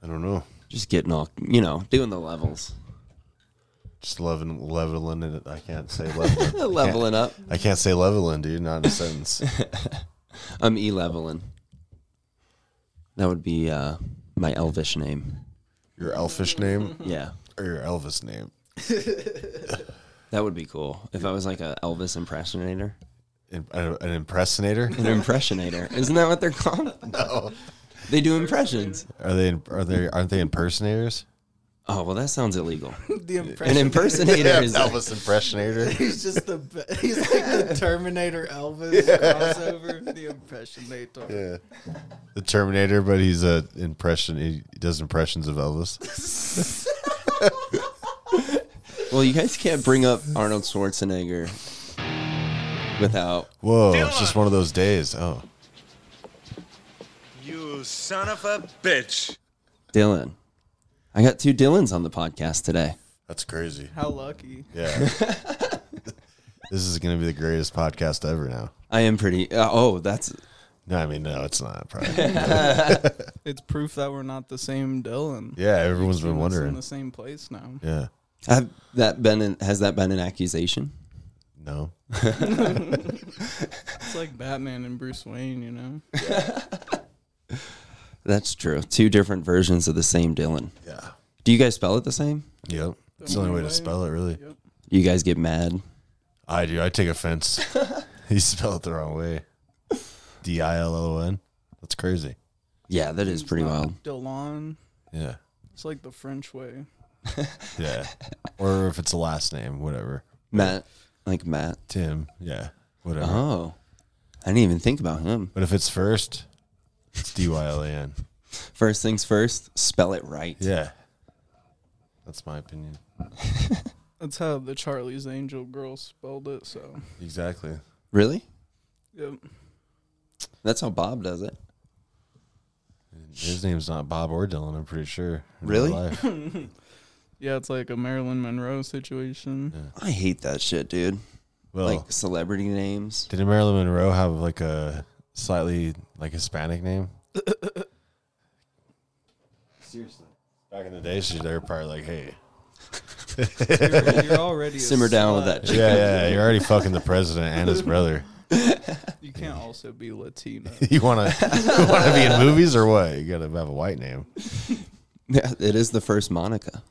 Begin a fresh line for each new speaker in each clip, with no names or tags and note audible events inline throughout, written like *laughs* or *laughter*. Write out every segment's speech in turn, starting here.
I don't know.
Just getting all, you know, doing the levels,
Just leveling, leveling it. I can't say leveling.
leveling up.
I can't say leveling, dude. Not in a sentence.
I'm E leveling. That would be uh, my elvish name.
Your elfish name
Yeah,
or your Elvis name?
that would be cool if I was like a Elvis impersonator.
An, uh, an impersonator?
An impressionator, isn't that what they're called?
No.
They do impressions.
Are they? Are they? Aren't they impersonators?
Oh well, that sounds illegal.
The
An
impression.
impersonator
*laughs*
is
Elvis impersonator.
*laughs* he's just the be- he's like
*laughs*
the Terminator Elvis crossover. The
Yeah.
impressionator.
The Terminator, but he's a impression. He does impressions of Elvis.
Well, you guys can't bring up Arnold Schwarzenegger without.
Whoa! It's just one of those days. Oh,
You son of a bitch.
Dylan. I got two Dylans on the podcast today.
that's crazy.
How lucky.
Yeah. this is gonna be the greatest podcast ever. Now.
I am pretty. Uh, oh, that's.
No, I mean, no, it's not. Probably.
It's proof that we're not the same Dylan.
yeah, everyone's been
We're in
wondering.
the same place now.
Yeah.
Have that been? An, has that been an accusation?
No.
It's like Batman and Bruce Wayne, you know.
That's true. Two different versions of the same Dylan.
Yeah.
Do you guys spell it the same?
Yep. It's the only way to spell it, really.
Do you guys get mad?
I do. I take *laughs* offense. you spell it the wrong way. D i l l o n. That's crazy.
Yeah, that is pretty wild.
Dylan.
Yeah.
It's like the French way.
Yeah. or if it's a last name, whatever.
Matt, like Matt.
Tim. Yeah. Whatever.
Oh, I didn't even think about him.
But if it's first, it's D Y L A N.
First things first, spell it right.
Yeah. That's my opinion.
That's how the Charlie's Angel girl spelled it. So,
Exactly.
Really?
yep.
That's how Bob does it.
His name's not Bob or Dylan, I'm pretty sure. in
Really?
real
*laughs*
life.
yeah, it's like a Marilyn Monroe situation.
I hate that shit, dude.
Well,
Like celebrity names.
didn't Marilyn Monroe have like a slightly like Hispanic name? Seriously. Back in the day, she, they were probably like, hey.
You're,
*laughs*
you're already a
Simmer down with
slut.
*laughs*
that.
Yeah, yeah, you're already fucking the president and his *laughs* brother.
You can't also be Latina.
You wanna you wanna be in movies or what? You gotta have a white name.
Yeah, it is the first Monica.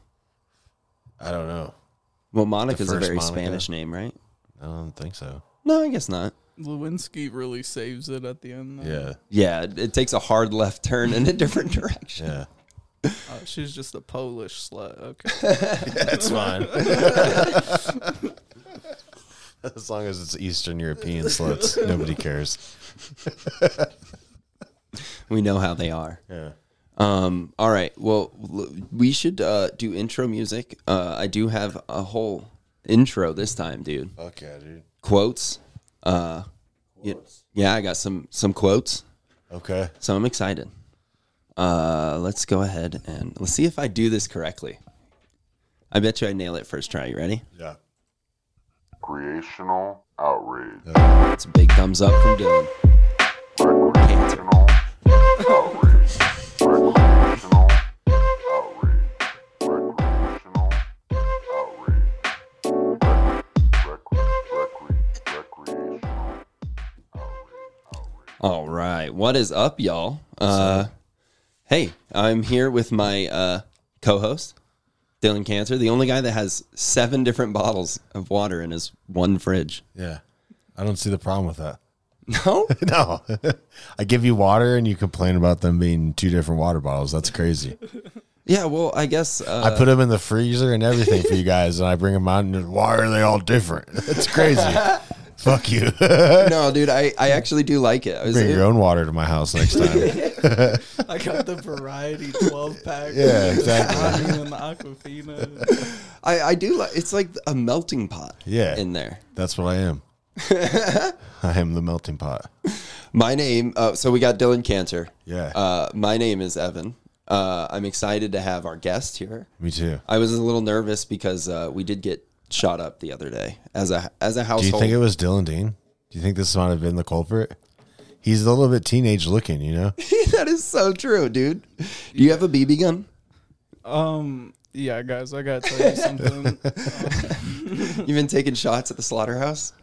I don't know.
Well, Monica's a
first
very
Monica?
Spanish name, right?
I don't think so.
No, I guess not.
Lewinsky really saves it at the end. Though.
Yeah.
Yeah, it, it takes a hard left turn in a *laughs* different direction.
*laughs* Yeah.
Oh, she's just a Polish slut. Okay.
That's fine. *laughs* as long as it's Eastern European sluts, nobody cares.
We know how they are.
Yeah.
Um, all right. Well, l- we should uh, do intro music. Uh, I do have a whole intro this time, dude.
Fuck yeah, dude.
Quotes. Uh, y- yeah, I got some some quotes.
Okay.
So I'm excited. Uh, let's go ahead and let's see if I do this correctly. I bet you I nail it first try. You ready?
Yeah.
Creational outrage.
It's a big thumbs up from Dylan. Cancer.
Creational outrage. Recreational outrage. Recreational outrage. Rec- rec- recre- recreational outrage.
All right. What is up, y'all? Uh, hey, I'm here with my uh, co host, Dylan Cancer, the only guy that has seven different bottles of water in his one fridge.
Yeah. I don't see the problem with that.
No?
*laughs* No. *laughs* I give you water and you complain about them being two different water bottles. That's crazy.
yeah, well, I guess.
*laughs*
Uh,
I put them in the freezer and everything *laughs* for you guys, and I bring them out, and they're, why are they all different? *laughs* That's crazy. Fuck *laughs* you.
no, dude, I, I actually do like it. I was,
bring
it-
your own water to my house next time.
*laughs* I got the variety 12 pack.
*laughs* Yeah, exactly.
Honey and the Aquafina.
I, I do like It's like a melting pot
Yeah.
in there.
That's what I *laughs* am. I am the melting pot.
My name, uh, so we got Dylan Cantor.
Yeah.
Uh, my name is Evan. Uh, I'm excited to have our guest here.
Me too.
I was a little nervous because uh, we did get shot up the other day as a as a
Do
household. *laughs*
you think it was Dylan Dean? Do you think this might have been the culprit? He's a little bit teenage looking, you know.
that is so true, dude. Do you have a BB
*clears throat*
gun?
Um, yeah, guys, I gotta tell you something.
You've been taking shots at the slaughterhouse?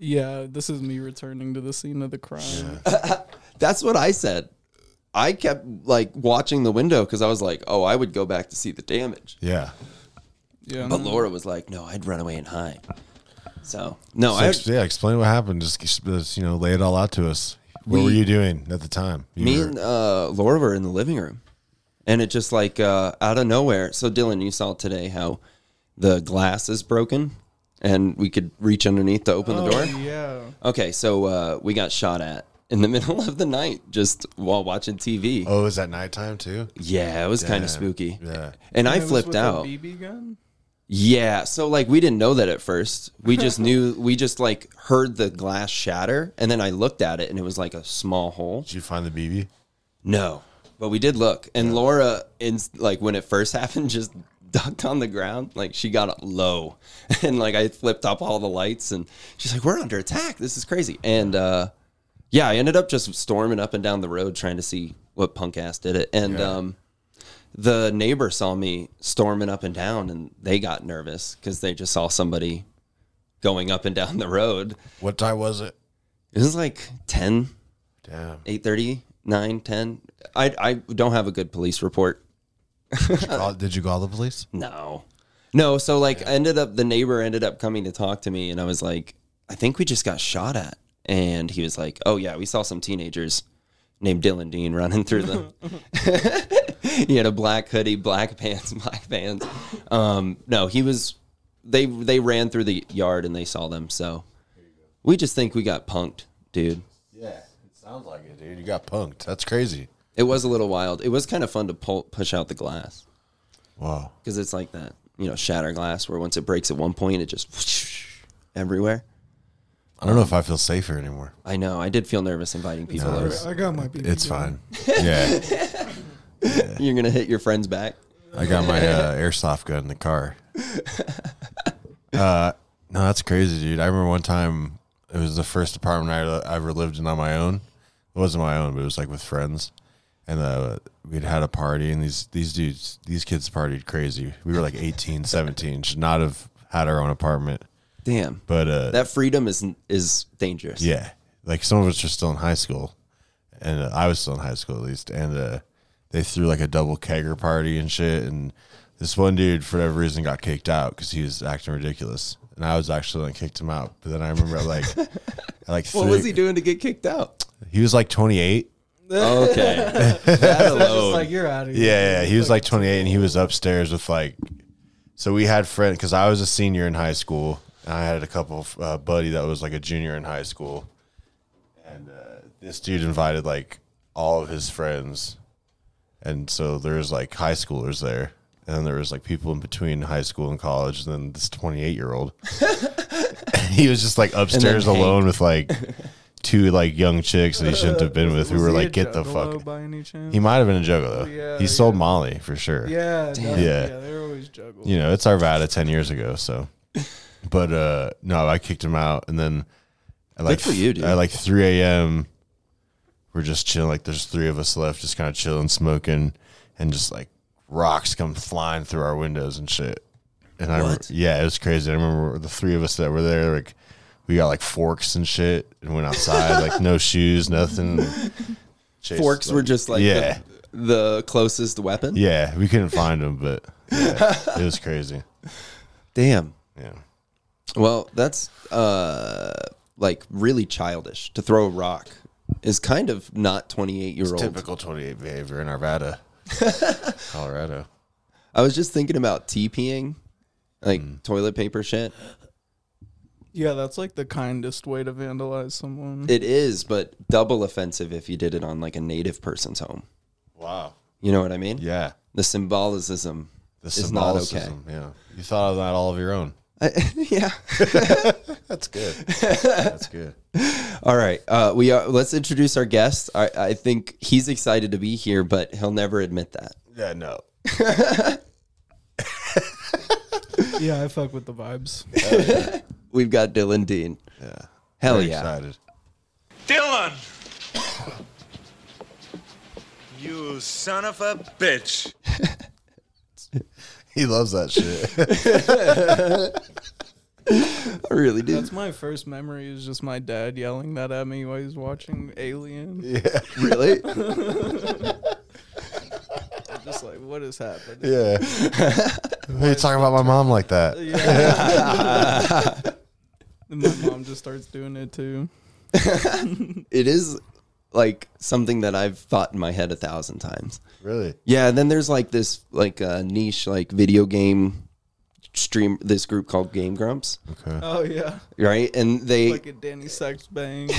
yeah, this is me returning to the scene of the crime.
That's what I said. I kept like watching the window because I was like, oh, I would go back to see the damage.
Yeah,
Yeah,
But
no.
Laura was like, no, I'd run away and hide. So, no,
So
I,
ex- yeah. Explain what happened. Just, just, you know, lay it all out to us. What were
We-
you doing at the time? You
me
were-
and uh, Laura were in the living room. And it just like uh, out of nowhere. So, Dylan, you saw today how the glass is broken and we could reach underneath to open the door.
Oh, yeah.
Okay, so uh, we got shot at in the *laughs* middle of the night just while watching TV.
oh, it was that nighttime too?
Yeah, it was kind
Damn.
of spooky.
Yeah.
And I
It was
flipped
with a
out.
BB gun.
Yeah, so like we didn't know that at first.
*laughs*
We just knew we just like heard the glass shatter and then I looked at it and it was like a small hole.
Did you find the BB?
No. But we did look. And Laura in like when it first *laughs* happened just ducked on the ground, like she got low. *laughs* And like I flipped up all the lights and she's like we're under attack. This is crazy. And uh yeah, I ended up just storming up and down the road trying to see what punk ass did it. And um the neighbor saw me storming up and down and they got nervous cuz they just saw somebody going up and down the road.
What time was it?
It was like 10
Damn.
8.30 9 10 I, I don't have a good police report *laughs*
Did you call, did you call the police?
no no so like I ended up the neighbor ended up coming to talk to me and i was like i think we just got shot at and he was like oh yeah we saw some teenagers named dylan dean running through them *laughs* he had a black hoodie black *laughs* pants black pants um, no he was they they ran through the yard and they saw them so we just think we got punked dude
Yeah, it sounds like it, dude. You got punked. That's crazy.
it was a little wild it was kind of fun to pull, push out the glass
Wow.
because it's like that, you know, shatter glass where once it breaks at one point, it just *laughs* everywhere.
I don't know if I feel safer anymore.
I know. I did feel nervous inviting people
No,
over.
it's-
I got my BB.
It's
gun.
fine. Yeah,
You're gonna hit your friends back.
I got my uh, airsoft gun in the car. Uh, no, that's crazy, dude. I remember one time it was the first apartment I, I ever lived in on my own. It wasn't my own, but it was like with friends, and uh, we'd had a party, and these these dudes, these kids partied crazy. We were like 18, 17, should not have had our own apartment,
Damn,
but uh,
that freedom is is dangerous.
Yeah, like some of us are still in high school, and uh, I was still in high school at least. And uh, they threw like a double kegger party and shit. And this one dude, for whatever reason, got kicked out because he was acting ridiculous. And I was actually like kicked him out. But then I remember
*laughs*
like, I like
What
threw-
was he doing to get kicked out?
He was like 28.
*laughs* Okay, that
Just
alone.
like you're out of here.
Oh. Yeah, yeah. He was like 28, and he was upstairs with like. So we had friend because I was a senior in high school, and I had a couple of, uh, buddy that was like a junior in high school, and uh, this dude invited like all of his friends, and so there was like high schoolers there, and then there was like people in between high school and college, and then this 28 year old, and *laughs* he was just like upstairs
Hank.
alone with like. Two like young chicks that he shouldn't have been with, who
Was
were
he
like,
a
"Get the
juggalo
fuck!"
By any chance?
He might have been a juggalo.
Yeah,
he sold
yeah.
Molly for sure. *laughs*
yeah,
Yeah.
yeah, yeah. They're always juggled.
You know, it's Arvada ten years ago, so but uh no, I kicked him out and then I like
for you, dude.
I like three AM we're just chilling, like there's three of us left, just kinda chilling, smoking, and just like rocks come flying through our windows and shit. And I remember,
What?
yeah, it was crazy. I remember the three of us that were there, like we got like forks and shit and went outside, like no *laughs* shoes, nothing. Chased,
Forks were just like
Yeah.
the, the closest weapon.
Yeah, we couldn't find him, but yeah, it was crazy.
Damn.
Yeah.
Well, that's uh like really childish to throw a rock is kind of not 28 year old
Typical 28 behavior in Arvada, Colorado.
I was just thinking about TPing, like
Mm.
toilet paper shit.
Yeah, that's like the kindest way to vandalize someone.
It is, but double offensive if you did it on like a native person's home.
Wow.
You know what I mean?
Yeah.
The symbolism
The
is not okay.
symbolicism. Yeah. You thought of that all of your own.
I- *laughs* yeah.
That's good. That's good.
All right. Uh, we are. Let's introduce our guest. I, I think he's excited to be here, but he'll never admit that.
Yeah, no.
yeah, I fuck with the vibes.
We've got Dylan Dean.
Yeah.
Hell
Very
yeah.
Excited.
Dylan! You son of a bitch.
He loves that shit.
I really do.
That's my first memory is just my dad yelling that at me while he's watching Alien.
*laughs* really?
I'm just like, what is happening?
*laughs* Yeah. Why are you talking about my mom like that?
Yeah. and my mom just starts doing it too.
it is like something that I've thought in my head a thousand times.
Really?
Yeah, and then there's like this like uh, niche like video game stream this group called Game Grumps,
Oh yeah,
right? And they
like a Danny Sex Bang.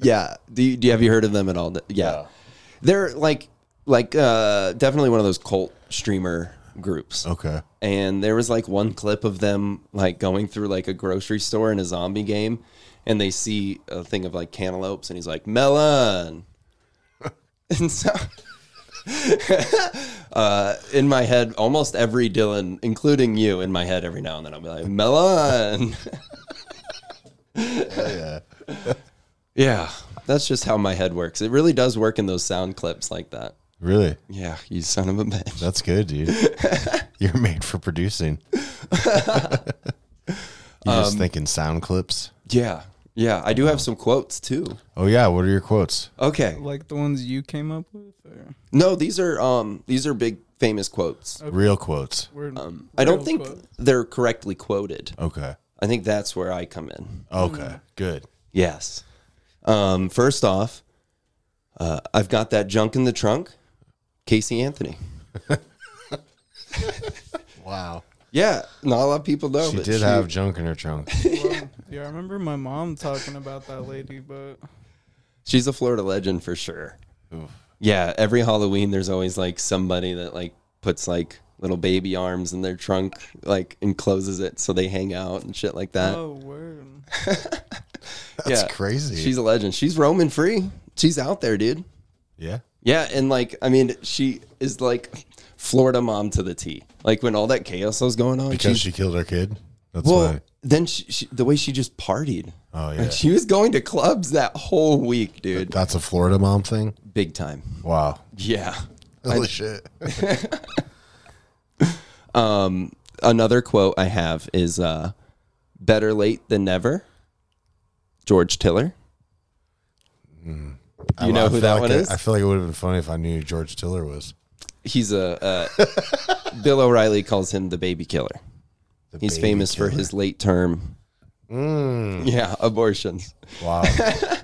yeah, do you, do you have you heard of them at all? Yeah.
No.
They're like like uh definitely one of those cult streamer groups.
Okay.
and there was like one clip of them like going through like a grocery store in a zombie game and they see a thing of like cantaloupes and he's like melon *laughs* and so *laughs* uh, in my head almost every dylan including you in my head every now and then i'll be like melon
Yeah.
*laughs* yeah that's just how my head works it really does work in those sound clips like that
Really?
yeah you son of a bitch
That's good, dude. You're made for producing. You're just thinking sound clips.
yeah yeah i do have some quotes too
Oh yeah, what are your quotes?
okay
*laughs* like the ones you came up with, or
No, these are um these are big famous quotes.
Real quotes.
were
I don't
real
think
quote?
they're correctly quoted.
Okay.
I think that's where I come in.
Okay. Good.
Yes. Um first off, uh, I've got that junk in the trunk. Casey Anthony.
Wow.
Yeah, not a lot of people know.
She
but
did have junk in her
*laughs*
trunk.
*laughs* Well, yeah, I remember my mom talking about that lady, but
She's a Florida legend for sure.
Oof.
Yeah, every Halloween there's always like somebody that like puts like little baby arms in their trunk, like and closes it so they hang out and shit like that.
oh word,
That's
yeah.
crazy.
She's a legend. She's roaming free. She's out there, dude.
yeah.
Yeah, and like I mean, she is like Florida mom to the T. Like when all that chaos was going on,
Because
she,
she killed her kid. That's
well,
why.
then she, she, the way she just partied.
Oh yeah.
Like, she was going to clubs that whole week, dude.
That's a Florida mom thing.
Big time.
Wow.
Yeah.
Holy
*laughs*
shit.
Another quote I have is uh better late than never. George Tiller.
I-
You know
Hmm. I
who
feel
that
like
one
it-
is?
I feel like it would have been funny if I knew who George Tiller was.
He's a uh, *laughs* Bill O'Reilly calls him the baby killer.
The
He's
baby
famous for
killer. Mm,
his late term. Yeah, abortions. *laughs*
Wow. I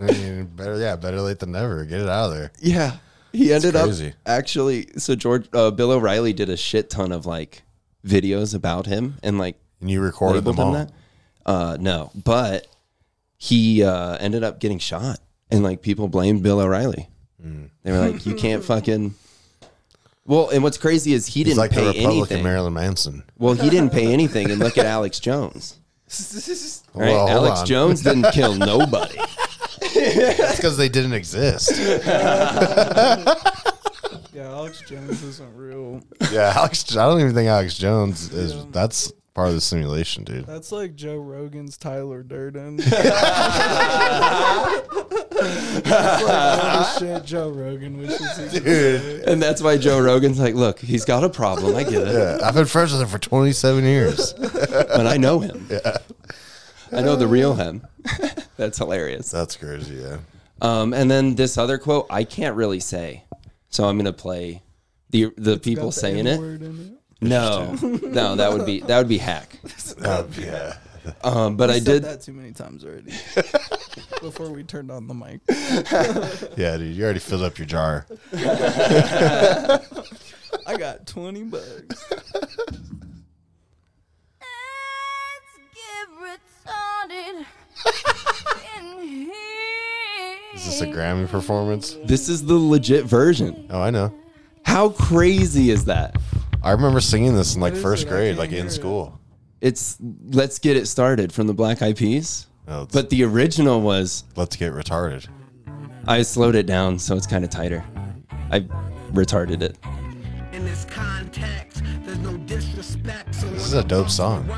mean, better yeah, better late than never. Get it out of there.
Yeah. He ended up
crazy.
actually. So George uh, Bill O'Reilly did a shit ton of like videos about him and like
And you recorded
labeled
them
him
all.
that. Uh, no, but he uh, ended up getting shot, and like people blamed Bill O'Reilly.
Mm.
They were like, "You can't fucking." Well, and what's crazy is he
He's
didn't
like the
pay
Republican
anything.
Marilyn Manson.
Well, he didn't pay anything, and look at
*laughs*
Alex Jones. Right?
Well, hold
Alex
on.
Jones didn't kill nobody.
*laughs* That's because they didn't exist.
yeah, Alex Jones isn't real.
yeah, *laughs* Alex. I don't even think Alex Jones is. That's part of the simulation, dude.
That's like Joe Rogan's Tyler Durden. *laughs* That's like holy oh, shit Joe Rogan wishes he could
Dude,
And that's why Joe Rogan's like, look, he's got a problem. I get it.
yeah, I've been friends with him for 27 years.
and I know him. I know the real him. That's hilarious.
That's crazy.
*laughs*
Yeah.
Um, and then this other quote, I can't really say, so I'm gonna play the the people
got the
saying it.
N-word in
No, no, that would be that would be hack.
*laughs* Oh, yeah.
Um, but I
I did
did.
that too many
*laughs*
times already. Before we turned on the mic.
Yeah, dude. You already filled up your jar.
I got 20 bucks.
Let's get
*laughs*
retarded in here.
Is this a Grammy performance?
This is the legit version.
Oh, I know.
How crazy is that?
I remember singing this in like
What is
first
it? I
grade,
can't
like in
hear it.
school.
It's let's get it started from the Black Eyed Peas.
Oh, it's-
But the original was
let's get retarded.
I slowed it down, so it's kind of tighter. I retarded it.
in this context. There's no disrespect. So
This is a dope song.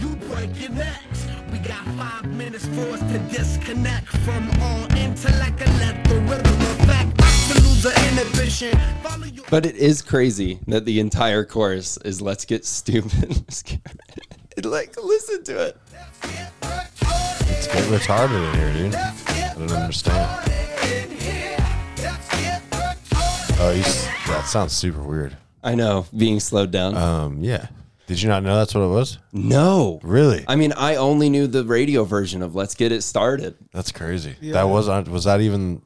You break your necks. We got five minutes for us to disconnect from all intellect and let the rhythm affect. Not to lose the inhibition. Follow your
But it is crazy that the entire chorus is "Let's get stupid." *laughs* Let's get- like, listen to it.
It's get retarded in here, dude. I don't understand. Oh, he's, that sounds super weird.
I know being slowed down.
Um, yeah. Did you not know that's what it was?
no,
Really?
I mean, I only knew the radio version of "Let's Get It Started."
That's crazy. That was on. Was that even,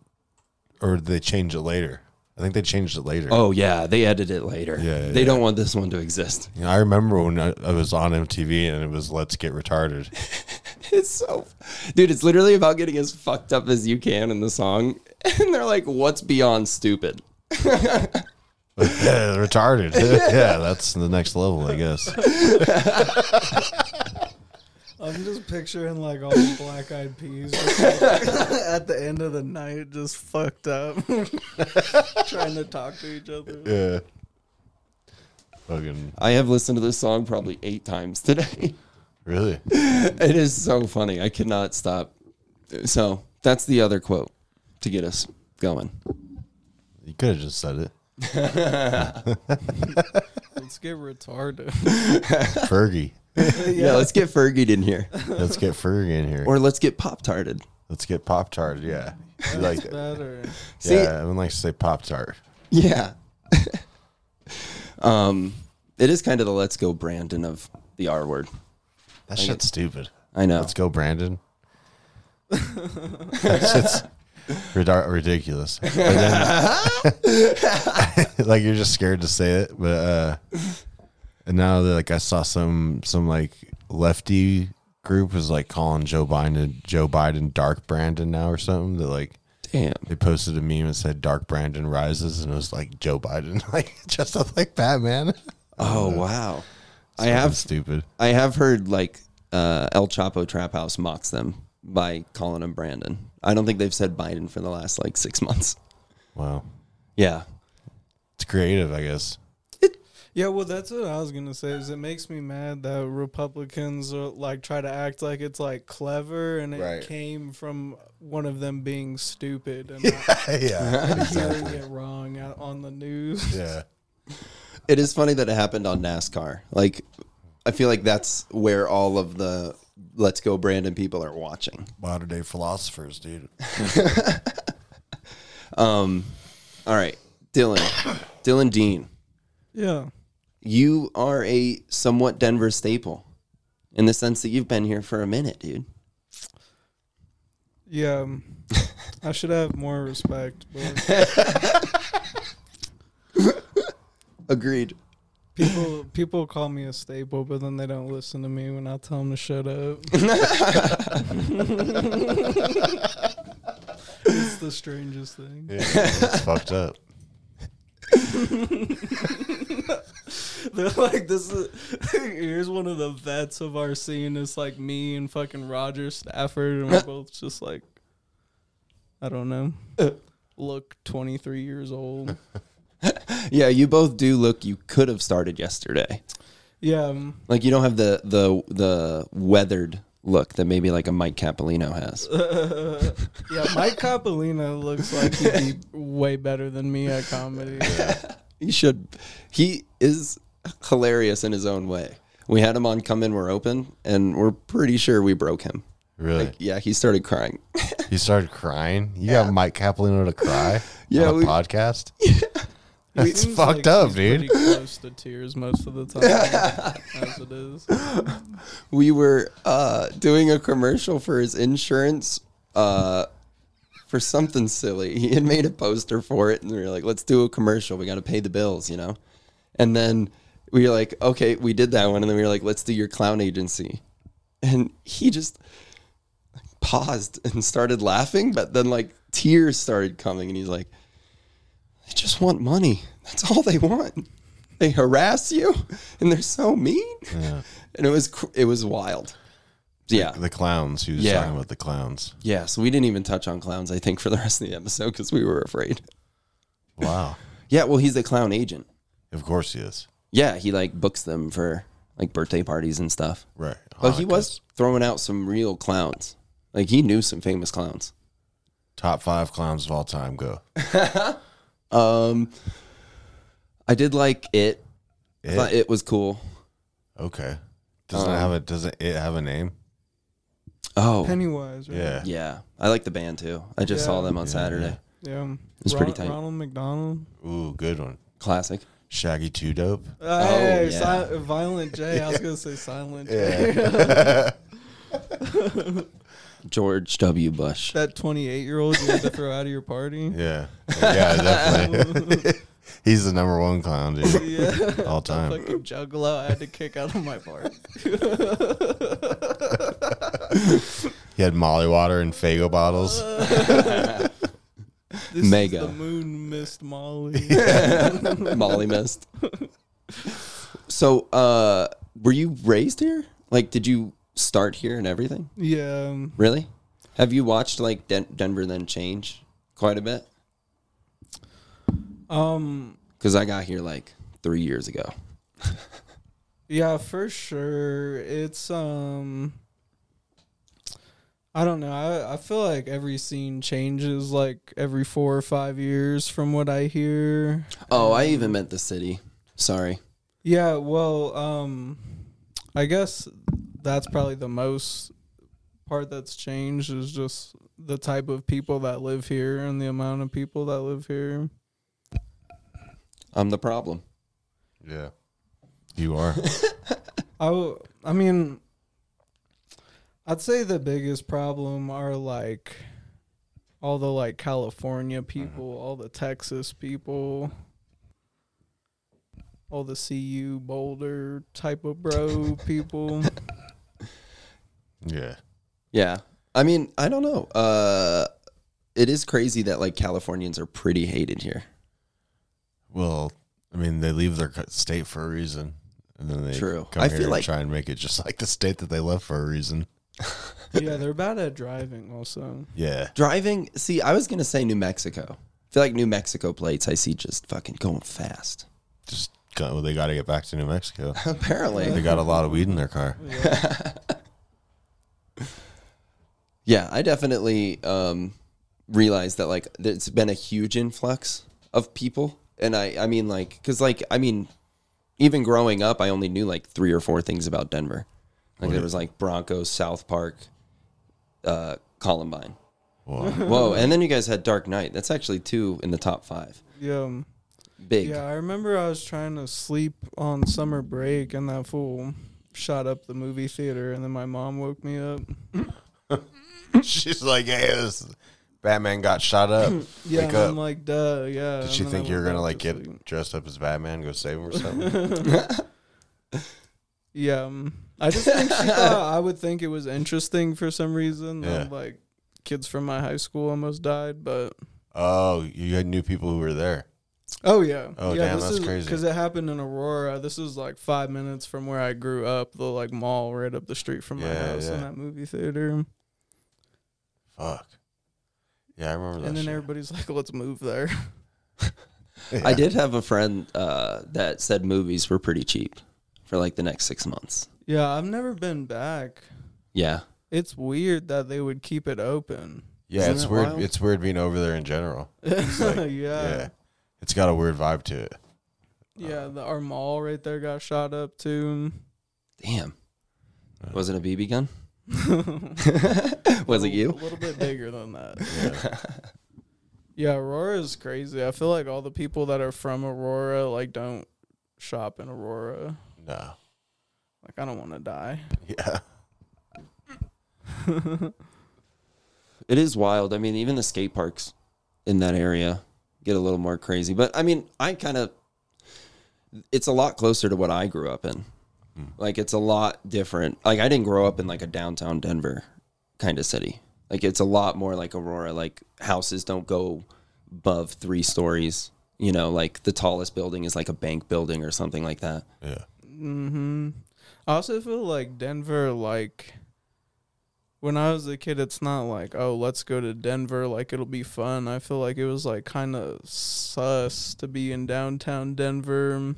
or did they change it later? I think they changed it later.
Oh yeah, they edit it later.
Yeah, yeah,
they don't want this one to exist. *laughs*
You know, I remember when I, I was on MTV and it was "Let's Get Retarded." *laughs*
It's so, dude. It's literally about getting as fucked up as you can in the song, *laughs* and they're like, "What's beyond stupid?"
Yeah,
*laughs*
retarded. yeah, that's the next level, I guess.
I'm just picturing like all the black eyed peas just, like, *laughs* at the end of the night, just fucked up, *laughs* trying to talk to each other.
Yeah. Fucking
I have listened to this song probably eight times today. *laughs*
really.
It is so funny. I cannot stop. So that's the other quote to get us going.
You could have just said it.
Let's get retarded.
Fergie.
Yeah, let's get Fergie in here,
Let's get Fergie in here.
or let's get Pop Tarted.
Let's get Pop Tart. Yeah. You like that?
Better.
See-
yeah, I would like to say Pop Tart.
Yeah. *laughs* um, it is kind of the "Let's Go Brandon" of the R word.
That shit's stupid.
I know.
Let's go, Brandon. that shit's rid- ridiculous. But then- *laughs* like you're just scared to say it, but uh, and now that like I saw some some like lefty group was like calling Joe Biden Joe Biden Dark Brandon now or something that like
Damn.
they posted a meme and said Dark Brandon rises and it was like Joe Biden *laughs* like dressed up like Batman.
Oh wow. I have
stupid.
I have heard like uh, El Chapo Trap House mocks them by calling him Brandon. I don't think they've said Biden for the last like six months.
Wow,
Yeah.
it's creative, I guess.
Yeah, well, that's what I was gonna say. Is it makes me mad that Republicans are, like try to act like it's like clever and it
Right.
came from one of them being
*laughs*
stupid and not
yeah,
hearing it wrong out on the news.
*laughs* yeah.
It is funny that it happened on NASCAR. Like, I feel like that's where all of the "Let's Go Brandon" people are watching.
modern day philosophers, *laughs* dude.
All right, Dylan, Dylan Dean,
*laughs* Yeah.
you are a somewhat Denver staple in the sense that you've been here for a minute, dude.
Yeah, um, I should have more respect, *laughs* but
Agreed.
people people call me a staple, but then they don't listen to me when I tell them to shut *laughs* up. it's the strangest thing.
it's fucked up.
They're like, this is *laughs* here's one of the vets of our scene. It's like me and fucking Roger Stafford, and *laughs* we're both just like, I don't know, look 23 years old.
Yeah, you both do look. You could have started yesterday.
Yeah, um,
Like you don't have the the the weathered look that maybe like a Mike Capolino has.
yeah. Mike Capolino looks like he'd be way better than me at
*laughs*
comedy.
He should. He is hilarious in his own way. We had him on Come In We're Open, and we're pretty sure we broke him.
Really?
Yeah, he started crying. *laughs*
you started crying? You got Mike Capolino to cry?
Yeah,
On a
we-
podcast? *laughs* That's
Seems
fucked
like
up,
he's
dude.
Pretty close to tears most of
*laughs*
the time, as it is.
we were uh, doing a commercial for his insurance uh, for something silly. He had made a poster for it, and we were like, "Let's do a commercial. We got to pay the bills," you know. And then we were like, "Okay, we did that one," and then we were like, "Let's do your clown agency," and he just paused and started laughing, but then like tears started coming, and he's like, "They just want money. That's all they want." They harass you, and they're so mean and it was cr- it was wild. Yeah,
The clowns. He was
Yeah.
talking about the clowns.
yeah. So we didn't even touch on clowns. I think for the rest of the episode because we were afraid.
Wow.
Yeah, well, he's the clown agent.
of course he is.
Yeah, he like books them for like birthday parties and stuff.
Right.
But he
Hanukkahs.
was throwing out some real clowns. Like he knew some famous clowns.
top five clowns of all time. Go.
Um, I did like it. I
It?
thought it was cool.
Okay. Doesn't
Um,
it have a doesn't it have a name?
Oh,
Pennywise, right?
Yeah.
yeah. I like the band too. I just saw
Yeah.
them on Saturday.
Yeah.
was pretty tight.
Ronald McDonald.
Ooh, good one.
Classic.
Shaggy Two Dope.
hey,
yeah.
si- Violent J. I was going to say Silent J.
George W. Bush.
*laughs* That 28 year old you had to throw out of your party.
Yeah. Yeah, definitely. *laughs* He's the number one clown, dude.
Yeah.
All time.
Fucking juggalo I had to kick out of
*laughs*
my party.
He had Molly water and Fago bottles.
This is
Mega.
the moon
*laughs*
missed Molly.
Molly missed. So, uh, were you raised here? Like, did you start here and everything?
yeah. um,
Really? Have you watched like Den- Denver then change quite a bit?
Um.
Because I got here like three years ago.
Yeah, for sure. It's um. I don't know. I, I feel like every scene changes like every four or five years from what I hear.
Oh, I even meant the city. Sorry.
Yeah, well, um I guess that's probably the most part that's changed is just the type of people that live here and the amount of people that live here.
I'm the problem.
Yeah. You are.
I w- I mean I'd say the biggest problem are like all the like
Mm-hmm.
California people, all the Texas people, all the CU Boulder type of
*laughs*
bro people.
Yeah.
Yeah. I mean, I don't know. Uh, it is crazy that like Californians are pretty hated here.
Well, I mean, they leave their co- state for a reason. And then they
True.
come
I
here
feel
and
like-
try and make it just like the state that they left for a reason.
yeah, they're bad at driving also.
Yeah.
Driving, see, I was gonna say New Mexico. I feel like New Mexico plates I see just fucking going fast.
Just go, they got to get back to New Mexico. They
Apparently.
got a lot of weed in their car.
Yeah, I definitely um realized that like there's been a huge influx of people. And I I mean like cuz like I mean even growing up I only knew like three or four things about Denver. Like there was like Broncos, South Park, uh Columbine.
Well,
Whoa, and then you guys had Dark Knight. That's actually two in the top 5.
Yeah. um,
Big.
Yeah, I remember I was trying to sleep on summer break and that fool shot up the movie theater and then my mom woke me up.
*laughs* she's like, hey, this Batman got shot up.
Yeah,
Wake
and
up.
I'm like, duh, yeah.
Did
and
she
then I
think you were
woke
going to
up
like
to sleep.
get dressed up as Batman, go save him or something?
Yeah. um, I just think *laughs* she thought I would think it was interesting for some reason. that,
Yeah.
like kids from my high school almost died, but
oh, you had new people who were there.
Oh yeah.
Oh,
yeah,
damn,
this
that's
is,
crazy.
Because it happened in Aurora. This is like five minutes from where I grew up, the like mall right up the street from my
Yeah,
house
yeah.
and that movie theater.
Fuck. Yeah, I remember that.
and then
Oh, shit.
everybody's like, let's move there.
I did have a friend uh, that said movies were pretty cheap for like the next six months.
*laughs* yeah, I've never been back.
Yeah.
It's weird that they would keep it open.
yeah,
Isn't
it's
that
weird.
wild?
It's weird being over there in general.
*laughs* *laughs* yeah.
Yeah.
yeah.
It's got a weird vibe to it.
the, our mall right there got shot up too.
Damn. Was it a BB gun? *laughs* Was it
A
you?
little bit bigger than that. Yeah. yeah, Aurora is crazy. I feel like all the people that are from Aurora like don't shop in Aurora.
No. *laughs*
Like I don't want to die.
Yeah.
It is wild. I mean, even the skate parks in that area get a little more crazy. But I mean, I kind of, it's a lot closer to what I grew up in.
Hmm.
Like, it's a lot different. Like, I didn't grow up in like a downtown Denver kind of city. Like, it's a lot more like Aurora. Like, houses don't go above three stories. You know, like the tallest building is like a bank building or something like that.
Yeah.
Mm-hmm. I also feel like Denver like when I was a kid it's not like, oh, let's go to Denver like it'll be fun. I feel like it was like kind of sus to be in downtown Denver. and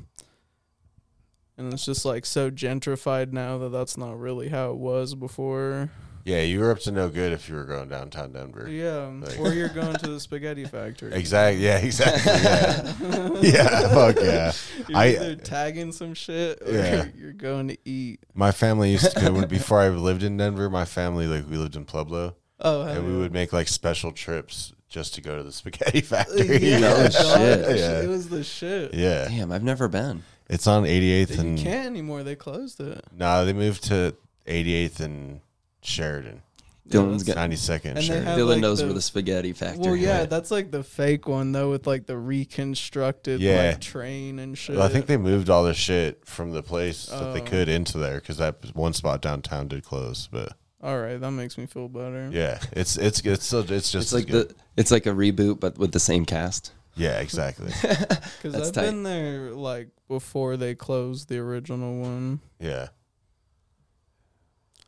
it's just like so gentrified now that that's not really how it was before.
Yeah, you were up to no good if you were going downtown Denver.
Yeah,
Like-
or you're going to the spaghetti factory.
Exactly. Yeah. Exactly. Yeah.
*laughs*
yeah. Fuck yeah.
You're either
I
tagging some shit or
Yeah.
*laughs* you're going to eat.
my family used to when, before I lived in Denver. My family like we lived in Pueblo,
Oh, hell
and we
yeah.
would make like special trips just to go to the spaghetti *laughs* factory.
*laughs* Yeah,
No
dog,
shit.
Yeah.
It was the shit.
Yeah.
Damn, I've never been.
It's on 88th
You
and
can't anymore. They closed it.
nah, they moved to 88th and Sheridan,
Dylan's
that's-
got
92nd
they
Sheridan.
have-
Dylan
like
knows
the-
where the spaghetti factory.
Well, yeah,
is.
that's like the fake one though, with like the reconstructed
Yeah.
like train and shit.
Well, I think they moved all their shit from the place that they
Oh.
could into there because that one spot downtown did close. But
*laughs* All right, that makes me feel better.
yeah, it's it's it's still it's just
it's like the it's like a reboot, but with the same cast.
yeah *laughs* exactly
because
that's
I've
tight.
been there like before they closed the original one.
yeah.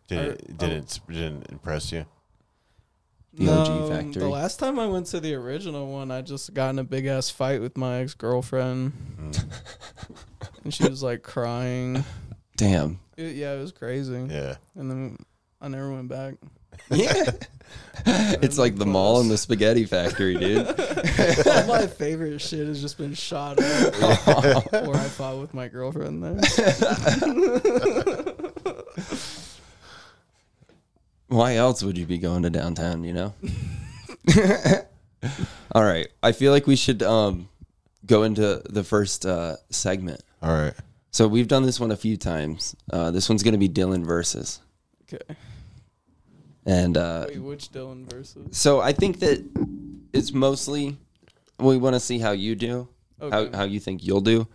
Did
I-
it did it didn't impress you?
The OG factory.
The last time I went to the original one, I just got in a big ass fight with my ex girlfriend, and she was like crying.
Damn.
It- yeah, it was crazy.
Yeah,
And then I never went back.
Yeah. *laughs* it's like the mall and the spaghetti factory, dude.
All my favorite shit has just been shot up. or I fought with my girlfriend there.
Why else would you be going to downtown, you know? All right. I feel like we should um go into the first uh segment.
all right.
So we've done this one a few times. Uh this one's gonna be Dylan versus.
Okay.
And uh
Wait, which Dylan versus?
so I think that it's mostly we wanna see how you do.
Okay.
How how you think you'll do.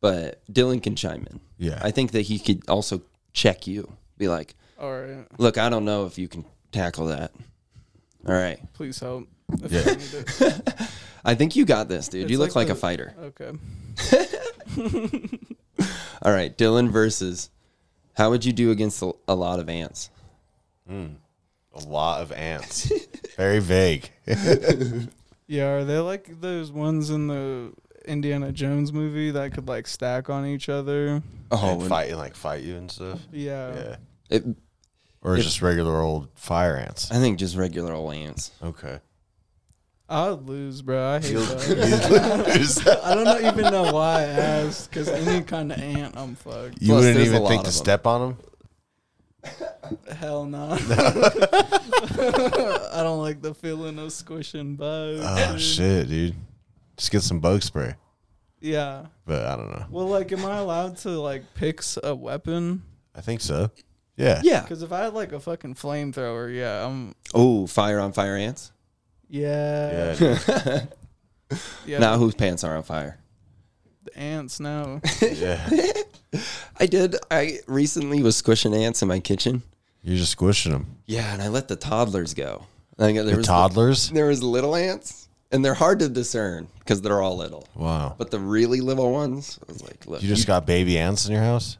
But Dylan can chime in.
Yeah.
I think that he could also check you. Be like,
All right.
look, I don't know if you can tackle that. All right.
Please help. If
Yeah.
I need it.
I think you got this, dude.
It's
you look like,
like
a
the-
fighter.
Okay.
All right, Dylan versus. How would you do against a, a lot of ants?
A lot of *laughs* ants. Very vague.
Yeah, are they like those ones in the Indiana Jones movie that could like stack on each other?
*laughs* Oh,
and-
fight like fight you and stuff.
Yeah.
Yeah,
it,
or just regular old fire ants.
I think just regular old ants.
*laughs* Okay.
I would lose, bro. I hate that.
you
*laughs* I don't even know why I asked because any kind of ant, I'm fucked.
Plus,
wouldn't
there's a
even
lot
think
of
to
them.
step on them. *laughs*
Hell no. I don't like the feeling of squishing bugs.
Oh *laughs*
dude.
shit, dude! Just get some bug spray.
Yeah.
But I don't know.
Well, like, am I allowed to like pick s- a weapon?
I think so. Yeah.
Yeah.
Because if I had like a fucking flamethrower, yeah, I'm
Oh, fire on fire ants.
yeah.
Yeah, dude.
*laughs*
yeah
Now whose pants are on fire?
the
*laughs*
ants now.
yeah.
I did. I recently was squishing ants in my kitchen.
You're just squishing them.
Yeah, and I let the toddlers go. I got, there
The *laughs*
was
toddlers.
there was little ants, and they're hard to discern because they're all little.
wow.
But the really little ones, I was like, look,
you just got baby ants in your house.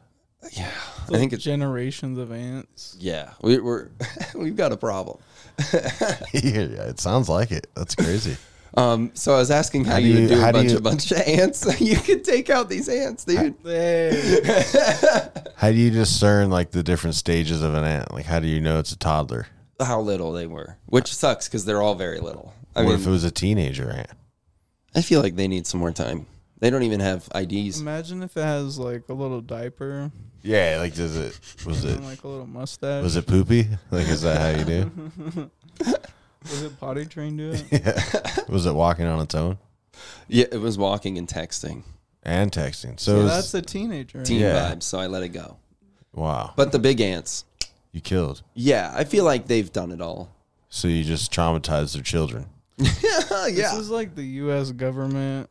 yeah. *laughs* I think it's
generations of ants.
yeah. We, we're *laughs* we've got a problem.
*laughs* yeah, it sounds like it. That's crazy.
Um, so I was asking how,
How do
you would
you-
do
how
a
do
bunch
you-
of bunch of ants. *laughs* so you could take out these ants, dude.
*laughs*
Hey,
*laughs* How do you discern like the different stages of an ant? Like, how do you know it's a toddler?
how little they were, which sucks because they're all very little. I
Or
mean,
if it was a teenager ant?
I feel like they need some more time. They don't even have IDs.
imagine if it has like a little diaper
Yeah. Like, does it? Was it?
and like a little mustache.
Was it poopy? *laughs* Like, is that how you
*laughs*
do?
Was it potty trained to
*laughs*
it?
Was it walking on its own
Yeah, it was walking and texting,
and texting? So
yeah,
it was-
that's a teenager.
teen
Yeah.
vibes. So I let it go.
wow,
But the big ants,
you killed.
yeah, I feel like they've done it
*laughs*
all.
So you just traumatized their children.
This is like the U.S. government.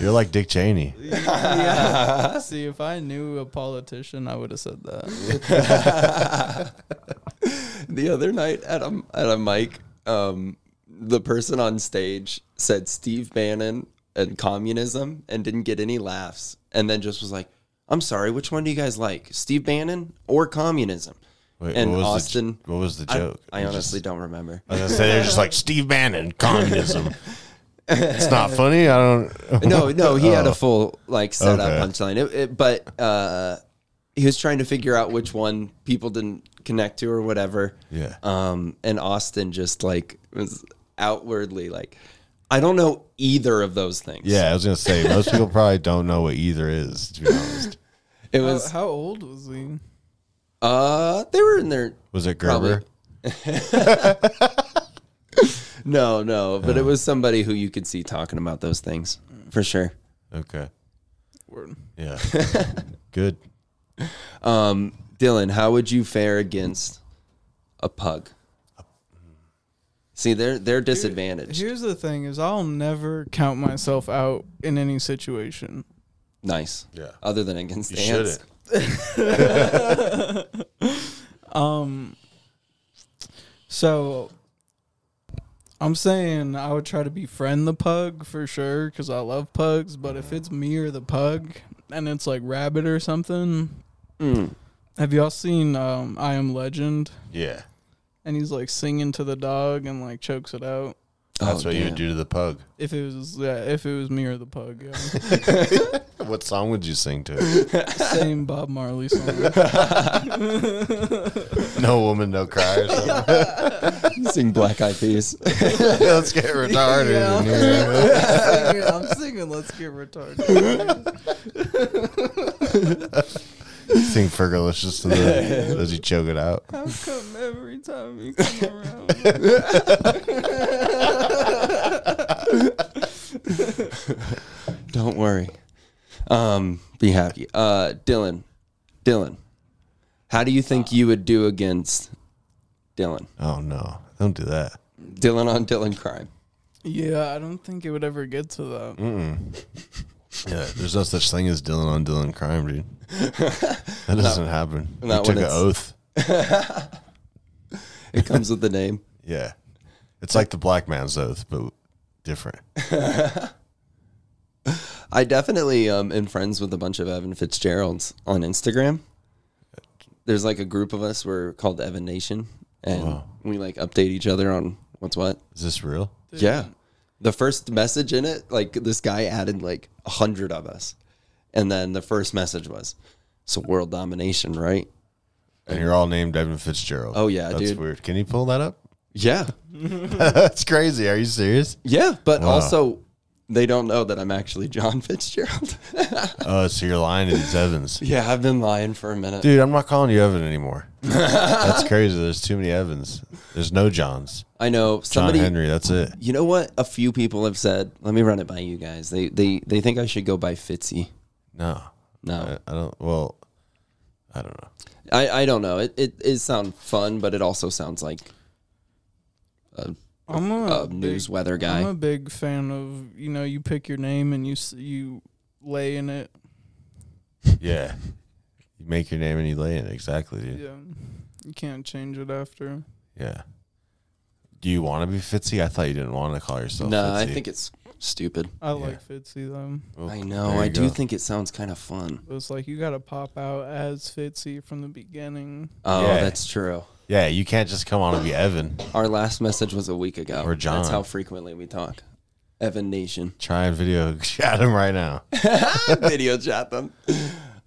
You're like Dick Cheney.
yeah. See, if I knew a politician, I would have said that.
*laughs* the other night at a at a mic, um, the person on stage said Steve Bannon and communism and didn't get any laughs, and then just was like, "I'm sorry, which one do you guys like, Steve Bannon or communism?"
Wait,
and
what was
Austin,
The, j- what was the
I-
joke?
I, honestly don't remember.
I was gonna say they're just like Steve Bannon, communism. It's not funny. I
*laughs*
don't.
No,
*laughs*
no, he had a full like setup
Oh. Okay.
punchline. It, it, but uh, he was trying to figure out which one people didn't connect to or whatever.
Yeah.
Um, and Austin just like was outwardly like, I don't know either of those things.
Yeah, I was gonna say most people probably don't know what either is. To be honest,
It
How,
was.
how old was he?
Uh, they were in their
was it Gerber?
Probably. No, no, but it was somebody who you could see talking about those things for sure.
Okay.
Word.
*laughs*
Yeah. Good.
Dylan, how would you fare against a pug? See, they're they're disadvantaged.
Here's the thing: is I'll never count myself out in any situation.
nice.
Yeah.
Other than against
You
the ants. *laughs*
shouldn't.
So I'm saying I would try to befriend the pug for sure because I love pugs. But if it's me or the pug and it's like rabbit or something, have y'all seen um, I Am Legend?
Yeah.
And he's like singing to the dog and like chokes it out.
That's
Oh,
what you
damn.
would do to the pug.
If it was yeah, if it was me or the pug, *laughs* yeah.
What song would you sing to? it?
same Bob Marley song.
no woman, no cry. Or something.
*laughs* Sing Black Eyed Peas. *laughs*
Let's get retarded. in here.
singing, *laughs* I'm singing Let's Get Retarded. *laughs*
Sing Fergalicious to the as you choke it out.
How come every time you come *laughs* around?
Don't worry. Um, be happy. Uh, Dylan, Dylan, how do you think you would do against Dylan?
Oh no! Don't do that.
Dylan on Dylan crime.
Yeah, I don't think it would ever get to that.
Mm.
Yeah, there's no such thing as Dylan on Dylan crime,
*laughs*
dude. That doesn't happen. You
not
took
when
an
it's-
oath.
It comes with the name.
Yeah, it's like the black man's oath, but different.
I definitely um, am friends with a bunch of Evan Fitzgeralds on Instagram. There's like a group of us. We're called Evan Nation,
Oh,
and we like update each other on what's what.
Is this real?
Yeah. The first message in it, like this guy added like a hundred of us. And then the first message was, so world domination, right?
And you're all named Evan Fitzgerald.
Oh, yeah,
that's
dude.
weird. Can you pull that up? *laughs*
Yeah.
that's crazy. Are you
*laughs*
serious?
Yeah. But
Wow.
also, they don't know that I'm actually John *laughs* Fitzgerald.
Oh, so you're lying to these Evans,
yeah, I've been lying for a minute.
dude. I'm not calling you Evan anymore. that's crazy. There's too many Evans. There's no Johns.
I know
John
somebody.
Henry. That's it.
You know what? A few people have said, let me run it by you guys. They they, they think I should go by Fitzy.
No,
No.
I, I don't. Well, I don't know.
I, I don't know. It, it it sounds fun, but it also sounds like
I'm a,
a
big-
news weather guy.
I'm a big fan of you know you pick your name and you s- you lay in it.
Yeah. You make your name and you lay in it. Exactly, dude.
Yeah, you can't change it after.
Yeah. Do you want to be Fitzy? I thought you didn't want to call yourself.
no,
Fitzy.
I think it's stupid.
I like Fitzy though.
Well,
I know.
Oh, there
I
you
do
go.
think it sounds kind of fun.
It's like you gotta pop out as Fitzy from the beginning.
Oh,
Yeah.
that's true.
Yeah, you can't just come on and be Evan.
Our last message was a week ago.
Or John.
That's how frequently we talk. Evan Nation.
Try and video *laughs* chat him right now.
*laughs* Video chat them.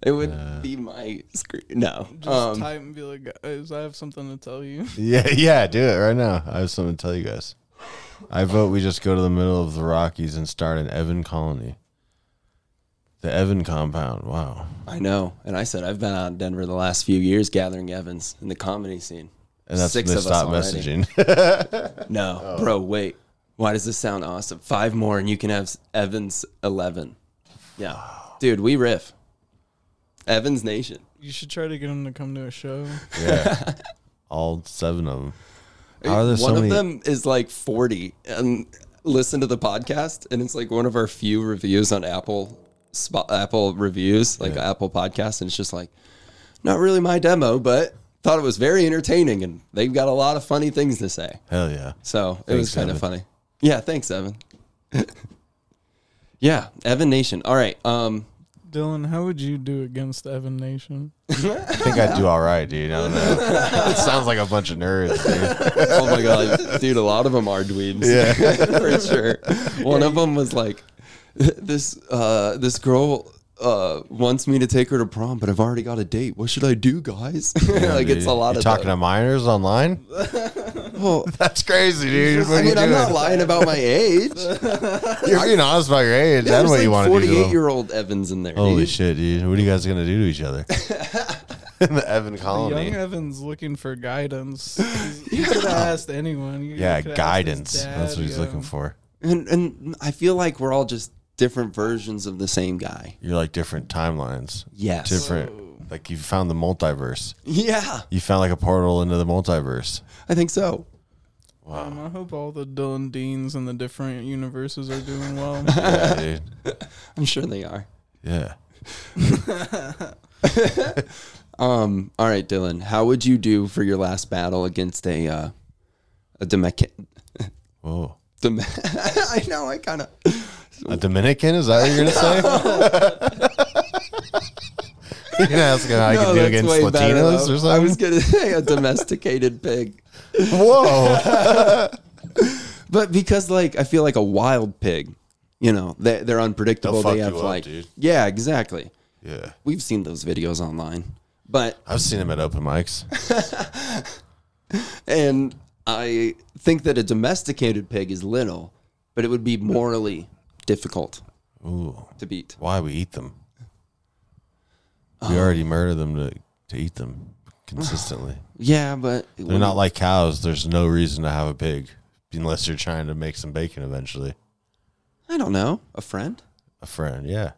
It would
Uh,
be my screen. No.
Just
Um,
type and be like, guys, I have something to tell you.
yeah, yeah, do it right now. I have something to tell you guys. I vote we just go to the middle of the Rockies and start an Evan colony. The Evan compound. Wow.
I know. And I said I've been out in Denver the last few years gathering Evans in the comedy scene.
And that's
Six
when they
of us
stop
already.
messaging. *laughs*
No,
Oh.
bro, wait. Why does this sound awesome? Five more and you can have Evans 11. Yeah. Dude, we riff. Evans Nation.
You should try to get him to come to a show.
yeah. All seven of them. How are there
one
so
of
many?
them is like 40 and listened to the podcast and it's like one of our few reviews on apple spot apple reviews like apple podcast and it's just like not really my demo but thought it was very entertaining and they've got a lot of funny things to say
Hell yeah.
so it was
Thanks,
kind
Evan.
of funny *laughs* yeah thanks evan yeah evan nation all right um
Dylan, how would you do against Evan Nation?
I think I'd do all right, dude. I don't
*laughs*
know. it sounds like a bunch of nerds, dude.
oh my god, dude! A lot of them are dweebs, *laughs* for sure. One of them was like, "This uh, this girl uh, wants me to take her to prom, but I've already got a date. What should I do, guys?" *laughs* like it's a lot
You're
of
talking
the-
to minors online. That's crazy, dude. What
I
are you
mean, I'm
doing?
not lying about
*laughs*
my age.
You're being honest about your age. That's
There's
what
like
you want to do. to
48
them.
year old Evans in there.
Holy
dude.
shit, dude! What are you guys gonna do to each other? *laughs* In the Evan
Young
colony.
Evan's looking
*laughs*
for guidance. He's- He could have asked anyone. He
Yeah,
coulda asked his
guidance. That's
dad,
what he's
yeah.
looking for.
And and I feel like we're all just different versions of the same guy.
You're like different timelines.
Yes.
Different. Like you found the multiverse.
Yeah,
You found like a portal into the multiverse.
I think so.
Um, I hope all the Dylan Deans and the different universes are
*laughs*
doing well.
Yeah, dude.
I'm sure they are.
Yeah.
Um. All right, Dylan. How would you do for your last battle against a uh, a Dominican?
Whoa.
Dom- *laughs* I know. I kind of.
A Dominican? Is that what you're gonna say? *laughs* you're gonna ask how I can do against Latinos or something?
I was gonna *laughs* say a domesticated pig,
Whoa.
but because like I feel like a wild pig, you know, they, they're unpredictable.
They'll
they
fuck
have
you up,
like,
dude.
yeah, exactly.
yeah.
We've seen those videos online, but
I've seen him at open mics.
and I think that a domesticated pig is little, but it would be morally difficult
Ooh.
to beat.
Why we eat them? We already murder them to, to eat them consistently.
Yeah, but
They're not like cows. There's no reason to have a pig unless you're trying to make some bacon eventually.
I don't know a friend.
A friend, yeah.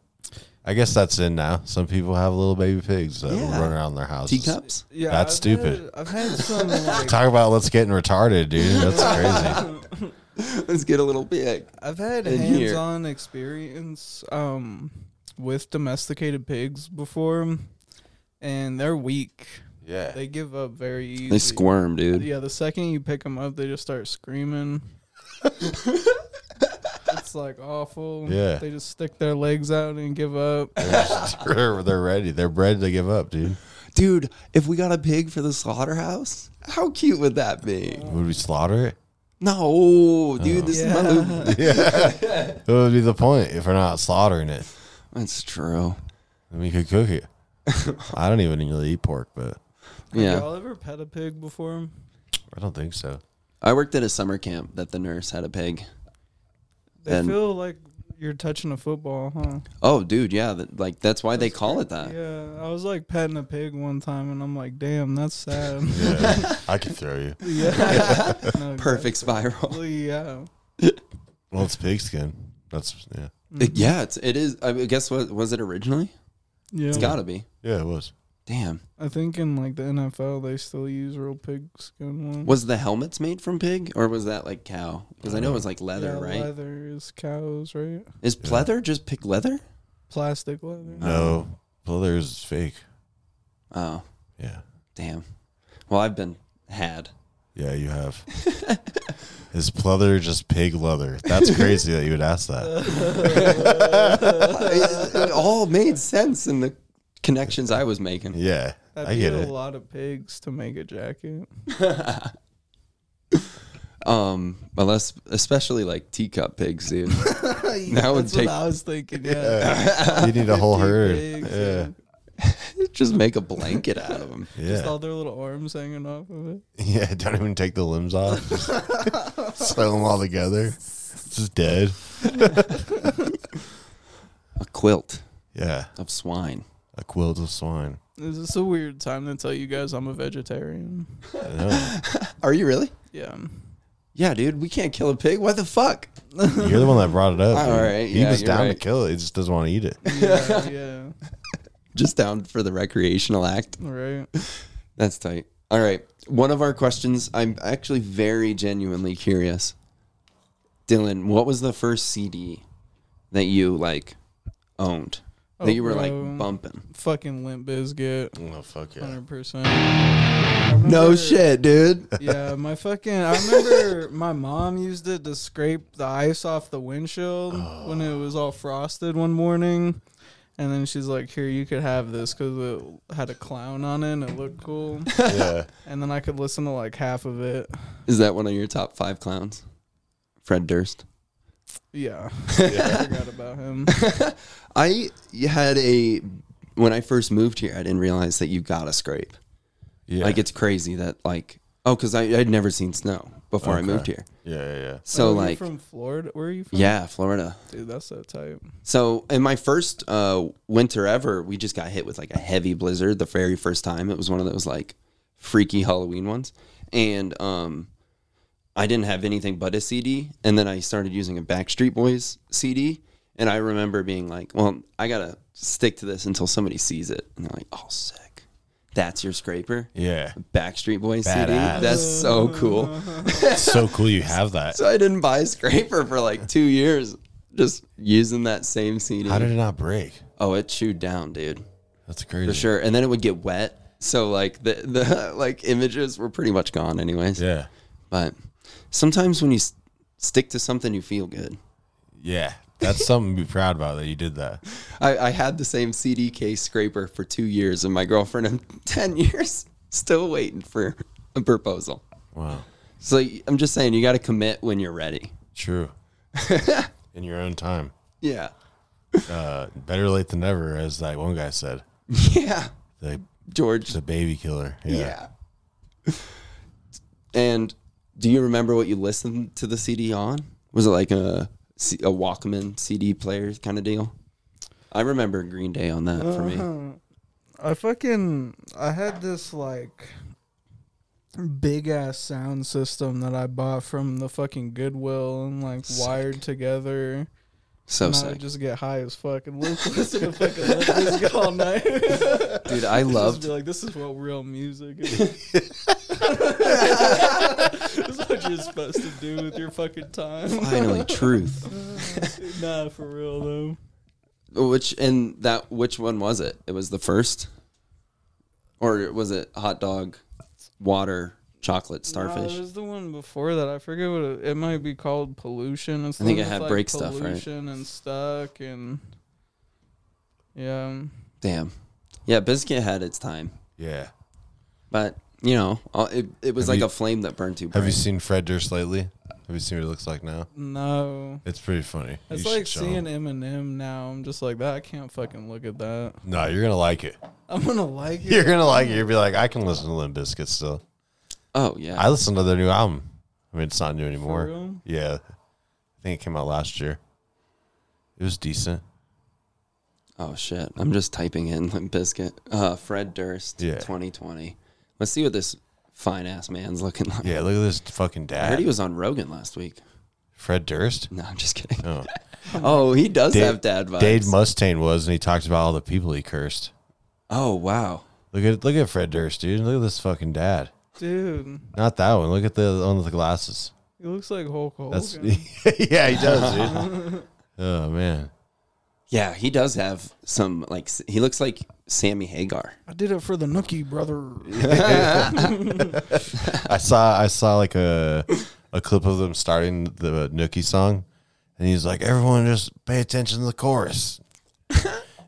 I guess that's in now. Some people have little baby pigs that will
Yeah.
run around their houses.
Teacups?
Yeah,
That's
I've
stupid.
had- I've had
*laughs*
some like
Talk about let's getting retarded, dude. That's crazy.
*laughs* Let's get a little big.
I've had
in here.
hands-on experience um, with domesticated pigs before, and they're weak.
yeah.
They give up very easily.
They squirm, dude.
Yeah, the second you pick them up, they just start screaming. it's like awful.
Yeah.
they just stick their legs out and give up.
*laughs* they're, they're ready. They're bred to give up, dude.
Dude, if we got a pig for the slaughterhouse, how cute would that be?
Would we slaughter it?
No, dude, this is my *laughs* loop.
What would be the point if we're not slaughtering it?
That's true.
Then we could cook it. I don't even really eat pork, but
Yeah.
Y'all ever pet a pig before?
I don't think so.
I worked at a summer camp that the nurse had a pig.
They
And-
feel like you're touching a football, huh?
Oh, dude, yeah. That, like, that's why they call it that.
Yeah, I was like petting a pig one time, and I'm like, damn,
*laughs*
that's sad.
Yeah, *laughs* I could throw you.
*laughs* yeah, No,
Perfect spiral.
exactly, Yeah,
Well, it's pigskin. That's yeah.
Yeah, it's, *laughs* it is. I mean, guess what? Was it originally?
yeah.
It's got to be.
Yeah, it was.
Damn.
I think in like the NFL, they still use real pig skin ones.
Was the helmets made from pig or was that like cow? Because I know it was like leather,
yeah,
right?
Leather is cows, right?
Is pleather just pig leather?
Plastic leather.
No, leather is fake.
Oh,
Yeah,
damn. Well, I've been had.
yeah, you have. *laughs* is pleather just pig leather? *laughs* That's crazy that you would ask that. *laughs*
it, it all made sense in the connections I was making.
Yeah,
That'd
I
be
get
a
it.
lot of pigs to make a jacket.
*laughs*
*laughs*
Um, unless especially like teacup pigs, dude. *laughs* that would
That's
take
what I was thinking. Yeah,
*laughs* You need a whole herd.
pigs,
yeah,
just make a blanket out of them.
just
yeah,
all their little arms hanging off of it.
*laughs* yeah. Don't even take the limbs off. *laughs* Just sew them all together. It's just dead.
A quilt
Yeah,
of swine.
a quilt of swine.
Is this a weird time to tell you guys I'm a vegetarian?
I know.
Are you really?
*laughs*
Yeah.
Yeah, dude. We can't kill a pig. What the fuck?
You're the one that brought it up.
All
dude.
right,
he
yeah,
was
you're
down
right.
to kill it. He just doesn't want to
*laughs*
eat it.
Yeah. yeah.
Just down for the recreational act.
Right.
That's tight. All right. One of our questions. I'm actually very genuinely curious. Dylan, what was the first CD that you like owned that you were like
Oh, um,
bumping?
Fucking Limp Bizkit.
Oh fuck yeah!
100%.
No shit, dude.
Yeah, my fucking. I remember my mom used it to scrape the ice off the windshield when it was all frosted one morning. And then she's like, "Here, you could have this because it had a clown on it and it looked cool."
Yeah.
and then I could listen to like half of it.
Is that one of your top five clowns? Fred Durst.
Yeah, I forgot about him.
I had a when I first moved here, I didn't realize that you got a scrape.
Yeah.
Like it's crazy that like oh, because I I'd never seen snow before I moved here.
yeah, yeah, yeah.
So
Oh, you're
like
from Florida? Where are you from?
yeah, Florida.
dude, that's so tight.
So in my first uh, winter ever, we just got hit with like a heavy blizzard the very first time. It was one of those like freaky Halloween ones, and um, I didn't have anything but a CD. And then I started using a Backstreet Boys CD, and I remember being like, "Well, I gotta stick to this until somebody sees it." And they're like, "Oh, sick! That's your scraper."
Yeah.
Backstreet Boys CD.
Badass.
That's so cool.
It's so cool you have that.
So I didn't buy a scraper for like two years, just using that same CD.
How did it not break?
Oh, it chewed down, dude,
That's crazy.
for sure. And then it would get wet, so like the the *laughs* like images were pretty much gone, anyways.
Yeah.
But sometimes when you s- stick to something, you feel good.
Yeah. That's something to be proud about that you did that.
I, I had the same CD case scraper for two years, and my girlfriend of *laughs* ten years still waiting for a proposal.
Wow.
So I'm just saying, you got to commit when you're ready. *laughs*
True. In your own time.
Yeah,
Uh, better late than never, as that one guy said.
*laughs* yeah,
The,
George.
the baby killer.
Yeah. And do you remember what you listened to the CD on? Was it like a C- a Walkman CD player kind of deal? I remember Green Day on that for
Uh-huh.
me.
I fucking I had this like big ass sound system that I bought from the fucking Goodwill and like wired together.
So
and I
sick,
would just get high as fuck
*laughs*
and li- listen to fucking Limp Bizkit *laughs* all night. *laughs*
dude. I
just
loved.
be like, this is what real music
*laughs*
is. *laughs* this is what you're supposed to do with your fucking time. *laughs*
Finally, truth.
Nah, for real though.
Which and that which one was it? It was the first, or was it hot dog, water, chocolate, starfish?
No, it was the one before that. I forget what it, it might be called. Pollution. It's the
I think
one
it
with,
had
like,
break stuff, right?
pollution and stuck and yeah.
Damn. Yeah, biscuit had its time,
Yeah.
but you know, uh, it, it was
Have
like
you-
a flame that burned too.
Have you
bright.
seen Fred Durst lately? Have you seen what he looks like now?
Mm.
No,
It's pretty funny.
it's
You should
like
show
seeing
him.
Eminem now. I'm just like that. I can't fucking look at that. *laughs*
No, you're gonna like it.
I'm gonna like it.
You're gonna like it. You'll be like, I can listen to Limp Bizkit still.
Oh yeah.
I listened to their new album. I mean, it's not new anymore.
real?
Yeah, I think it came out last year. It was decent.
Oh shit! I'm just typing in *laughs* Limp Bizkit. Uh, Fred Durst,
Yeah.
2020. Let's see what this fine ass man's looking like.
Yeah, look at this fucking
I heard
dad,
he was on Rogan last week.
Fred Durst.
No, I'm just kidding.
Oh.
*laughs* oh, he does have dad vibes.
Dade Mustaine was, and he talked about all the people he cursed.
oh wow.
Look at look at Fred Durst, dude. Look at this fucking dad.
Dude,
Not that one. Look at the one with the glasses.
he looks like Hulk Hogan.
That's *laughs* yeah, he does, dude. oh man,
Yeah, he does have some like. s- He looks like Sammy Hagar.
I did it for the nookie, brother.
I saw I saw like a a clip of them starting the Nookie song, and he's like, "Everyone, just pay attention to the chorus.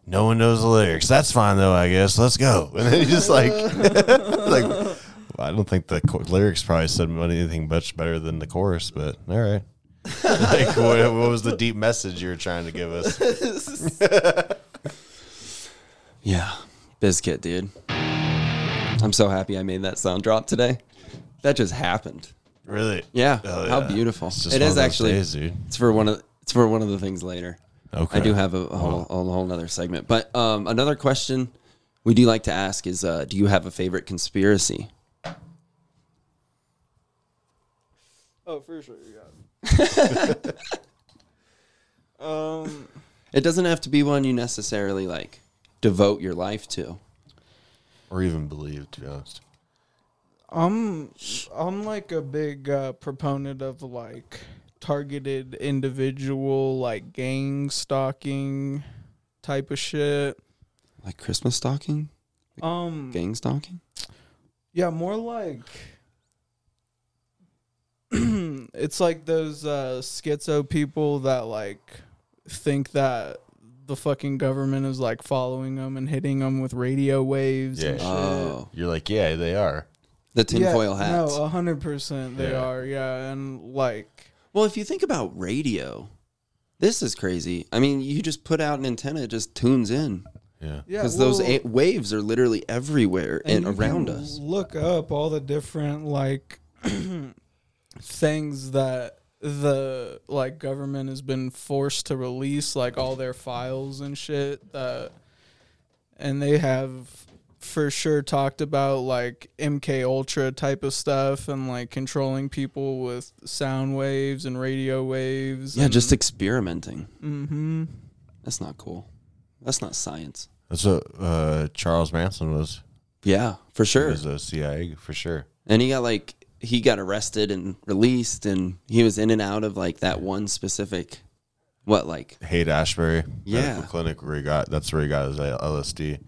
no one knows the lyrics. That's fine though, I guess. Let's go." *laughs* And then he's just like, like, well, I don't think the chor- lyrics probably said anything much better than the chorus, but all right. *laughs* like, what, what was the deep message you were trying to give us?
Yeah, Bizkit, dude. I'm so happy I made that sound drop today. That just happened.
Really?
Yeah,
Oh,
how
yeah.
beautiful.
It's just
It
one
is
of those
actually.
days, dude.
It's for one of. It's for one of the things later.
Okay.
I do have a, a whole, a whole other segment. But um, another question we do like to ask is uh, do you have a favorite conspiracy?
Oh, for sure, you
*laughs*
got. um,
It doesn't have to be one you necessarily like devote your life to.
or even believe, to be honest.
I'm I'm like a big uh, proponent of like targeted individual like gang stalking type of shit.
Like Christmas stalking?
Um
Gang stalking?
yeah, more like *clears throat* it's like those uh schizo people that like think that the fucking government is like following them and hitting them with radio waves.
Yeah.
and shit.
Oh,
You're like, yeah, they are.
the tinfoil hats.
No, hundred percent they
Yeah.
are. Yeah, and like
Well, if you think about radio, this is crazy. I mean, you just put out an antenna, it just tunes in
Yeah.
yeah,
because those
well,
a- waves are literally everywhere and,
you
around
can
us.
Look up all the different like *clears throat* things that the like government has been forced to release, like all their files and shit. That and they have for sure talked about like MK Ultra type of stuff and like controlling people with sound waves and radio waves.
Yeah,
and-
just experimenting.
Mhm.
That's not cool. That's not science.
That's what uh, Charles Manson was.
Yeah, for
He
sure.
was a CIA for sure.
And he got like he got arrested and released, and he was in and out of like that one specific, what like
Haight Ashbury
Yeah.
Medical Clinic, where he got that's where he got his uh, LSD.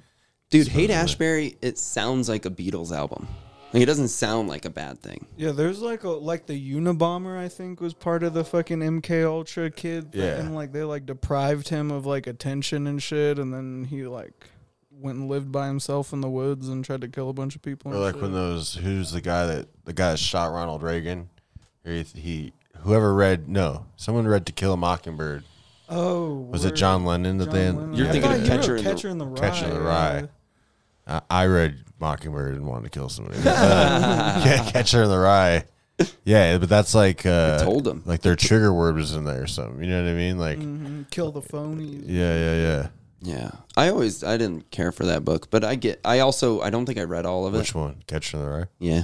dude. Hate Ashbury. It sounds like a Beatles album. Like it doesn't sound like a bad thing.
Yeah, there's like a like the Unabomber I think was part of the fucking MK Ultra kid. th-
Yeah.
and like they like deprived him of like attention and shit, and then he like went and lived by himself in the woods and tried to kill a bunch of people.
Or
and
like
shit.
when those who's the guy that the guy that shot Ronald Reagan, he, he whoever read no someone read To Kill a Mockingbird.
oh
Was
word.
it John Lennon that they?
Lennon.
You're
I
thinking
thought
of
you wrote
Catcher in the-
Catcher in the Rye.
Catcher in the Rye.
yeah.
I, I read Mockingbird and wanted to kill somebody.
*laughs*
Uh, yeah, Catcher in the Rye. Yeah, but that's like uh,
told him.
like their trigger word was in there or something. You know what I mean? Like
Mhm, Kill the phonies.
yeah, yeah, yeah.
Yeah, I always I didn't care for that book, but I get I also I don't think I read all of it.
Which one? Catcher in the Rye.
Yeah,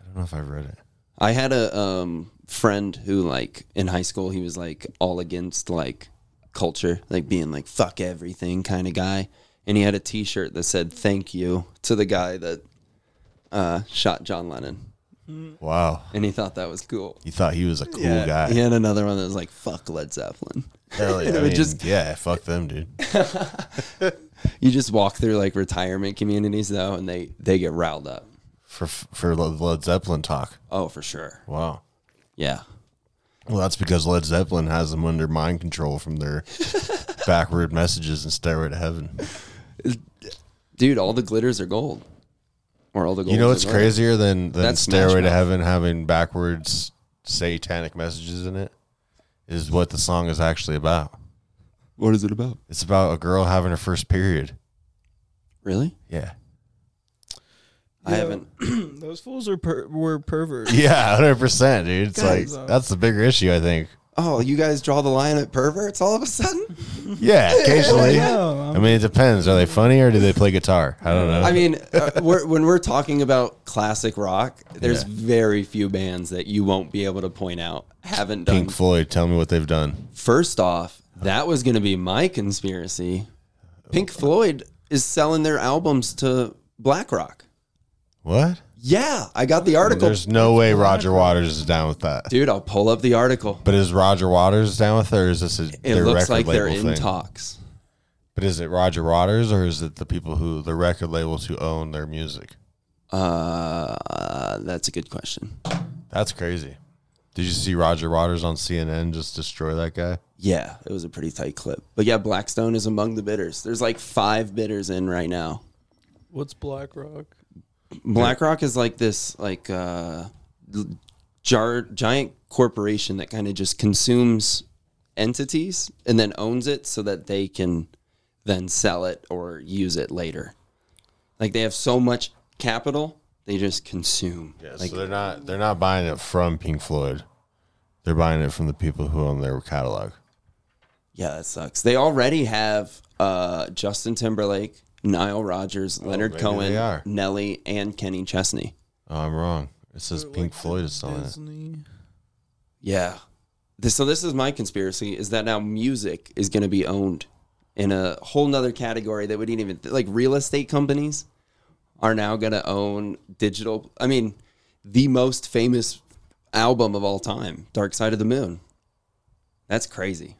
I don't know if I've read it.
I had a um friend who like in high school he was like all against like culture, like being like fuck everything kind of guy, and he had a T-shirt that said thank you to the guy that uh shot John Lennon,
Wow,
and he thought that was cool.
you thought he was a cool
Yeah.
guy.
He had another one that was like fuck Led Zeppelin.
Hell yeah. I
*laughs* It would
mean,
just-
yeah, fuck them, dude.
You just walk through like retirement communities though, and they they get riled up.
For for Led Zeppelin talk.
Oh, for sure.
Wow.
Yeah.
Well, that's because Led Zeppelin has them under mind control from
*laughs*
their backward messages and Stairway to Heaven.
dude, all the glitters are gold, or all the gold.
You know what's
are gold.
crazier than, than
That's
Stairway
Smash
to
Mouth.
Heaven having backwards satanic messages in it? Is what the song is actually about.
What is it about?
It's about a girl having her first period.
Really?
Yeah.
I haven't.
Those fools are per- were
*laughs*
perverts.
Yeah, 100%, dude. It's
Guys,
like,
uh,
that's the bigger issue, I think.
Oh, you guys draw the line at perverts all of
*laughs*
a sudden?
Yeah, occasionally.
No,
I
I'm-
mean, it depends. Are they funny or do they play guitar? I don't know.
I mean, uh, we're, when we're talking about classic rock, there's
Yeah.
very few bands that you won't be able to point out haven't done.
Pink Floyd, tell me what they've done.
First off, that was going to be my conspiracy. Pink Floyd is selling their albums to BlackRock.
What?
Yeah, I got the article.
There's no way Roger Waters is down with that.
Dude, I'll pull up the article.
But is Roger Waters down with it, or is this a,
It
their
looks
record
like they're
label
in
thing?
talks.
But is it Roger Waters, or is it the people who the record labels who own their music?
Uh, that's a good question.
That's crazy. Did you see Roger Waters on CNN just destroy that guy?
Yeah, it was a pretty tight clip. But yeah, Blackstone is among the bidders. There's like five bidders in right now.
What's BlackRock?
BlackRock is like this like uh l- jar, giant corporation that kind of just consumes entities and then owns it so that they can then sell it or use it later. Like they have so much capital, they just consume.
Yeah,
like
so they're not they're not buying it from Pink Floyd. They're buying it from the people who own their catalog.
Yeah, that sucks. They already have uh, Justin Timberlake, Nile Rodgers, Leonard
Oh, maybe they
Cohen,
are.
Nelly, and Kenny Chesney.
Oh, I'm wrong. It says Pink Floyd is selling it.
Disney.
Yeah. This, so this is my conspiracy: is that now music is going to be owned in a whole nother category that we didn't even like. Real estate companies are now going to own digital. I mean, the most famous album of all time, Dark Side of the Moon. That's crazy.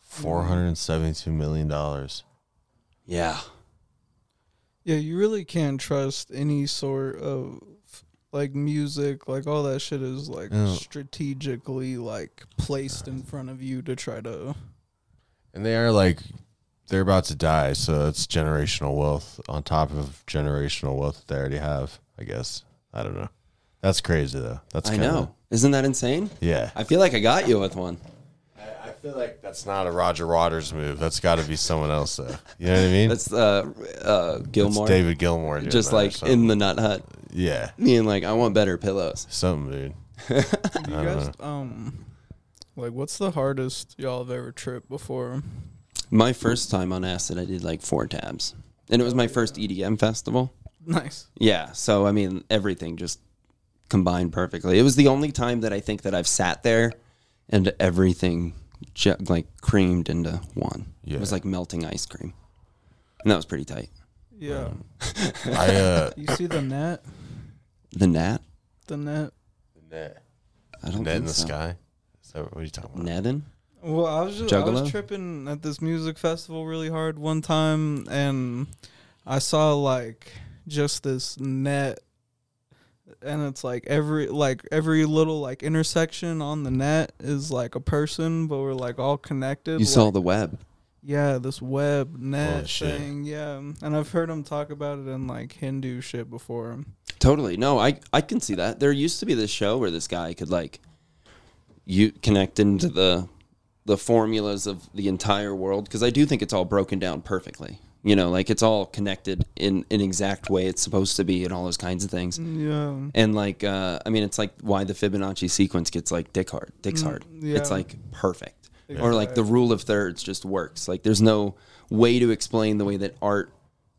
Four hundred and seventy-two million dollars.
Yeah.
Yeah, you really can't trust any sort of like music, like all that shit is like
No.
strategically like placed in front of you to try to
And they are like they're about to die, so it's generational wealth on top of generational wealth that they already have. I guess I don't know. That's crazy though. That's
I
kinda,
know. Isn't that insane?
Yeah,
I feel like I got you with one.
I feel like that's not a Roger Waters move. That's got to be someone else though. You know what I *laughs* mean?
That's uh, uh,
It's
Gilmore.
David Gilmore. doing
just
that or
like
something.
in the Nut Hut,
yeah,
being like, I want better pillows.
something, dude.
You guys, um, like, what's the hardest y'all have ever tripped before?
My first time on acid, I did like four tabs, and it was my first EDM festival.
Nice.
Yeah, so I mean, everything just combined perfectly. It was the only time that I think that I've sat there and everything ju- like creamed into one. It was
Yeah.
like melting ice cream, and that was pretty tight.
Yeah.
I
*laughs*
uh,
You see the net?
The Nat,
The net?
net
I don't
net
think
in the
so.
sky. Is that what are you talking about?
Netting?
Well, I was just I
Juggalo?
was tripping at this music festival really hard one time, and I saw like just this net, and it's like every like every little like intersection on the net is like a person, but we're like all connected.
You
like-
saw the web.
yeah, this web net
Oh, shit.
thing, yeah, and I've heard him talk about it in like Hindu shit before.
Totally. No, I I can see that. There used to be this show where this guy could like you connect into the the formulas of the entire world because I do think it's all broken down perfectly. You know, like it's all connected in an exact way it's supposed to be and all those kinds of things.
Mm. Yeah,
And like uh I mean it's like why the Fibonacci sequence gets like dick hard, dick's hard.
yeah.
It's like perfect. Or like the rule of thirds just works. Like there's no way to explain the way that art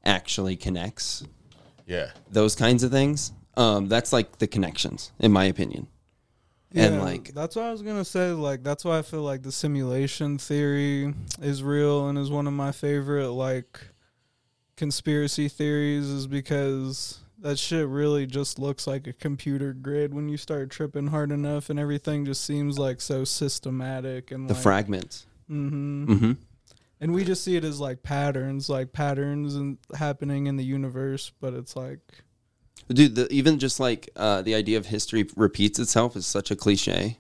actually connects
Yeah,
those kinds of things. Um, that's like the connections, in my opinion. and
Yeah,
like,
that's what I was gonna say. Like that's why I feel like the simulation theory is real and is one of my favorite like conspiracy theories is because that shit really just looks like a computer grid when you start tripping hard enough and everything just seems like so systematic and
the
like,
fragments.
hmm
hmm
and we just see it as like patterns like patterns and happening in the universe but it's like
Dude, the, even just like uh, the idea of history repeats itself is such a cliche,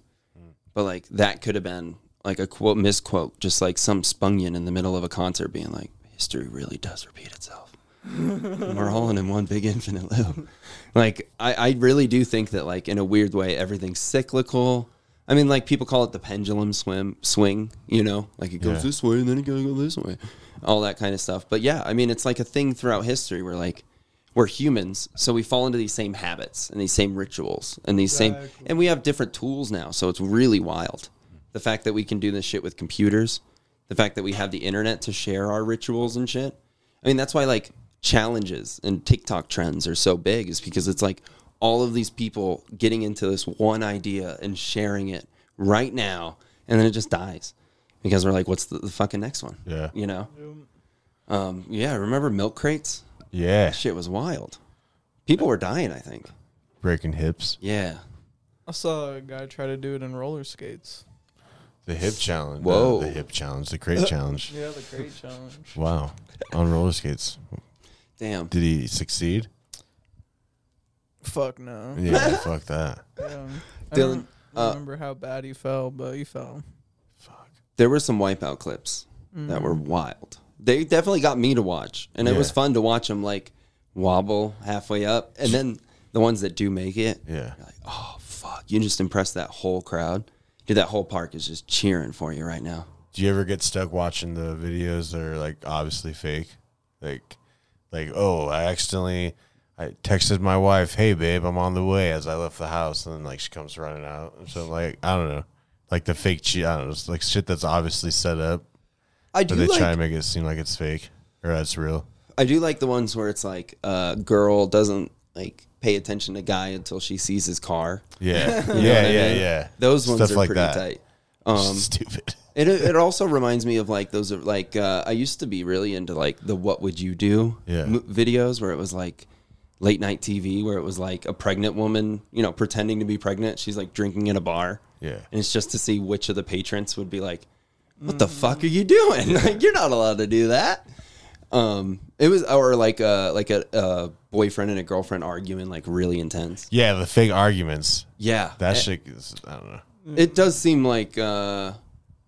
but like that could have been like a quote misquote, just like some Spungin in the middle of a concert being like, "History really does repeat itself." *laughs* And We're all in one big infinite loop. Like I, I really do think that like in a weird way, everything's cyclical. I mean, like people call it the pendulum swim swing. You know, like it goes
Yeah.
this way and then it goes this way, all that kind of stuff. But yeah, I mean, it's like a thing throughout history where like we're humans, so we fall into these same habits and these same rituals and these same,
Exactly.
and we have different tools now. So it's really wild. The fact that we can do this shit with computers, the fact that we have the internet to share our rituals and shit. I mean, that's why like challenges and TikTok trends are so big, is because it's like all of these people getting into this one idea and sharing it right now, and then it just dies because we're like, what's the, the fucking next one?
Yeah.
You know? Um, yeah, remember milk crates?
yeah.
Shit was wild. People were dying, I think.
Breaking hips.
Yeah.
I saw a guy try to do it in roller skates.
The hip challenge.
Whoa.
The, the hip challenge. The
*laughs*
crate challenge.
Yeah, the crate challenge.
Wow. On roller skates.
Damn.
Did he succeed?
Fuck no.
Yeah.
*laughs*
fuck that.
Yeah. I
Dylan,
don't
uh,
remember how bad he fell, but he fell.
There were some wipeout clips that were wild. They definitely got me to watch, and it was
Mm. Yeah.
fun to watch them like wobble halfway up, and then the ones that do make it.
Yeah.
You're like, oh fuck! You just impressed that whole crowd. Dude, that whole park is just cheering for you right now.
Do you ever get stuck watching the videos that are like obviously fake? Like, like oh, I accidentally. I texted my wife, "Hey babe, I'm on the way." As I left the house, and then like she comes running out, and so like I don't know, like the fake cheat, I don't know, it's like shit that's obviously set up,
I
but
do
they
like.
try to make it seem like it's fake or that's real.
I do like the ones where it's like a girl doesn't like pay attention to guy until she sees his car. *laughs*
Yeah, yeah,
know what I
yeah,
mean?
yeah. *laughs*
Those ones
Stuff
are
like
pretty
that.
tight. Um,
Stupid.
It, it also reminds me of like those are like uh, I used to be really into like the what would you do
Yeah.
videos where it was like late night TV where it was like a pregnant woman you know pretending to be pregnant she's like drinking in a bar
Yeah.
and it's just to see which of the patrons would be like what the fuck are you doing *laughs* like you're not allowed to do that um it was or like uh like a, a boyfriend and a girlfriend arguing like really intense
Yeah, the fake arguments.
yeah
That shit is, I don't know.
it does seem like uh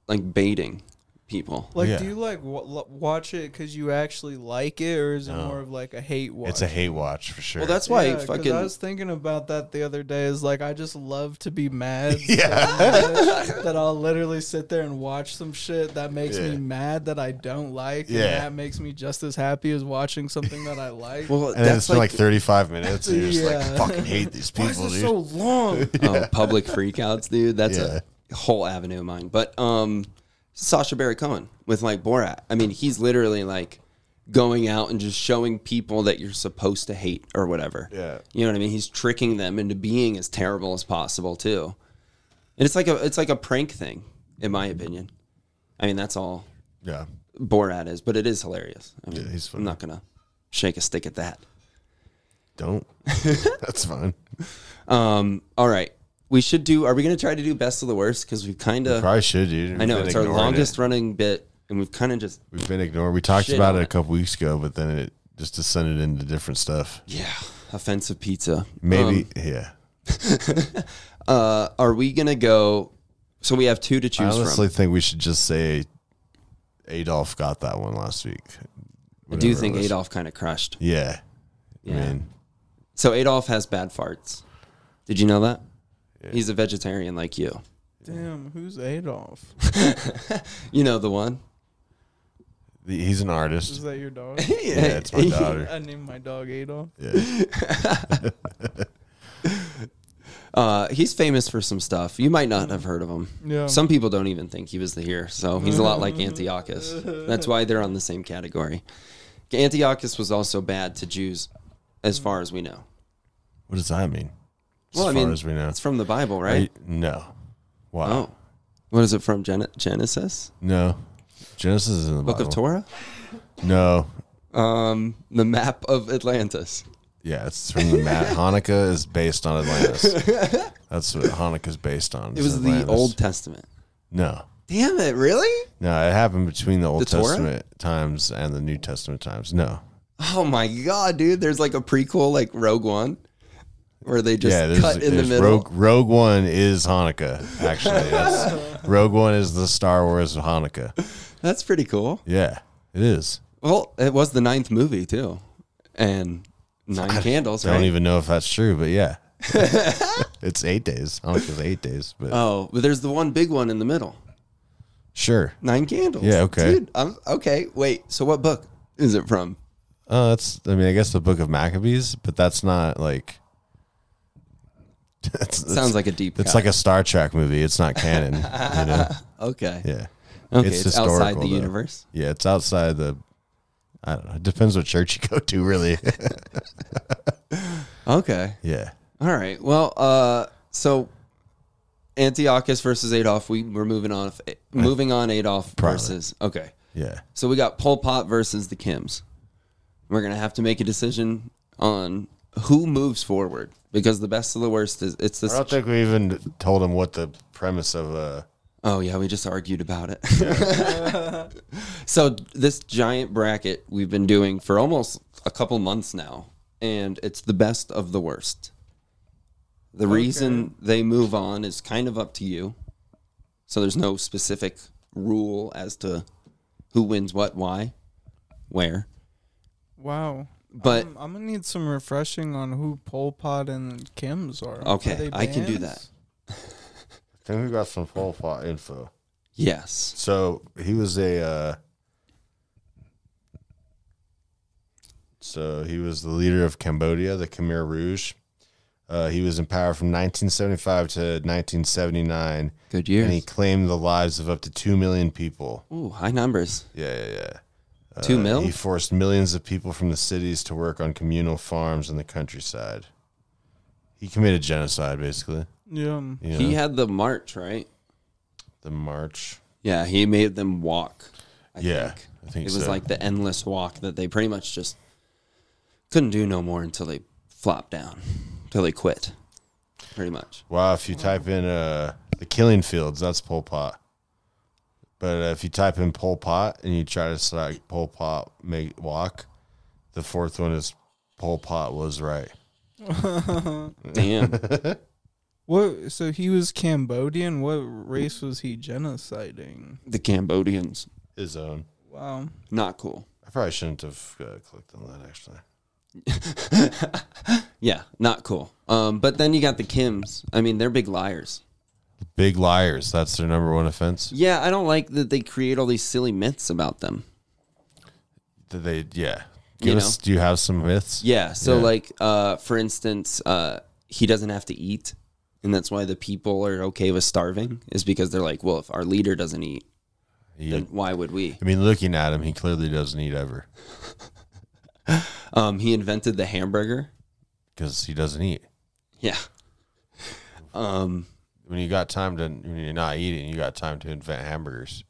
like baiting people.
Like,
Yeah.
do you like wa lo- watch it because you actually like it, or is it
No.
more of like a hate watch?
It's a hate watch for sure.
Well, that's why
Yeah, 'cause
fucking
I was thinking about that the other day. Is like I just love to be
*laughs*
mad. so
Yeah.
much that I'll literally sit there and watch some shit that makes
Yeah.
me mad that I don't like. and
Yeah.
that makes me just as happy as watching something that I like.
well,
and then
that's
it's been like,
like,
35 minutes. And you're just
Yeah.
like, fucking hate these
Why is
people,
this
dude.
so
*laughs*
long?
oh, public freakouts, dude. That's a whole avenue of mine. But um, Sasha Baron Cohen with like Borat. I mean, he's literally like going out and just showing people that you're supposed to hate or whatever.
Yeah.
you know what I mean. He's tricking them into being as terrible as possible too. And it's like a it's like a prank thing, in my opinion. I mean, that's all
yeah.
Borat is, but it is hilarious. I mean,
Yeah, he's
I'm not gonna shake a stick at that. *laughs*
Don't. that's fine.
Um, all right, we should do. Are we gonna try to do best of the worst? Because we've kind of
Probably should, dude. We've
I know
been
it's our
ignoring it.
longest running bit, and we've kind of just
We've been ignored. We talked
Shit
about
on
it a
it.
couple weeks ago, but then it just descended into different stuff.
yeah um, offensive pizza.
Maybe, yeah.
Uh, are we gonna go? So we have two to
I
choose
honestly
from.
think we should just say Adolf got that one last week.
I do
Whatever it
think
was.
Adolf kind of crushed.
Yeah.
Yeah.
I mean,
So Adolf has bad farts. Did you know that? He's a vegetarian like you.
Damn, who's Adolf?
You know the one.
the- he's an
*laughs*
Is
artist.
that
*laughs*
your dog?
Yeah, it's my daughter.
I named my dog Adolf.
Yeah.
Uh, he's famous for some stuff. You might not have heard of him.
Yeah.
Some people don't even think he was the here. So he's a lot like Antiochus. That's why they're on the same category. Antiochus was also bad to Jews, as far as we know.
What does that mean?
Well,
as
I mean,
far as we know.
it's from the Bible,
Are
*laughs* right?
you- no. Wow.
Oh, what is it from? Gen- Genesis,
No. Genesis is in the
Book
Bible.
of Torah,
No.
um, the map of Atlantis.
Yeah, it's from the map.
*laughs*
Hanukkah is based on Atlantis. That's what Hanukkah is based on.
It was the Old Testament.
No.
Damn it! Really?
No, it happened between the Old
The Torah?
Testament times and the New Testament times. No.
Oh my god, dude! There's like a prequel, like Rogue One, where they just
yeah, there's,
cut in the
there's
middle.
Rogue, Rogue One is Hanukkah, actually.
*laughs*
That's, Rogue One is the Star Wars of Hanukkah.
That's pretty cool.
Yeah, it is.
Well, it was the ninth movie too, and nine candles.
Don't
right?
even know if that's true, but yeah.
*laughs*
it's eight days. Hanukkah's eight days, but
Oh, but there's the one big one in the middle.
sure.
Nine candles.
Yeah, okay.
Dude, I'm, okay. Wait. So what book is it from?
Uh, that's. I mean, I guess the Book of Maccabees, but that's not like. That's, that's-
Sounds like a deep.
It's
cut.
like a Star Trek movie. It's not canon. you
*laughs*
know?
okay.
Yeah.
Okay, it's, outside the
though.
universe.
Yeah, it's outside the. I don't know. It depends what church you go to, really. *laughs*
Okay.
yeah.
All right. Well, uh, so Antiochus versus Adolf. We we're moving on. Moving on. Adolf
Probably.
versus. Okay.
Yeah.
So we got Pol Pot versus the Kims. We're gonna have to make a decision on who moves forward because the best of the worst is it's
I
this.
don't think we even told him what the premise of uh
Oh yeah, we just argued about it. *laughs* so this giant bracket we've been doing for almost a couple months now, and it's the best of the worst. The reason they move on is kind of up to you. So there's no specific rule as to who wins what, why, where.
Wow.
But
I'm, I'm gonna need some refreshing on who Pol Pot and Kim's are.
Okay,
Are they
I can do
bands?
I think we got some Pol Pot info.
yes,
So he was a uh So he was the leader of Cambodia, the Khmer Rouge. Uh, he was in power from 1975 to 1979,
good
and he
years.
claimed the lives of up to two million people.
Ooh, high numbers.
Yeah, yeah, yeah.
Two
Uh,
mil.
He forced millions of people from the cities to work on communal farms in the countryside. He committed genocide, basically.
Yeah.
You know,
He had the march, right?
the march.
Yeah, he made them walk. I
yeah,
think.
I think
it was
so.
like the endless walk that they pretty much just couldn't do no more until they flopped down, until they quit,
*laughs*
pretty much.
wow. If you
Hmm.
type in uh, the killing fields, that's Pol Pot. But uh, if you type in Pol Pot and you try to select Pol Pot make walk, the fourth one is Pol Pot was right.
Damn.
What? So he was Cambodian. What race was he genociding?
the Cambodians.
his own.
Wow.
Not cool.
I probably shouldn't have uh, clicked on that actually.
Yeah, not cool. Um, but then you got the Kims. I mean, they're big liars.
Big liars. That's their number one offense.
Yeah, I don't like that they create all these silly myths about them.
Did they? Yeah.
You
Give us.
know.
Do you have some myths?
Yeah. So
Yeah.
like uh for instance, uh he doesn't have to eat and that's why the people are okay with starving is because they're like, well, if our leader doesn't eat,
He-
then why would we?
I mean, looking at him, he clearly doesn't eat ever
Um he invented the hamburger.
because he doesn't eat.
Yeah. Um
When you got time to, when you're not eating, you got time to invent hamburgers.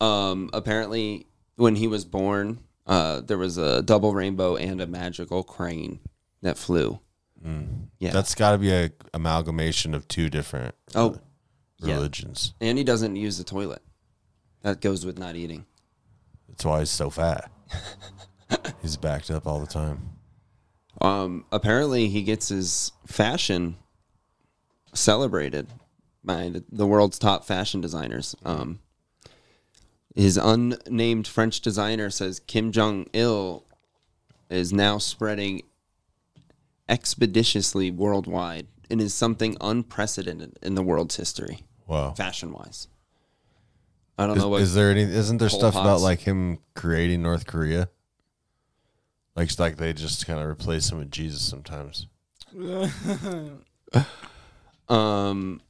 um apparently when he was born, uh there was a double rainbow and a magical crane that flew. Yeah.
That's got to be a amalgamation of two different
oh, yeah.
religions.
and he doesn't use the toilet. That goes with not eating.
That's why he's so
*laughs*
fat. he's backed up all the time.
Um, apparently, he gets his fashion celebrated by the, the world's top fashion designers. Um, his unnamed French designer says Kim Jong Il is now spreading expeditiously worldwide and is something unprecedented in the world's history,
Wow.
fashion wise. I don't
Is,
know what
is there any? Isn't there
Pol
stuff about
Pot's-
like him creating North Korea? Like, it's like they just kind of replace him with Jesus sometimes.
Um,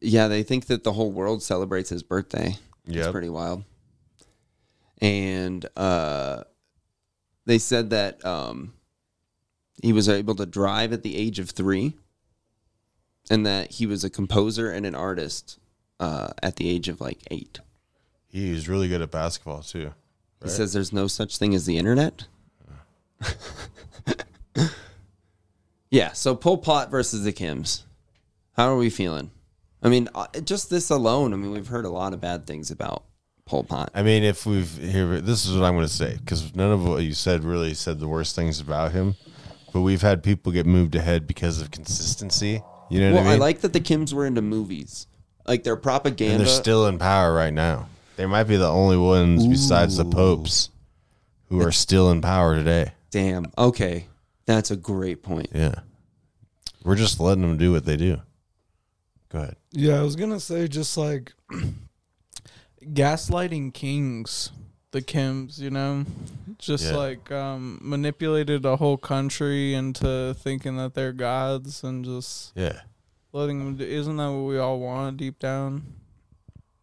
yeah, they think that the whole world celebrates his birthday. It's
Yep.
pretty wild. And uh, they said that um, he was able to drive at the age of three, and that he was a composer and an artist uh, at the age of like eight.
He's really good at basketball too.
He says there's no such thing as
*laughs*
the internet. yeah, so Pol Pot versus the Kims. How are we feeling? I mean, uh, just this alone, I mean, we've heard a lot of bad things about Pol Pot.
I mean, if we've here, this is what I'm going to say because none of what you said really said the worst things about him. But we've had people get moved ahead because of consistency. You know
Well,
what I
I
mean?
like that the Kims were into movies. Like their propaganda.
and they're still in power right now. They might be the only ones besides the popes who are still in power today.
Damn. Okay. That's a great point.
Yeah, we're just letting them do what they do. Go ahead.
Yeah, I was gonna say just like *clears throat* gaslighting kings, the Kims, you know, just
Yeah.
like um, manipulated a whole country into thinking that they're gods and just
Yeah,
letting them. Do, isn't that what we all want deep down?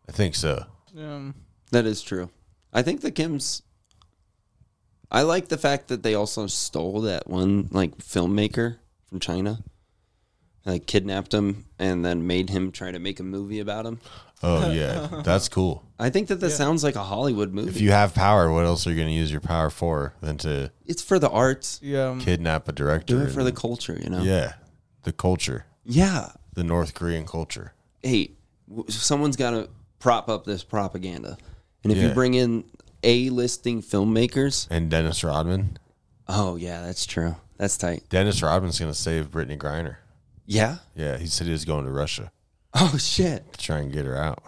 I think so.
Yeah,
That is true. I think the Kims. I like the fact that they also stole that one like filmmaker from China, like kidnapped him and then made him try to make a movie about him.
Oh
*laughs*
yeah, that's cool.
I think that that sounds like a Hollywood
If
movie.
you have power, what else are you going to use your power for than to
it's for the arts.
yeah.
kidnap a director?
Do it for
and-
the culture, you know.
Yeah, the culture,
Yeah.
the North Korean culture.
Hey, w- someone's got to prop up this propaganda, and if you
Yeah.
bring in A-listing filmmakers,
And Dennis Rodman.
oh yeah, that's true. That's tight.
Dennis Rodman's going to save Brittany Griner.
Yeah.
Yeah, he said he was going to Russia
Oh shit.
to try and get her out.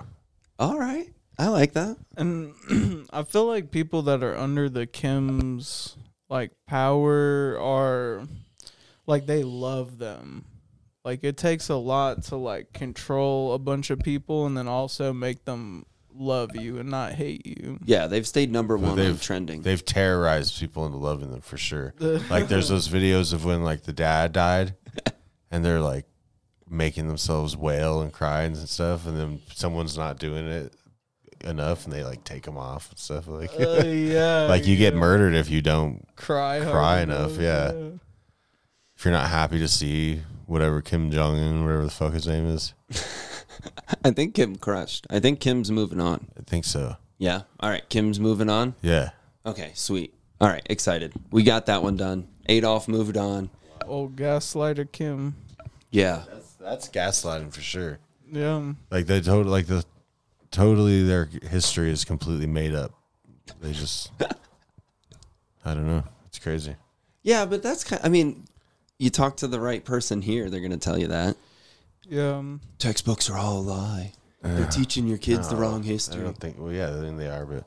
All right. I like that.
And *clears throat* I feel like people that are under the Kim's like power are like they love them. Like it takes a lot to like control a bunch of people and then also make them love you and not hate you.
Yeah, they've stayed number one on
they've-
trending.
They've terrorized people into loving them for sure. *laughs* like there's those videos of when like the dad died, and they're like making themselves wail and cry and stuff, and then someone's not doing it enough, and they like take them off and stuff. Like
yeah.
*laughs* like you get murdered if you don't
*laughs* cry hard
cry enough, yeah.
yeah.
if you're not happy to see whatever Kim Jong Un, whatever the fuck his name is.
I think Kim crushed. I think Kim's moving on.
I think so.
Yeah. All right. Kim's moving on.
Yeah.
Okay. Sweet. All right. Excited. We got that one done. Adolf moved on.
Old gaslighter Kim.
Yeah.
That's gaslighting for sure.
Yeah.
Like they total like the totally their history is completely made up. They just I don't know. It's crazy.
Yeah, but that's kind. I mean, you talk to the right person here, they're gonna tell you that.
Yeah, um,
Textbooks are all a lie. They're teaching your kids the wrong history.
I don't think. Well, yeah, I think they are, but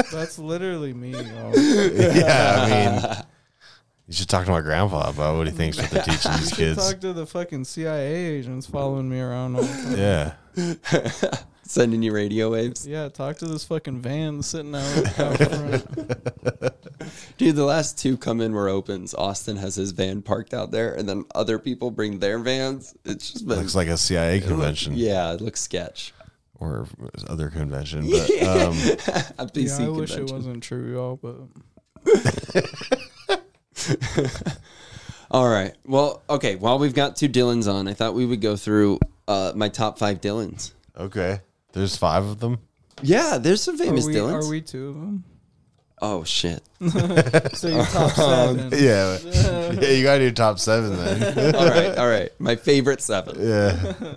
*laughs*
that's literally me. y'all.
yeah, I mean, you should talk to my grandpa about what he thinks what they're teaching these kids.
Talk to the fucking CIA agents following me around all the time.
Yeah,
Sending you radio waves.
*laughs* Yeah, talk to this fucking van sitting out, out front.
*laughs* Dude, the last two come in were opens. Austin has his van parked out there, and then other people bring their vans. It's just been,
looks like a CIA convention
yeah, it looks sketch.
or other convention, but um,
A
Yeah, I
PC
wish it
convention.
wasn't true, y'all, but
All right. Well, okay. While we've got two Dylans on, I thought we would go through uh, my top five Dylans.
uh, okay. There's five of them.
Yeah, there's some
are
famous
we,
Dylans.
are we two of them?
oh shit.
So
*laughs*
you top seven.
Yeah, *laughs* yeah. You gotta do top seven then.
All right. All right. My favorite seven.
yeah,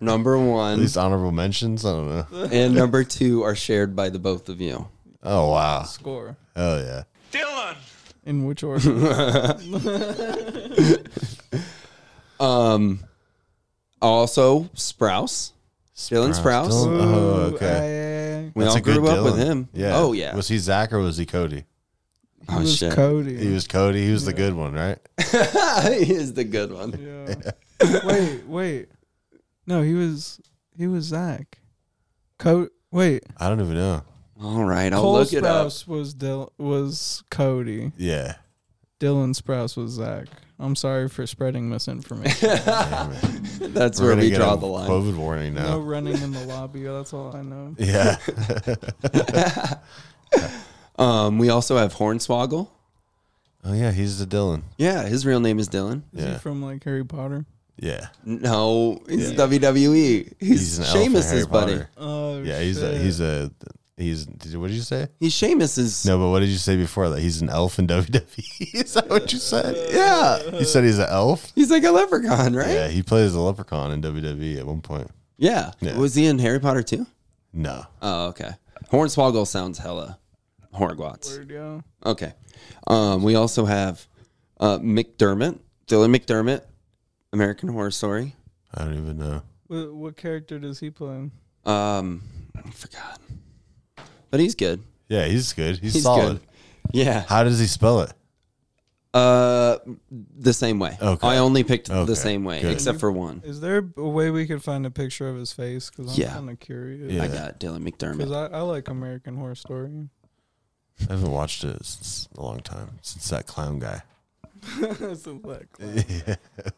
Number one
these honorable mentions. I don't know.
and number two are shared by the both of you.
Oh wow.
Score.
Oh yeah.
Dylan!
In
*laughs*
which order?
Also, Sprouse. Dylan Sprouse.
Dylan- Oh okay.
okay.
We all
a good
grew up with
Dylan.
him.
Yeah.
Oh yeah.
Was he Zach or was he Cody?
oh
was
shit.
Cody.
He was Cody. He was the good one, right?
*laughs* he is the good one.
Yeah.
*laughs*
wait, wait. No, he was he was Zach. Co- wait,
I don't even know.
All right. I'll
Cole
look it up.
Sprouse was Dil- was Cody.
Yeah.
Dylan Sprouse was Zach. I'm sorry for spreading
*laughs*
misinformation.
That's
We're
where
gonna
we
get
draw
a
the line.
COVID warning now.
no running in the lobby. That's all I know.
*laughs*
Yeah.
Um, we also have Hornswoggle.
oh yeah, he's the Dylan.
Yeah, his real name is Dylan.
Is
Yeah.
he from like Harry Potter?
Yeah.
No, he's WWE. He's,
He's an elf in Harry
Sheamus's buddy.
Potter.
Oh,
Yeah, he's a
shit.
he's a he's. Did, what did you say?
He's Sheamus's.
No, but what did you say before that? He's an elf in *laughs* WWE. Is that what you said? Yeah. You said he's an elf.
He's like a leprechaun, right?
Yeah, he plays a leprechaun in WWE at one point.
Yeah.
Yeah.
Was he in Harry Potter too?
No.
Oh, okay. Hornswoggle sounds hella Horguats.
Word, yeah.
Okay. Um, we also have uh, McDermott, Dylan McDermott, American Horror Story.
I don't even know.
What, what character does he play?
Um, I forgot. But he's good.
Yeah, he's good. He's,
He's
solid.
good. Yeah.
How does he spell it?
Uh, the same way.
Okay.
I only picked
Okay,
the same way,
good.
except for one.
Is there a way we could find a picture of his face? Because I'm
Yeah.
kind of curious.
Yeah.
I got Dylan
Because
McDermott.
I, I like American Horror Story. *laughs*
I haven't watched it since a long time. Since that clown *laughs* guy.
That's
*laughs*
a black clown.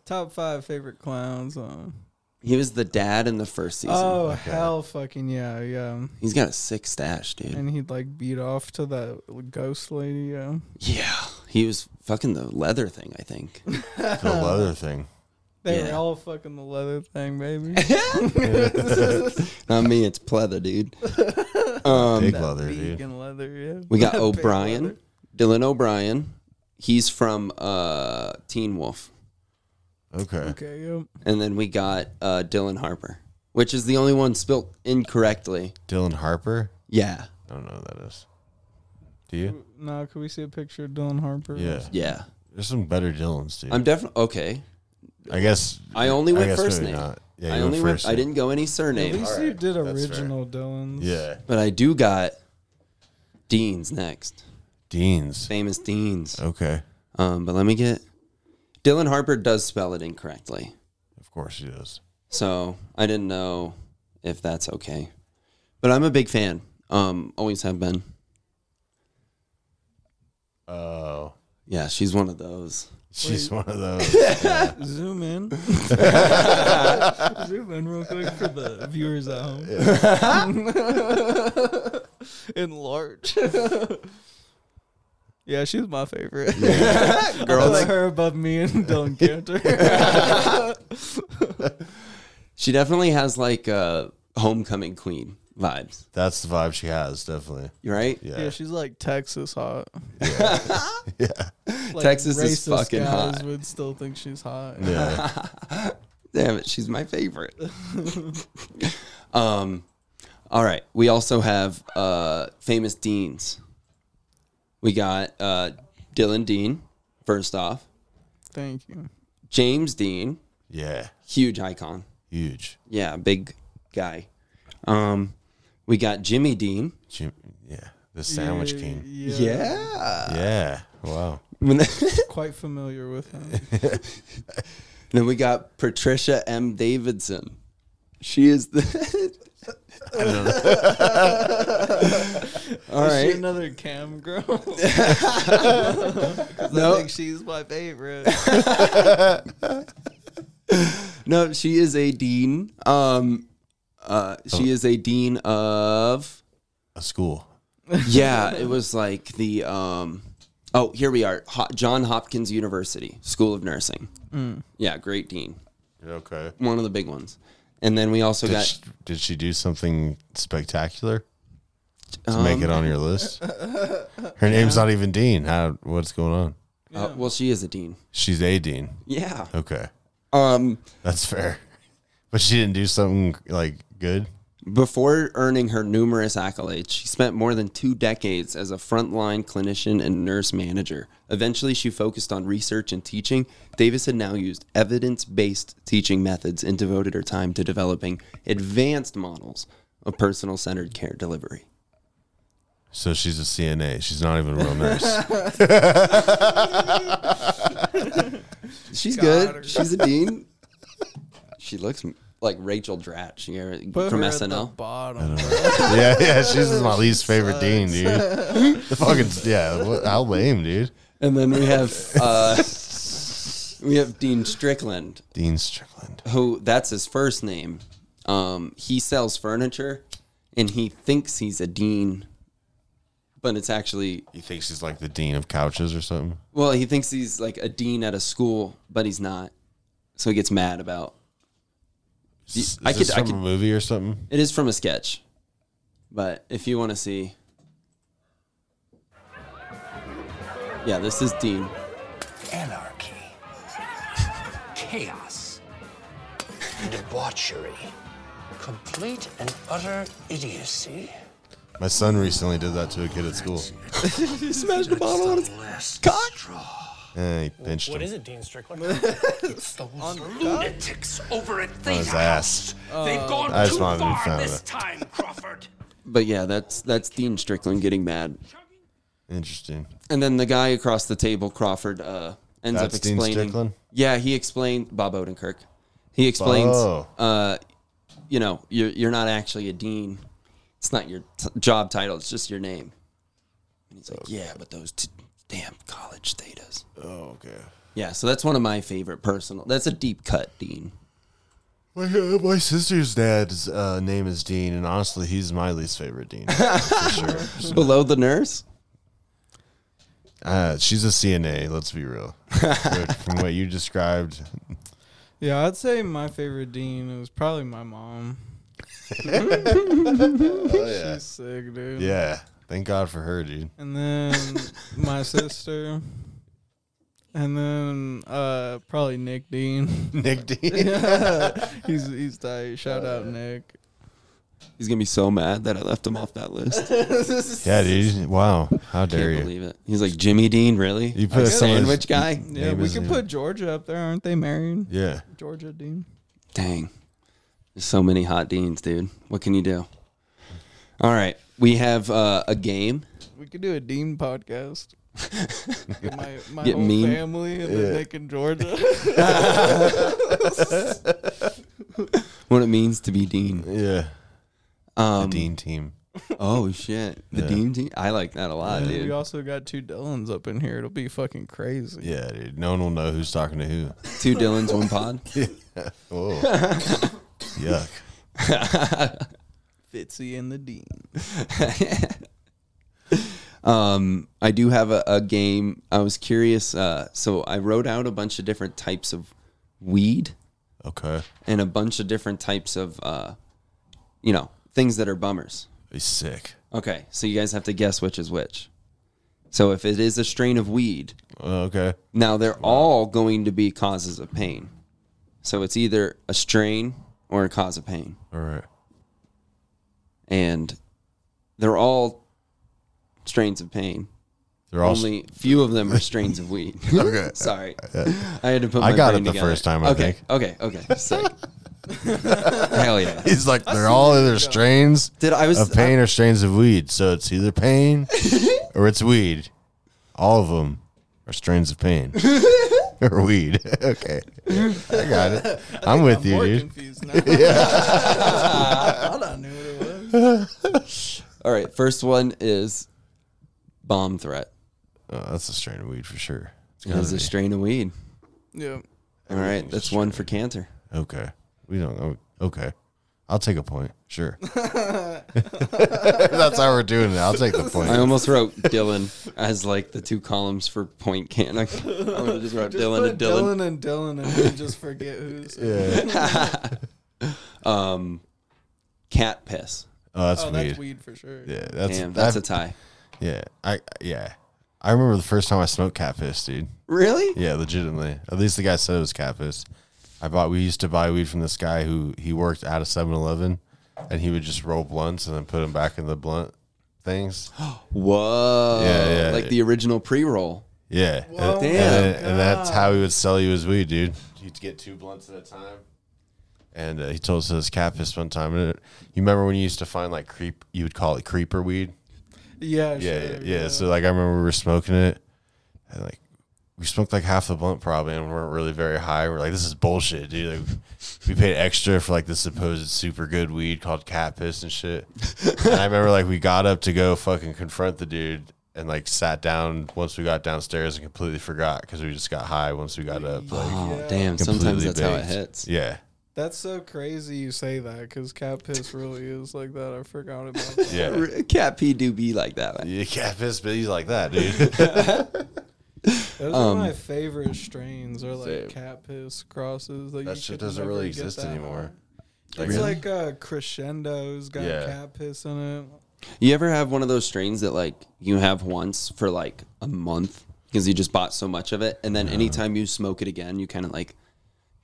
Top five favorite clowns. Uh,
He was the dad in the first season.
oh hell, fucking yeah, yeah.
He's got a sick stash, dude.
And he'd like beat off to that ghost lady. Yeah.
Yeah. He was fucking the leather thing, I think. *laughs*
The leather thing.
They were
Yeah.
all fucking the leather
*laughs*
thing, baby.
Not me, it's pleather, dude.
Um, Big leather, dude.
Vegan leather, yeah.
We got
*laughs* Big
O'Brien,
leather.
Dylan O'Brien. He's from uh, Teen Wolf.
Okay.
Okay, yep.
And then we got uh, Dylan Harper, which is the only one spelt incorrectly.
Dylan Harper.
Yeah.
I don't know who that is. Do you?
Now, could we see a picture of Dylan Harper?
Yeah.
Yeah.
There's some better Dylans, dude.
I'm definitely okay.
I guess.
I only went
guess
first
maybe
name.
Yeah, you
I
went
only went,
first
I
name.
didn't go any
At
surnames,
least you did
that's fair.
original Dylan's.
Yeah.
but I do got Dean's next.
Dean's.
Famous Dean's.
Okay.
Um, but let me get Dylan Harper does spell it incorrectly.
Of course he does.
So I didn't know if that's okay. But I'm a big fan. Um, always have been.
Oh. *laughs*
Yeah, she's one of those.
She's one of those. *laughs*
Zoom in. *laughs* Zoom in real quick for the viewers at home. *laughs* Enlarge. yeah, she's my favorite. *laughs* Girl, like her above me and Dylan Cantor.
She definitely has like uh homecoming queen vibes,
That's the vibe she has, definitely.
right?
Yeah.
yeah, she's like Texas hot. *laughs* Yeah.
Texas is fucking hot.
Would still think she's hot.
*laughs* yeah.
Damn it, she's my favorite. *laughs* um all right. We also have uh famous deans. We got uh Dylan Dean, first off.
Thank you.
James Dean,
Yeah.
Huge icon.
Huge.
Yeah, big guy. Um, we got Jimmy Dean.
Jim, yeah. The Sandwich King.
Yeah,
Yeah. Wow.
quite familiar with him.
*laughs* Then we got Patricia M. Davidson. She is the. *laughs* All
Is she
right.
another cam girl. *laughs* I
No,
think she's my favorite.
no, she is a dean. Um, uh, she
Oh.
is a dean of.
A school.
Yeah, it was like the. Um, oh, here we are. Ho- John Hopkins University School of Nursing.
Mm.
Yeah, great dean.
Okay.
One of the big ones. And then we also
Did
got.
she, did she do something spectacular to
um,
make it on your list? Her name's not even Dean. How? What's going on?
uh, well, she is a dean.
She's a Dean.
Yeah.
Okay.
Um,
That's fair. *laughs* But she didn't do something like good.
Before earning her numerous accolades, she spent more than two decades as a frontline clinician and nurse manager. Eventually, she focused on research and teaching. Davis had now used evidence based teaching methods and devoted her time to developing advanced models of personal centered care delivery.
So she's a CNA. She's not even a real
*laughs*
nurse.
She's
Got
good.
her.
She's a dean. *laughs* she looks m- like Rachel Dratch here
Put
from
her at the
SNL.
bottom. bro.
yeah, yeah. She's my least favorite Dean, dude.
*laughs*
The fucking yeah. What, how lame, dude.
And then *laughs* we have uh, we have Dean Strickland.
Dean Strickland.
who that's his first name. Um, he sells furniture, and he thinks he's a dean, but it's actually
He thinks he's like the dean of couches or something.
well, he thinks he's like a dean at a school, but he's not. So he gets mad about.
Is, is
I
this
could- I
from
could-
a movie or something?
It is from a sketch, but if you want to see, yeah, this is Dean.
anarchy, chaos, debauchery, complete and utter idiocy.
My son recently did that to a kid at school.
He smashed the bottle on his
Last straw.
Eh, he pinched him
it,
*laughs*
Dean Strickland?
*laughs*
It's those lunatics over at
on Oh, his ass. Oh.
They've gone
I just
too
wanted to be
far
found
this
it.
time, Crawford.
But yeah, that's that's Dean Strickland getting mad,
Interesting.
and then the guy across the table, Crawford, uh, ends
That's
up
Dean
explaining.
Strickland.
Yeah, he explained Bob Odenkirk. He explains,
Oh.
uh, you know, you're you're not actually a dean. It's not your t- job title. It's just your name. And he's like, yeah, but those t- damn college thetas.
Oh, okay.
Yeah, so that's one of my favorite personal. That's a deep cut, Dean.
My, uh, my sister's dad's uh, name is Dean, and honestly, he's my least favorite
*laughs*
Dean. for sure.
Below the nurse.
Uh, she's a CNA. Let's be real. But From what you described,
Yeah, I'd say my favorite dean was probably
*laughs*
my mom. She's sick,
Oh,
dude.
yeah. Thank God for her, dude. *laughs*
And then my sister. And then uh, probably Nick Dean. *laughs*
Nick Dean.
*laughs*
he's he's tight. Shout out
Uh,
Nick.
He's gonna be so mad that I left him off that list.
*laughs* Yeah, dude. Wow. How
Can't
dare you?
believe it. He's like Jimmy Dean, really?
You put someone's-
sandwich guy.
Yeah,
Name
we
is
could
Nick.
put Georgia up there, aren't they married?
Yeah.
Georgia Dean.
Dang. There's so many hot deans, dude. What can you do? All right. We have uh, a game.
We could do a Dean podcast.
*laughs*
Get my my
Get
whole
mean.
family and then Nick and Georgia.
What it means to be dean.
Yeah.
Um,
Dean team.
Oh, shit. The dean team. I like that a lot,
we
dude.
also got two Dylans up in here. It'll be fucking crazy.
Yeah, dude. No one will know who's talking to who.
Two Dylans, one pod.
Oh. Yuck.
Fitzy and the Dean.
Um, I do have a, a game. I was curious. Uh, so I wrote out a bunch of different types of weed.
Okay.
and a bunch of different types of, uh, you know, things that are bummers.
He's sick.
Okay, so you guys have to guess which is which. So if it is a strain of weed,
Oh, okay.
now they're all going to be causes of pain. So it's either a strain or a cause of pain,
All right.
and they're all strains of pain.
They're all
Only few of
*laughs*
them are strains of weed.
Okay.
*laughs*
Uh,
Sorry. I had to put
I
my
got
brain
it the
together.
first time, I
okay,
think.
Okay,
*laughs*
okay. Sick. Hell yeah.
He's like they're all either strains
Did I was
of pain or strains of weed. So it's either *laughs* pain or it's weed. All of them are strains of *laughs* pain or weed. *laughs* okay, I got it. I'm with you,
more
dude. *laughs*
confused now. yeah. *laughs* I thought I knew what it was.
All right, first one is bomb threat.
Oh, that's a strain of weed for sure. It's gotta
That's a
be.
strain of weed.
Yeah.
All right, that's one for cancer.
Okay, we don't. oh, Okay, I'll take a point. *laughs* Sure. that's how we're doing it. I'll take the *laughs* point.
I almost wrote Dylan as like the two columns for point can. I, I would've just wrote
Just
Dylan
put
and Dylan.
Dylan and
*laughs*
Dylan, and then just forget who's.
Cat piss.
oh, that's
Oh,
weed.
that's weed for sure.
Yeah, that's
Damn, that's
that-
a tie.
Yeah, I yeah, I remember the first time I smoked cat piss, dude.
Really?
Yeah, legitimately. At least the guy said it was cat piss. I bought. We used to buy weed from this guy who he worked out of 7-Eleven, and he would just roll blunts and then put them back in the blunt things.
Whoa.
Yeah, yeah.
Like the original pre roll.
Yeah, and,
Damn.
and, and that's how he would sell you his weed, dude. He'd get two blunts at a time. And uh, he told us this cat piss one time. And it, you remember when you used to find like creep? You would call it creeper weed.
Yeah.
yeah, yeah,
sure,
yeah. So like I remember we were smoking it, and like we smoked like half the blunt probably, and we weren't really very high. We're like, this is bullshit, dude. Like, we paid extra for like this supposed super good weed called cat piss and shit. and I remember like we got up to go fucking confront the dude. And like sat down once we got downstairs and completely forgot because we just got high once we got up. Like,
Oh, damn. Sometimes
completely
that's how it
baked.
hits.
Yeah,
That's so crazy you say that because cat piss really is like that. I forgot about
*laughs*
that.
yeah,
R- Cat pee do be like that. man.
yeah. Cat piss, but he's like that,
*laughs*
dude.
Those
Um,
are my favorite strains. Are like cat piss crosses. Like
that
you
shit
could
doesn't
never
really
get
exist
that
anymore.
high. It's like uh, crescendo's got
Yeah.
cat piss in it.
You ever have one of those strains that like you have once for like a month because you just bought so much of it, and then anytime you smoke it again, you kind of like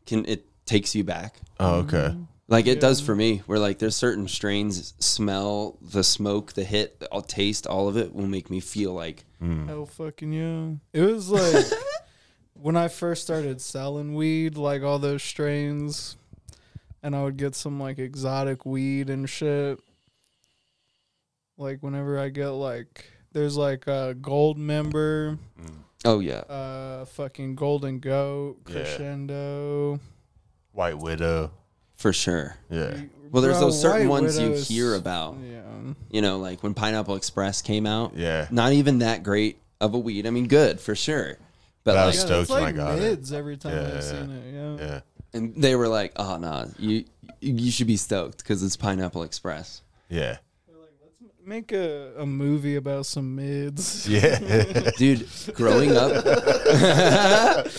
can it takes you back.
Oh, okay.
Mm-hmm.
Like it does for me. Where like there's certain strains, smell, the smoke, the hit, all taste, all of it will make me feel like
Hell fucking yeah! It
*laughs*
was like when I first started selling weed, like all those strains, and I would get some like exotic weed and shit. Like whenever I get like, there's like a gold member,
oh yeah,
uh, fucking golden goat,
Yeah.
crescendo.
White Widow.
for sure.
Yeah.
Well, there's
Bro,
those certain
White
ones
Widow's-
you hear about.
Yeah,
You know, like when Pineapple Express came out.
Yeah.
Not even that great of a weed. I mean, good for sure. But
That
like,
was
yeah
stoked
it's
when I
like
got it.
mids every time
Yeah, yeah,
I've seen it. Yeah,
Yeah.
and they were like, "Oh no, you you should be stoked because it's Pineapple Express."
Yeah.
make a, a movie about some mids.
Yeah.
Dude, growing up,
*laughs*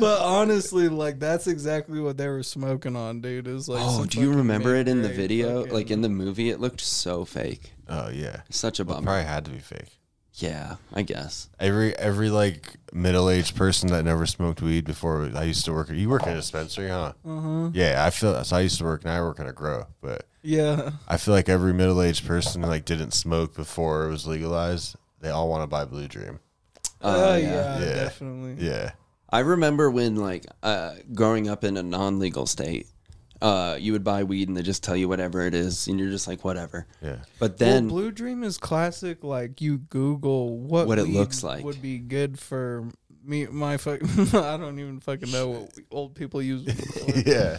But honestly, like that's exactly what they were smoking on, dude. It was like,
oh,
some
do you
fucking
remember it in the
mid-grade
video?
fucking-
Like in the movie, it looked so fake.
oh yeah.
Such a
Well, it
bummer.
probably had to be fake.
Yeah, I guess.
Every every like middle aged person that never smoked weed before. I used to work. You work in a dispensary, huh? Yeah, I feel. So I used to work. Now I work in a grow, but
yeah,
I feel like every middle aged person like didn't smoke before it was legalized. They all want to buy Blue Dream.
oh
Yeah.
yeah, definitely.
Yeah.
I remember when like uh, growing up in a non-legal state, uh, you would buy weed and they just tell you whatever it is, and you're just like whatever.
Yeah.
But
Well,
then
Blue Dream is classic. Like you Google what
What it
weed
looks like.
would be good for me. My fuck, *laughs* I don't even fucking know what we- old
*laughs*
people use. for.
*laughs* Yeah.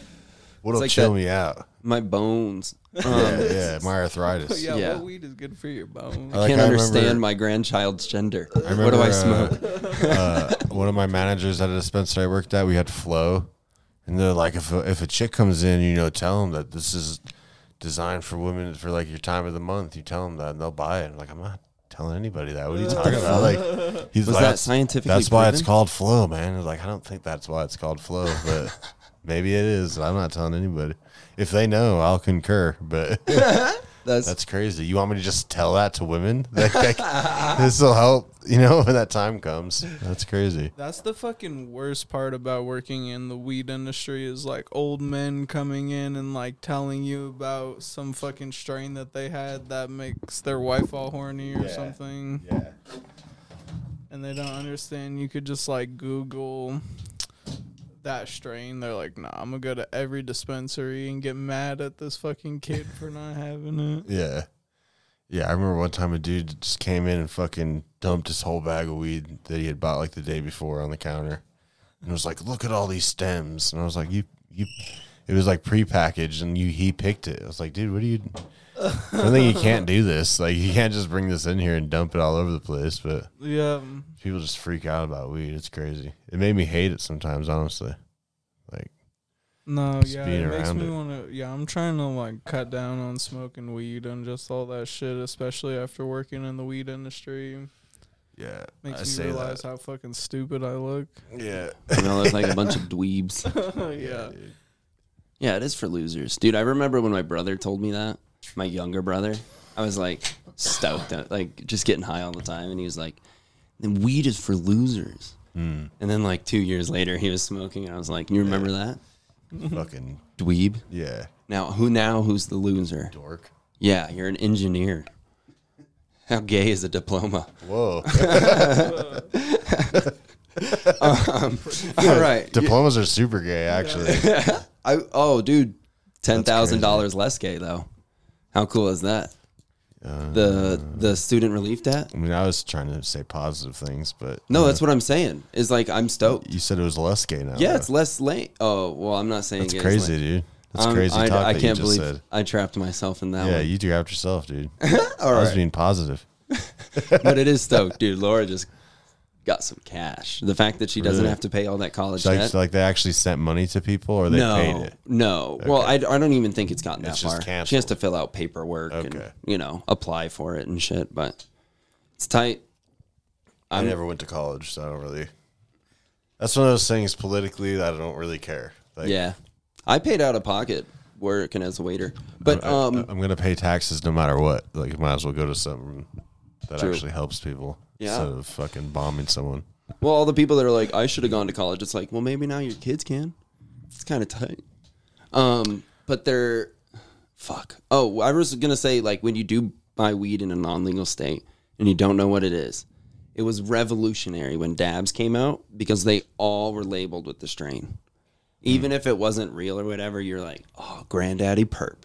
What'll
like
chill
that-
me out?
my bones,
Yeah, yeah, my arthritis.
*laughs*
yeah,
Yeah.
what weed is good for your bones?
Like,
can't
I remember-
understand my grandchild's gender.
I
what do I
remember,
smoke?
uh, one of my managers at a dispensary I worked at, we had flow, and they're like, if a, if a chick comes in, you know, tell them that this is designed for women for like your time of the month. You tell them that, and they'll buy it. I'm like, I'm not telling anybody that. What are you talking about? Like, he's
Was
like,
that
"That's-
scientifically
That's why it's
proven?"
called flow, man. I was like, I don't think that's why it's called flow,
*laughs*
but maybe it is. I'm not telling anybody. If they know, I'll concur, but.
That's
That's crazy. You want me to just tell that to women? *laughs* Like, like, this will help, you know, *laughs* when that time comes. That's crazy.
That's the fucking worst part about working in the weed industry is like old men coming in and like telling you about some fucking strain that they had that makes their wife all horny or something.
Yeah.
and they don't understand, you could just like Google that strain. They're like, nah, I'm gonna go to every dispensary and get mad at this fucking kid for not having
*laughs*
it.
Yeah. Yeah, I remember one time a dude just came in and fucking dumped his whole bag of weed that he had bought like the day before on the counter. And was like, "Look at all these stems." And I was like, "You you it was like prepackaged and you he picked it." I was like, "Dude, what are you I think you can't do this. Like you can't just bring this in here and dump it all over the place, but
Yeah.
people just freak out about weed. It's crazy. It made me hate it sometimes, honestly. Like
No,
Just
yeah,
being
it makes
around
me
it.
want to. Yeah, I'm trying to like cut down on smoking weed and just all that shit, especially after working in the weed industry.
yeah,
Makes me realize how fucking stupid I look. *laughs*
*laughs*
Yeah.
*laughs* You know, look like a bunch of dweebs.
yeah.
Yeah, it is for losers. Dude, I remember when my brother told me that, my younger brother, I was like stoked, at, like just getting high all the time. And he was like, "Then weed is for losers.
Hmm.
And then like two years later, he was smoking. And I was like, you remember that?
Fucking
Dweeb.
yeah.
Now, who now? Who's the loser?
Dork.
Yeah, you're an engineer. How gay is
*laughs*
a diploma? *laughs*
Whoa.
All right.
Diplomas are super gay, actually.
*laughs*
I, oh, dude, ten thousand dollars less gay though. How cool is that? the
Uh,
the student relief debt.
I mean, I was trying to say positive things, but
No, that's what I'm saying. Is like I'm stoked.
you said it was less gay now.
Yeah, it's less late. Oh well, I'm not saying
That's
gay is
crazy,
lame.
dude. That's
I'm-
crazy
I,
talk
I
that
can't
you just
believe
said.
I trapped myself in that
Yeah,
one.
you grabbed yourself,
*laughs*
dude. I was being positive.
but
*laughs*
it is stoked, dude. Laura just got some cash. The fact that she doesn't
Really?
have to pay all that college
Like,
debt.
like they actually sent money to people, or they
no,
paid it.
no. Well, I, I don't even think it's gotten that
It's just
far. She has
canceled.
to fill out paperwork and
Okay.
you know apply for it and shit. But it's tight.
i never went to college, so I don't really. That's one of those things politically that I don't really care. Like,
Yeah, I paid out of pocket working as a waiter, but
I,
um,
am gonna pay taxes no matter what. Like, might as well go to something that
True.
actually helps people
Yeah.
instead of fucking bombing someone.
Well, all the people that are like, I should have gone to college. It's like, well, maybe now your kids can. It's kind of tight. Um, but they're fuck. Oh, I was gonna say like when you do buy weed in a non-legal state and you don't know what it is, it was revolutionary when dabs came out because they all were labeled with the strain, even if it wasn't real or whatever. You're like, oh, granddaddy perp.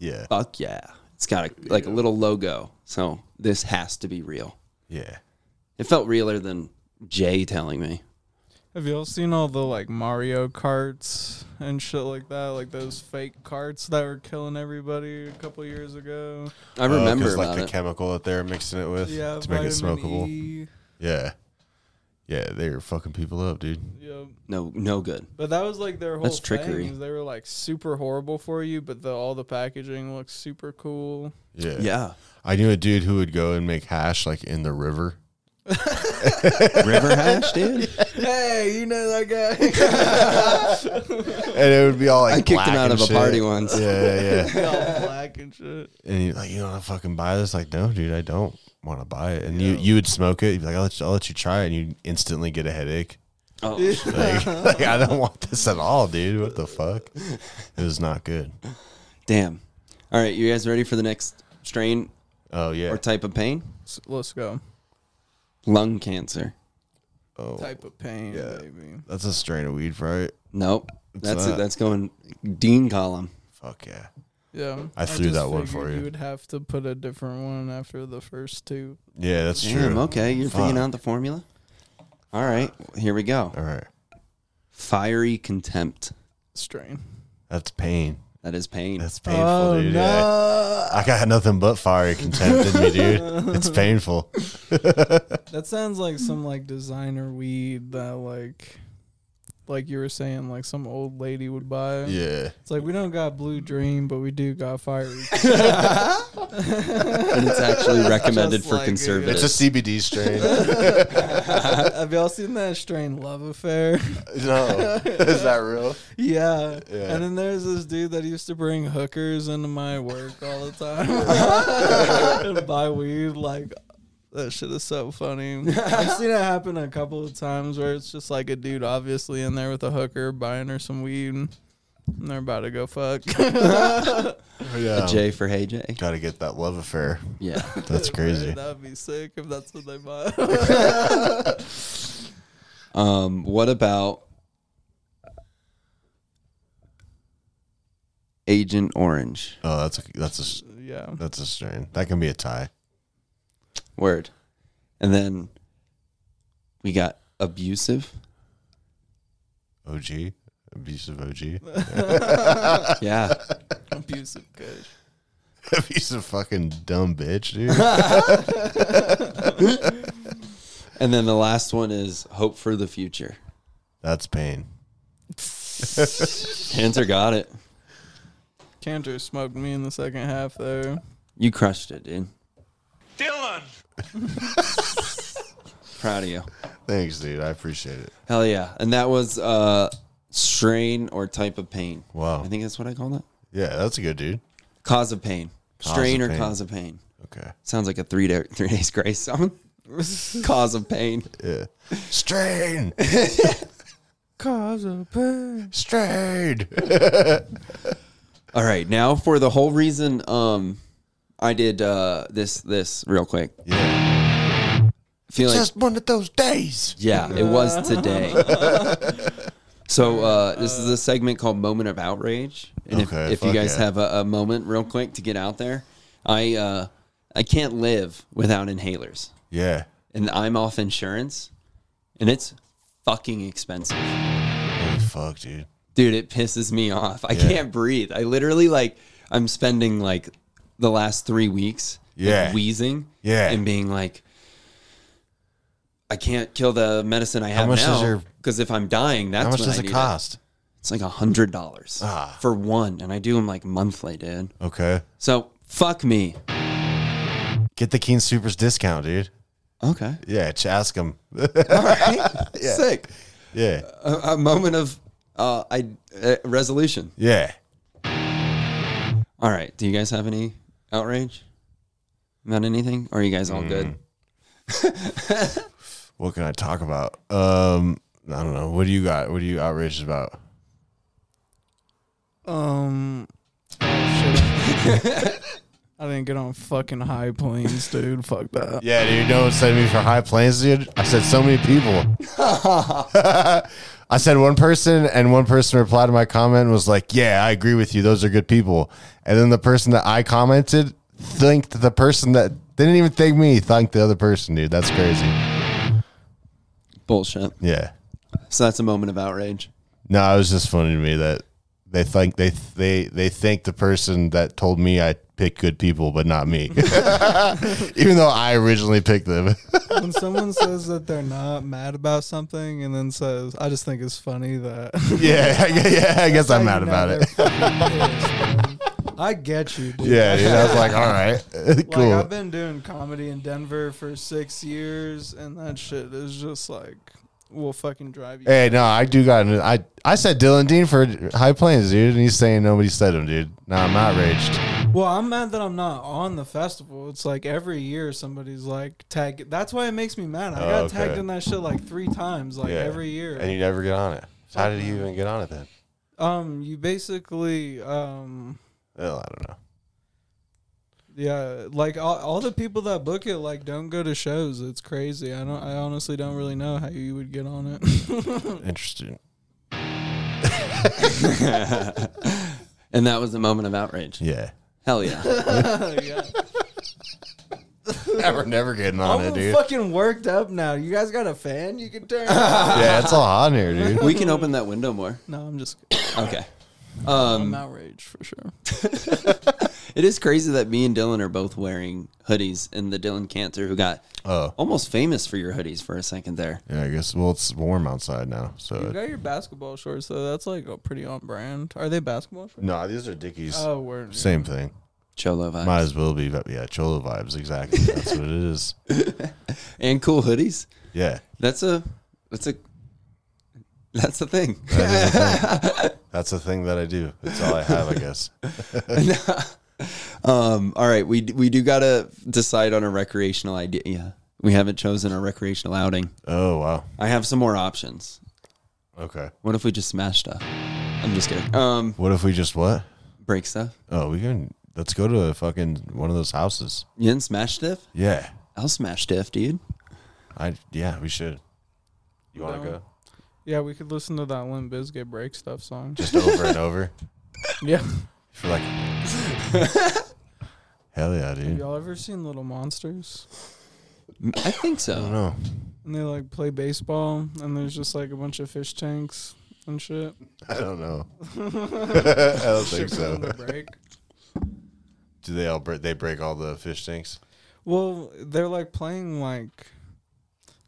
Yeah,
Fuck yeah. It's got a, like a little logo, so this has to be real.
yeah.
It felt realer than Jay telling me.
Have y'all seen all the like Mario carts and shit like that? Like those fake carts that were killing everybody a couple years ago.
I
Oh, 'cause,
remember
like
about
the
it.
chemical that they're mixing it with
Yeah,
to make it
vitamin
smokable.
E.
Yeah, yeah, they're fucking people up, dude.
Yep.
no, no good.
But that was like their whole
That's
thing,
trickery.
is They were like super horrible for you, but the, all the packaging looks
*laughs*
super cool.
Yeah.
Yeah,
I knew a dude who would go and make hash like in the river.
river
*laughs*
hash, dude.
Hey, you know that
*laughs*
guy.
And it would be all like
I kicked
black
him out
and
of a
shit.
party once.
Yeah, yeah,
*laughs*
yeah.
all black and shit.
and you like, you don't want to fucking buy this? Like, no, dude, I don't want to buy it. And you you would smoke it. You'd be like, I'll let you, I'll let you try it. And you'd instantly get a headache.
Oh, *laughs*
Like, *laughs* like, I don't want this at all, dude. What the fuck? It was not good.
damn. All right, you guys ready for the next strain
Oh yeah.
or type of pain?
S- Let's go.
Lung cancer.
oh,
Type of pain, baby.
that's a strain of weed, right?
Nope. That's it.
not.
That's going Dean column.
Fuck yeah.
Yeah.
I threw
just
that one for
figured
you.
You would have to put a different one after the first two.
Yeah, that's
Damn.
true.
Okay, you're figuring
Fuck.
out the formula. All right, here we go.
All right.
Fiery contempt.
Strain.
That's pain.
That is pain.
That's painful, dude. Yeah. I got nothing but fiery contempt in me, dude. *laughs* It's painful.
That sounds like some like designer weed that like like you were saying, like some old lady would buy.
Yeah.
It's like we don't got blue dream, but we do got fiery.
and it's
*laughs*
actually recommended
Just
for
like it.
conservatives.
It's a CBD *laughs* strain.
Have y'all seen that strain love affair?
no. Is that real?
yeah.
Yeah.
And then there's this dude that used to bring hookers into my work all the time
*laughs*
*laughs* and buy weed. Like that shit is so funny. I've seen it happen a couple of times where it's just like a dude obviously in there with a hooker buying her some weed. They're about to go fuck. *laughs*
Yeah.
J for Hey J.
*laughs* Got to get that love affair.
Yeah.
That's crazy.
That'd be sick if that's what they buy.
Um, what about Agent Orange?
Oh, that's a, that's a s-
*laughs* yeah.
that's a strain. That can be a tie.
Word. And then we got
*laughs*
abusive.
OG, abusive OG,
Yeah.
Abusive kush.
*laughs* abusive fucking dumb bitch, dude.
*laughs* and then the last one is hope for the future.
That's pain.
Cancer got it.
Cantor smoked me in the second half there.
You crushed it, dude.
Dylan!
Proud of you.
Thanks, dude. I appreciate it.
Hell yeah. And that was uh strain or type of pain.
Wow.
I think that's what I call that.
Yeah, that's a good dude.
Cause of pain.
Cause
strain
of
or
pain.
cause of pain.
Okay.
Sounds like a three day three days *laughs*
*laughs*
grace song. cause of pain.
Yeah.
*laughs*
Strain,
Cause of
*laughs*
pain.
strain.
All right, now for the whole reason um I did uh this this real quick.
yeah.
Feeling
Just one of those days.
yeah, it was
*laughs*
today. so uh this is a segment called Moment of Outrage. And if-
Okay,
if, you
fuck
guys
yeah.
have a, a moment real quick to get out there, I uh I can't live without inhalers.
Yeah.
And I'm off insurance and it's fucking expensive.
Holy fuck, dude.
dude it pisses me off i can't breathe i literally like i'm spending like the last three weeks like,
Yeah.
wheezing
Yeah.
and being like i can't kill the medicine i have
much does
now
your-
because if i'm dying that's
How much
when
does
I
it
need
cost?
it's like a hundred dollars
Ah.
for one and i do them like monthly dude
Okay.
so fuck me
Get the Keen Supers discount, dude.
okay
Yeah, ch- ask them.
all right sick
*laughs* yeah.
a, a moment of uh, I, uh resolution
Yeah.
all right do you guys have any outrage not anything or are you guys all good
Mm. What can I talk about? Um, I don't know. What do you got? What are you outraged about?
Um. Oh, shit. I didn't get on fucking high planes, dude. Fuck that.
Yeah, dude. No one sent me for high planes, dude. I said so many people. I said one person, and one person replied to my comment and was like, "Yeah, I agree with you. Those are good people." And then the person that I commented thanked the person that they didn't even thank me. Thanked the other person, dude. That's crazy.
Bullshit.
Yeah.
So that's a moment of outrage.
No, it was just funny to me that they think they they they thank the person that told me I pick good people, but not me, *laughs* even though I originally picked them.
*laughs*
*laughs*
when someone says that they're not mad about something and then says, I just think it's funny that.
yeah, *laughs* I gue- yeah, I guess I'm mad about it.
I get you, dude.
Yeah, dude, *laughs* I was like, all right,
Like, I've
cool.
been doing comedy in Denver for six years, and that shit is just like, will fucking drive you.
Hey, no, I do got. an- I I said Dylan Dean for High Plains, dude, and he's saying nobody said him, dude. Nah, I'm outraged.
Well, I'm mad that I'm not on the festival. It's like every year somebody's like tag. That's why it makes me mad. I
Oh,
got
okay.
tagged in that shit like three times, like every year.
and you never get on it. How did you even get on it then?
um, you basically um.
Well, I don't know.
Yeah, like all, all the people that book it like don't go to shows. It's crazy. I don't. I honestly don't really know how you would get on it.
Interesting.
And that was the moment of outrage.
*laughs*
Yeah,
Hell yeah.
yeah.
never, never getting *laughs* on it,
I'm
dude.
fucking worked up now. You guys got a fan you can
*laughs*
turn? on?
Yeah, it's all hot in
*laughs*
here, dude.
we can open that window more.
no, I'm just.
Okay. Um,
I'm outraged for sure.
It is crazy that me and Dylan are both wearing hoodies in the Dylan Cancer, who got
Oh.
almost famous for your hoodies for a second there.
Yeah, I guess. Well, it's warm outside now, so.
You
it-
got your basketball shorts though. That's like a pretty on brand. Are they basketball shorts?
no, these are Dickies.
Oh, we're
Same thing.
Cholo vibes.
Might as well be, but yeah, Cholo vibes. Exactly. That's what it
*laughs*
is.
And cool hoodies.
Yeah,
That's a, that's a, that's a thing.
that's the thing that I do. That's all I have, I guess.
Um, all right. We, d- we do got to decide on a recreational idea. Yeah. We haven't chosen a recreational outing.
Oh wow.
I have some more options.
Okay.
What if we just smashed up? I'm just kidding. Um,
What if we just what?
break stuff.
Oh, we can. Let's go to a fucking one of those houses.
You didn't smash stiff?
Yeah,
I'll smash stiff, dude.
I yeah we should. You want
No.
to go
Yeah, we could listen to that Limp Bizkit break stuff song. *laughs*
just over and over *laughs*
yeah.
for like. Hell yeah, dude.
Y'all ever seen Little Monsters?
I
I don't
think so.
know.
And they like play baseball, and there's just like a bunch of fish tanks and shit.
*laughs* I don't know. *laughs* I don't think
Shit for them
so. *laughs*
to break.
Do they all break? They break all the fish tanks.
Well, they're like playing like,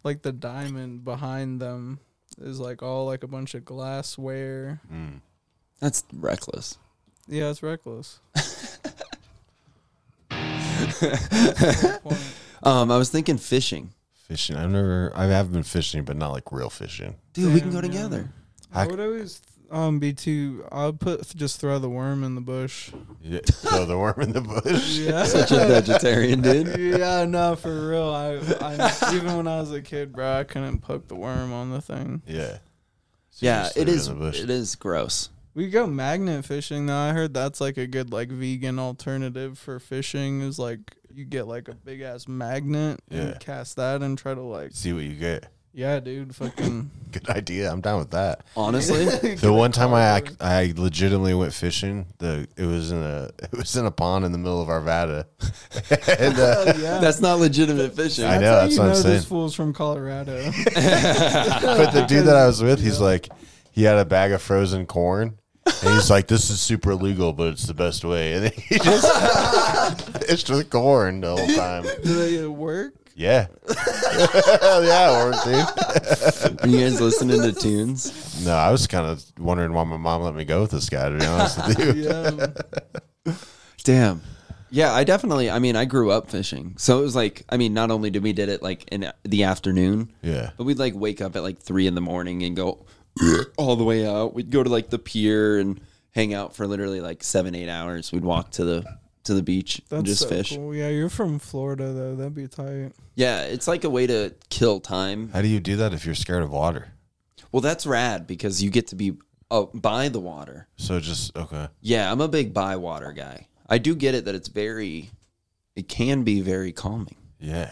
like the diamond behind them is like all like a bunch of glassware.
That's reckless.
Yeah, it's reckless.
Um, I was thinking fishing.
Fishing. I've never. I have been fishing, but not like real fishing.
Dude, we can go together.
I,
I-
would always um be too. I'll put just throw the worm in
*laughs*
the bush.
Yeah, throw the worm in the bush.
Yeah.
Such a *laughs*
*laughs*
vegetarian, dude.
Yeah, no, for real. I, I even when I was a kid, bro, I couldn't poke the worm on the thing.
Yeah. So you
Yeah,
just
it
threw
is.
in the bush.
It is gross.
We go magnet fishing though. I heard that's like a good like vegan alternative for fishing is like you get like a big ass magnet
Yeah.
and cast that and try to like
See what you get.
yeah, dude, fucking
Good idea. I'm down with that.
Honestly, *laughs*
The one time I ac- I legitimately went fishing, the it was in a *laughs* it was in a pond in the middle of Arvada, *laughs* and uh,
that's not legitimate
*laughs*
fishing.
I know
how
that's
you
what I'm
know
saying.
this fool's from Colorado. *laughs*
But the dude that I was with, he's like, he had a bag of frozen corn, and he's like, "This is super illegal, but it's the best way." And he just *laughs* fished with corn the whole time.
Do they uh, work?
Yeah, *laughs* yeah, it worked, dude.
Are you guys listening to tunes?
No, I was kind of wondering why my mom let me go with this guy. To be honest with you,
Yeah,
Damn. Yeah, I definitely. I mean, I grew up fishing, so it was like, I mean, not only did we did it like in the afternoon,
yeah,
But we'd like wake up at like three in the morning and go *clears throat* all the way out. We'd go to like the pier and hang out for literally like seven, eight hours. We'd walk to the to the beach
that's
and just
so
fish.
cool. Yeah, you're from Florida though. That'd be tight.
Yeah, it's like a way to kill time.
how do you do that if you're scared of water?
Well, that's rad because you get to be up by the water.
So just okay,
Yeah, I'm a big by water guy. I do get it that it's very, it can be very calming.
yeah,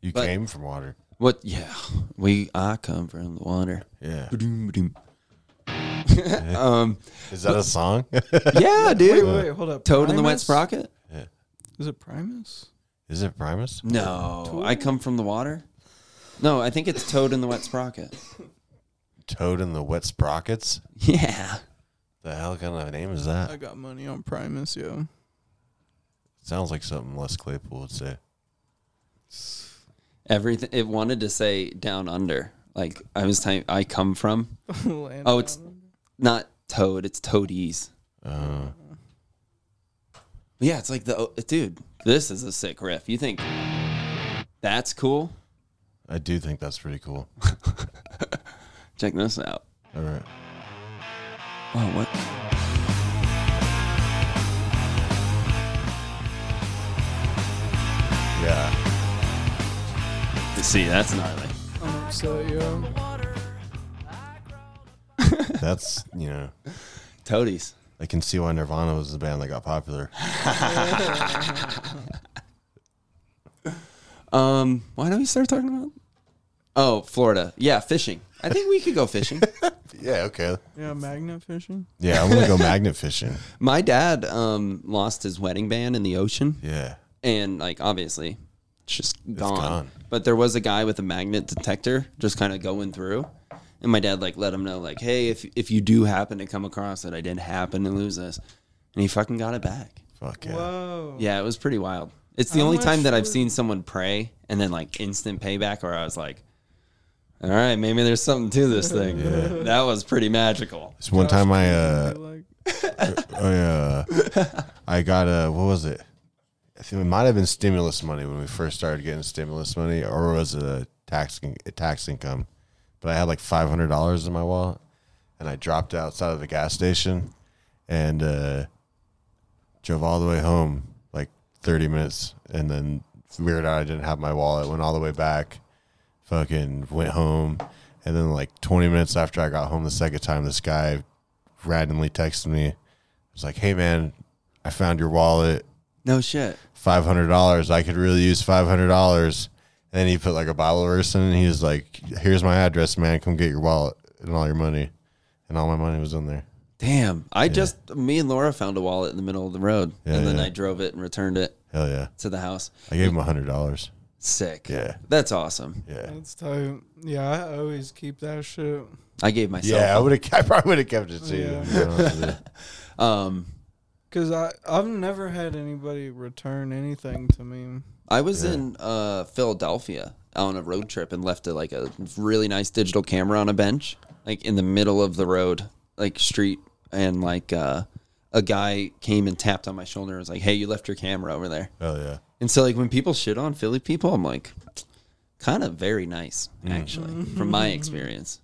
you
But-
came from water,
What? Yeah, we I come from the water.
yeah.
um.
Is that a song? *laughs*
*laughs*
Yeah, dude.
Wait, wait, hold up.
Toad in the wet
Primus?
sprocket.
Is it Primus?
is it Primus?
No, I come from the water. No, I think it's Toad in the Wet Sprocket.
Toad in the wet sprockets?
*laughs* Yeah.
The hell kind of name is
I
that?
got money on Primus, yo. *laughs*
Sounds like something Les Claypool would say.
Everything it wanted to say down under. Like I was telling I come from.
Land
Oh, it's not Toad, it's Toadies.
Uh,
But yeah, it's like the oh, dude, this is a sick riff. You think that's cool?
I do think that's pretty cool.
Check this out.
All right.
Oh, what?
Yeah.
See, that's gnarly.
I'm upset, yo.
That's, you know,
Toadies.
I can see why Nirvana was the band that got popular.
Um, why don't we start talking about? Oh, Florida. Yeah, fishing. I think we could go *laughs* fishing.
Yeah, okay.
Yeah, magnet fishing.
Yeah, I'm going to go magnet fishing.
My dad um, lost his wedding band in the ocean,
Yeah.
and like obviously, it's just gone.
gone.
But there was a guy with a magnet detector just kind of going through, and my dad like let him know like, hey, if if you do happen to come across it, I did happen to lose this, and he fucking got it back.
Fuck yeah.
Whoa.
Yeah, it was pretty wild. It's the
How
only
much
time that I've
was-
seen someone pray and then like instant payback, where I was like, all right, maybe there's something to
*laughs*
this thing. That was pretty magical.
This one time I, uh,
They're Like,
I, uh, I got a, what was it? I think it might have been stimulus money when we first started getting stimulus money, or was it a tax, a tax income? But I had like $500 in my wallet, and I dropped it outside of the gas station and uh, drove all the way home, like 30 minutes. And then weird out, I didn't have my wallet, went all the way back, fucking went home. And then, like 20 minutes after I got home the second time, this guy randomly texted me. It's like, "Hey man, I found your wallet.
No shit.
five hundred dollars. I could really use five hundred dollars. And then he put like a Bible verse in, and he was like, "Here's my address, man. Come get your wallet and all your money." And all my money was in there.
Damn. I just me and Laura found a wallet in the middle of the road,
Yeah,
and then
yeah.
I drove it and returned it
Hell yeah!
to the house.
I gave him a hundred dollars.
Sick.
Yeah.
That's awesome.
Yeah,
That's tight. Yeah, I always keep that shit.
I gave myself.
yeah. I would have. *laughs* I probably would have kept it too.
Yeah.
to be honest with you.
Um,
Cause I I've never had anybody return anything to me.
I was in uh, Philadelphia on a road trip and left a, like a really nice digital camera on a bench, like in the middle of the road, like street, and like uh, a guy came and tapped on my shoulder and was like, "Hey, you left your camera over there."
Hell yeah!
And so, like, when people shit on Philly people, I'm like, kind of very nice,
Mm.
actually, from my experience.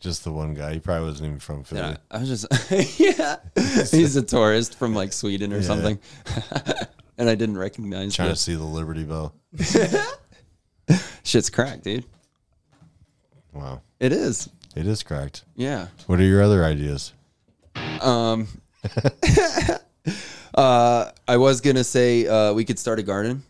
Just the one guy. He probably wasn't even from Philly.
Yeah, I was just, *laughs* yeah, he's a tourist from like Sweden or something. *laughs* and I didn't recognize
Trying
him.
to see the Liberty Bell.
Shit's cracked, dude.
Wow,
It is.
it is cracked.
Yeah.
What are your other ideas?
Um, *laughs* uh, I was going to say uh, we could start a garden.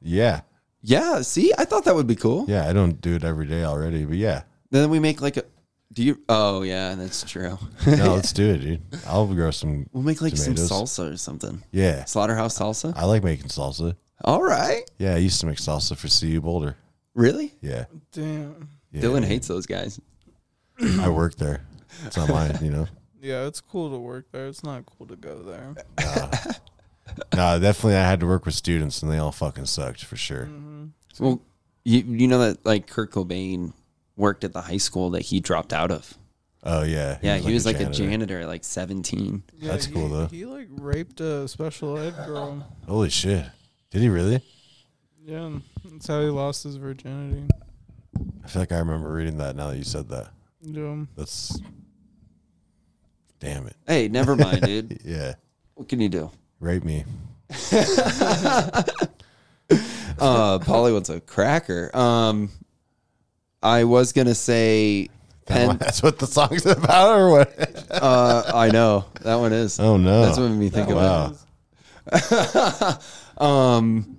Yeah,
Yeah. See, I thought that would be cool.
yeah. I don't do it every day already, but yeah.
Then we make like a, do you, oh, yeah, that's true. *laughs*
No, let's do it, dude. I'll grow some.
we'll make like
tomatoes.
some salsa or something.
Yeah,
Slaughterhouse salsa.
I like making salsa.
All right.
Yeah, I used to make salsa for CU Boulder.
Really?
Yeah.
Damn.
yeah
Dylan hates those guys.
I work there. It's not mine, you
*laughs*
know.
Yeah, it's cool to work there. It's not cool to go there.
No, definitely I had to work with students and they all fucking sucked for sure.
Mm-hmm. Well, you you know that like Kurt Cobain worked at the high school that he dropped out of.
Oh yeah.
Yeah, he was like, a, janitor at like 17.
Yeah,
That's
he-
cool, though.
He like raped a special ed girl.
Holy shit. Did he really?
Yeah, that's how he lost his virginity.
I feel like I remember reading that now that you said that.
Yeah.
That's damn it.
Hey, never mind, *laughs* dude.
Yeah.
What can you do?
Rape me.
Uh Polly wants a cracker. Um I was going to say Penn
*laughs* That's what the song's about or
*laughs*
what?
uh I know. That one *laughs* is.
Oh no.
That's what made me think of
wow.
it. Um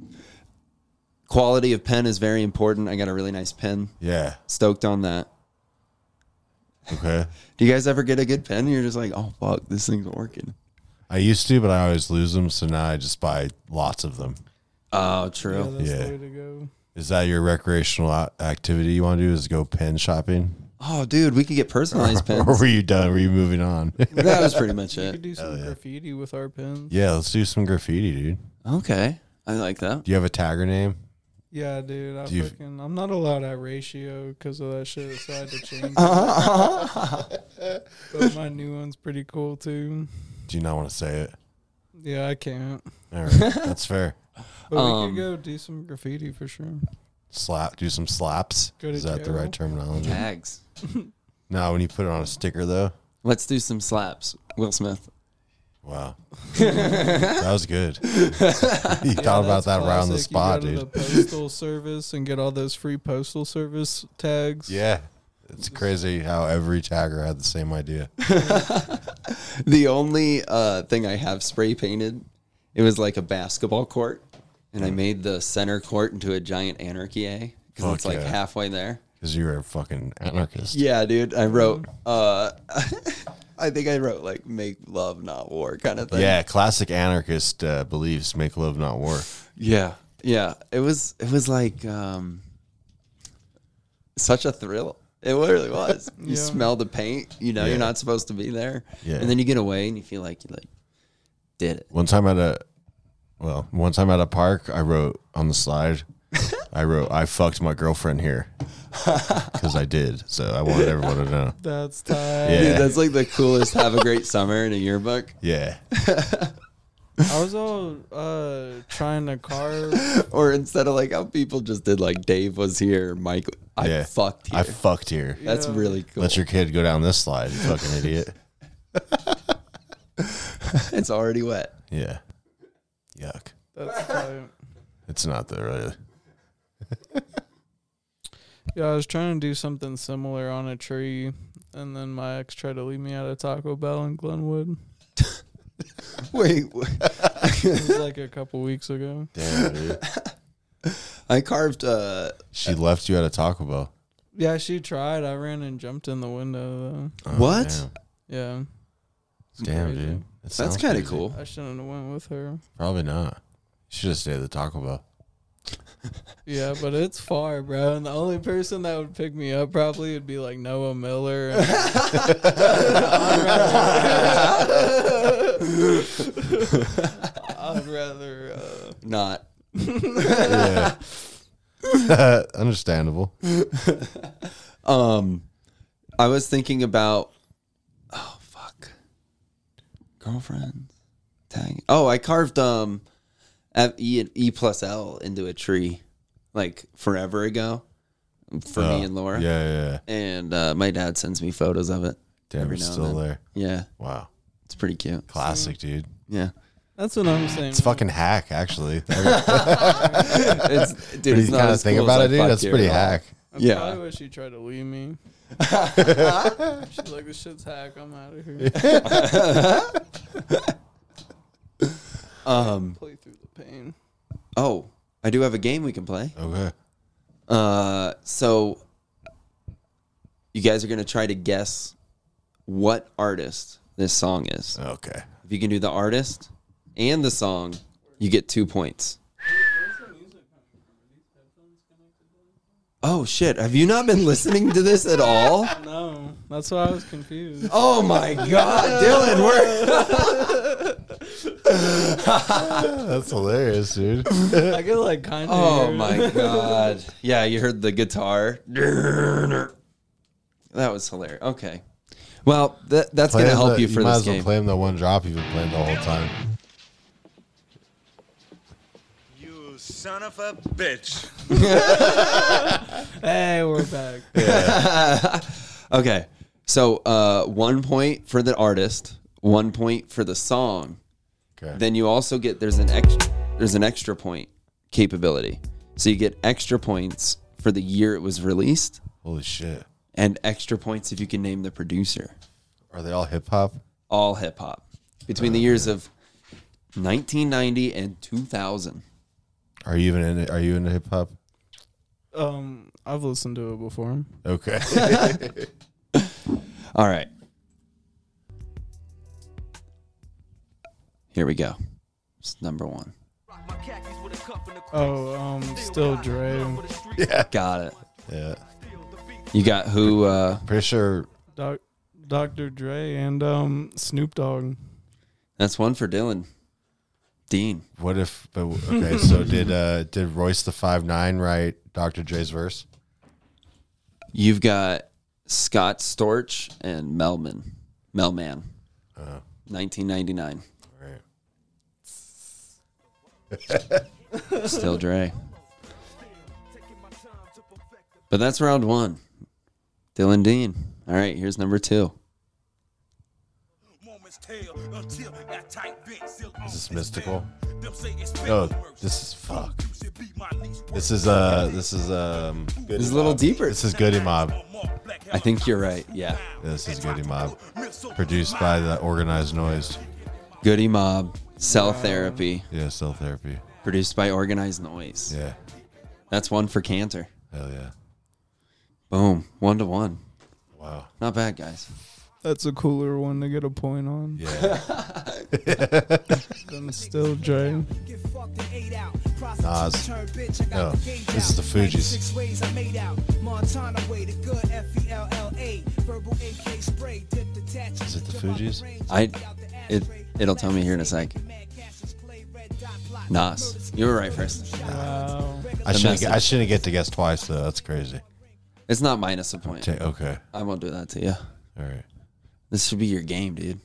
quality of pen is very important. I got a really nice pen.
Yeah.
Stoked on that.
Okay.
Do you guys ever get a good pen? And you're just like, oh fuck, this thing's working.
I used to, but I always lose them, so now I just buy lots of them.
Oh, true.
Yeah, that's
Yeah.
the way to go.
Is that your recreational a- activity you want to do? Is go pen shopping?
Oh, dude, we could get *laughs* personalized pens.
or were you done? Were you moving on? *laughs*
that was pretty much
We could
it.
do some graffiti with our pens.
yeah, let's do some graffiti, dude.
Okay, I like that.
Do you have a tagger name?
Yeah, dude. I
Do you-
fucking, I'm not allowed at ratio because of that shit, so I
*laughs*
had to change it. but my new one's pretty cool, too.
Do you not want to say it?
Yeah, I can't.
All right, that's fair.
But we
Um,
could go do some graffiti for sure.
Slap, do some slaps.
Go to
Is that the
jail.
right terminology?
Tags.
No, when you put it on a sticker though.
Let's do some slaps. Will Smith.
Wow, that was good. *laughs* you thought about that right on the spot,
you
dude.
go to The postal service and get all those free postal service tags.
yeah, it's crazy how every tagger had the same idea.
The only uh, thing I have spray painted, it was like a basketball court, and I made the center court into a giant anarchy A because
Fuck
it's like
yeah.
halfway there.
Because you were a fucking anarchist.
Yeah, dude. I wrote. Uh, *laughs* I think I wrote like "Make love, not war" kind of thing.
Yeah, classic anarchist uh, beliefs: make love, not war.
Yeah. Yeah. It was it was like um such a thrill. It
*laughs*
really was. You
Yeah.
smell the paint, you know,
Yeah.
you're not supposed to be there.
Yeah.
And then you get away and you feel like you like did it.
One time at a, well, one time at a park, I wrote on the
*laughs*
slide, I wrote, I fucked my girlfriend here. Because I did. So I wanted everyone to
*laughs*
know.
That's tight.
*laughs* Yeah.
Dude, that's like the coolest have a great summer in a yearbook.
Yeah.
I was all uh, trying
*laughs*
to carve.
Or instead of like how people just did like Dave was here, Mike I
Yeah.
fucked *laughs* here.
I fucked here.
that's
Yeah.
really cool.
Let your kid go down this slide, you fucking idiot.
it's already wet.
Yeah. Yuck.
That's tight.
It's not the really.
Yeah, I was trying to do something similar on a tree, and then my ex tried to leave me out of Taco Bell in Glenwood.
Wait,
It was like a couple weeks ago.
Damn,
*laughs*
dude.
I carved. Uh,
She left you at a Taco Bell.
Yeah, she tried. I ran and jumped in the window
Oh,
though.
what?
Yeah,
Damn,
Crazy.
dude. That
That's
sounds
kind of
crazy.
cool.
I shouldn't have went with her.
Probably not. Should have stayed at the Taco Bell.
Yeah, but it's far, bro. And the only person that would pick me up probably would be like Noah Miller. *laughs* and- I'd rather. Uh,
Not.
Yeah. *laughs* Understandable.
Um, I was thinking about. Oh fuck. Girlfriends. Dang. Oh, I carved um, F- E and E plus L into a tree, like forever ago, for
Uh,
me and Laura.
Yeah, yeah. yeah.
And uh, my dad sends me photos of it.
Damn,
Every
it's
now and
still
then.
there.
Yeah,
Wow.
it's pretty cute.
Classic, dude. *laughs*
Yeah.
that's what I'm saying.
It's fucking hack,
*laughs*
actually.
It's, dude,
But
it's
you
not
kind of
as
think
cool as
about
I
it, dude.
fucked
That's
here
pretty
at all.
hack.
That's
Yeah.
probably why she tried to leave me. She's like, "This shit's hack. I'm out of here."
Um.
Play through the pain.
Oh, I do have a game we can play.
Okay.
Uh. So, you guys are gonna try to guess what artist this song is.
Okay.
If you can do the artist and the song, you get two points. Oh shit! Have you not been listening to this at all?
No, that's why I was confused.
Oh my god, Dylan,
*laughs*
we're
That's hilarious,
*laughs*
dude.
I could like kind of.
Oh my god. Yeah, you heard the guitar. That was hilarious. Okay. Well, that, that's going to help you for
might
this
as well
game.
play him that one drop you've been playing the whole time.
You son of a bitch.
Hey, we're back.
Okay. So, uh, one point for the artist, one point for the song.
Okay.
Then you also get there's an extra there's an extra point capability. So you get extra points for the year it was released,
Holy shit.
and extra points if you can name the producer.
Are they all hip hop?
all hip hop between the years of 1990 and 2000.
Are you even in? Are you into hip hop?
Um, I've listened to it before.
*laughs*
Okay.
All right. Here we go. It's number one.
Oh, um, still Dre.
Got it.
yeah.
You got who? Uh,
Pretty sure.
Doc, Dr. Dre and um Snoop Dogg.
that's one for Dylan. Dean.
What if? But okay. So did uh did Royce the Five Nine write Dr. Dre's verse?
You've got Scott Storch and Melman. Melman. 1999.
Uh-huh. Right. *laughs*
Still Dre. But that's round one. Dylan Dean. All right, here's number two.
Is this mystical? No. This is fuck. This is uh. This is um. Good
This is a little deeper.
This is Goody Mob.
I think you're right. Yeah.
This is Goody Mob. Produced by the Organized Noise.
Goody Mob, Cell Therapy,
Yeah. Cell therapy.
produced by Organized Noise.
Yeah.
That's one for Cantor.
Hell yeah.
Boom. One to one.
Wow.
Not bad, guys.
That's a cooler one to get a point on
Yeah.
*laughs* than still Dre.
Nas. No. This is the Fugees.
E
Is
it the Fugees?
I it it'll tell me here in a sec. Nas. You were right first.
*laughs* Wow.
I
The
shouldn't. Get, I
message.
shouldn't get to guess twice though. That's crazy.
It's not minus a point.
Ta- Okay.
I won't do that to you.
All right.
This should be your game, dude.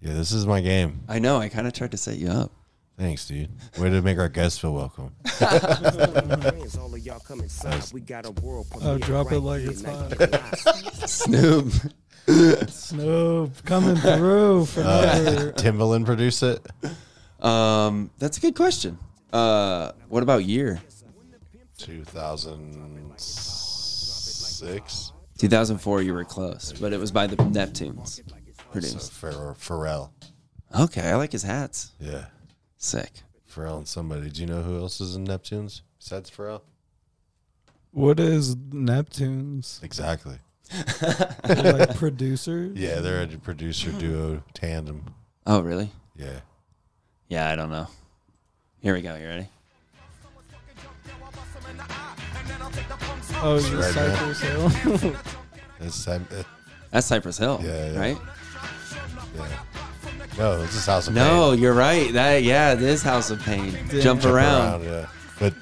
Yeah. This is my game.
I know, I kinda tried to set you up.
Thanks, dude. Way to make our guests feel
*laughs*
welcome.
Oh, drop it like it's hot.
Snoop. *laughs*
Snoop coming through for
Uh,
another.
Timbaland produce it.
Um, that's a good question. Uh, what about year?
2006.
2004, you were close, but it was by the Neptunes produced.
Pharrell. Pharrell.
Okay, I like his hats.
Yeah.
Sick.
Pharrell and somebody. Do you know who else is in Neptune's besides Pharrell?
What is Neptune's
Exactly.
like producers?
Yeah, they're a producer *laughs* duo tandem.
Oh, really?
Yeah.
Yeah, I don't know. Here we go. You ready?
Oh, is it
Right, man.
Cypress Hill?
It's, uh,
That's Cypress Hill,
Yeah, yeah.
right?
yeah. No, it's just House of Pain.
No, you're right. That yeah, it is House of Pain. Jump, around.
yeah. But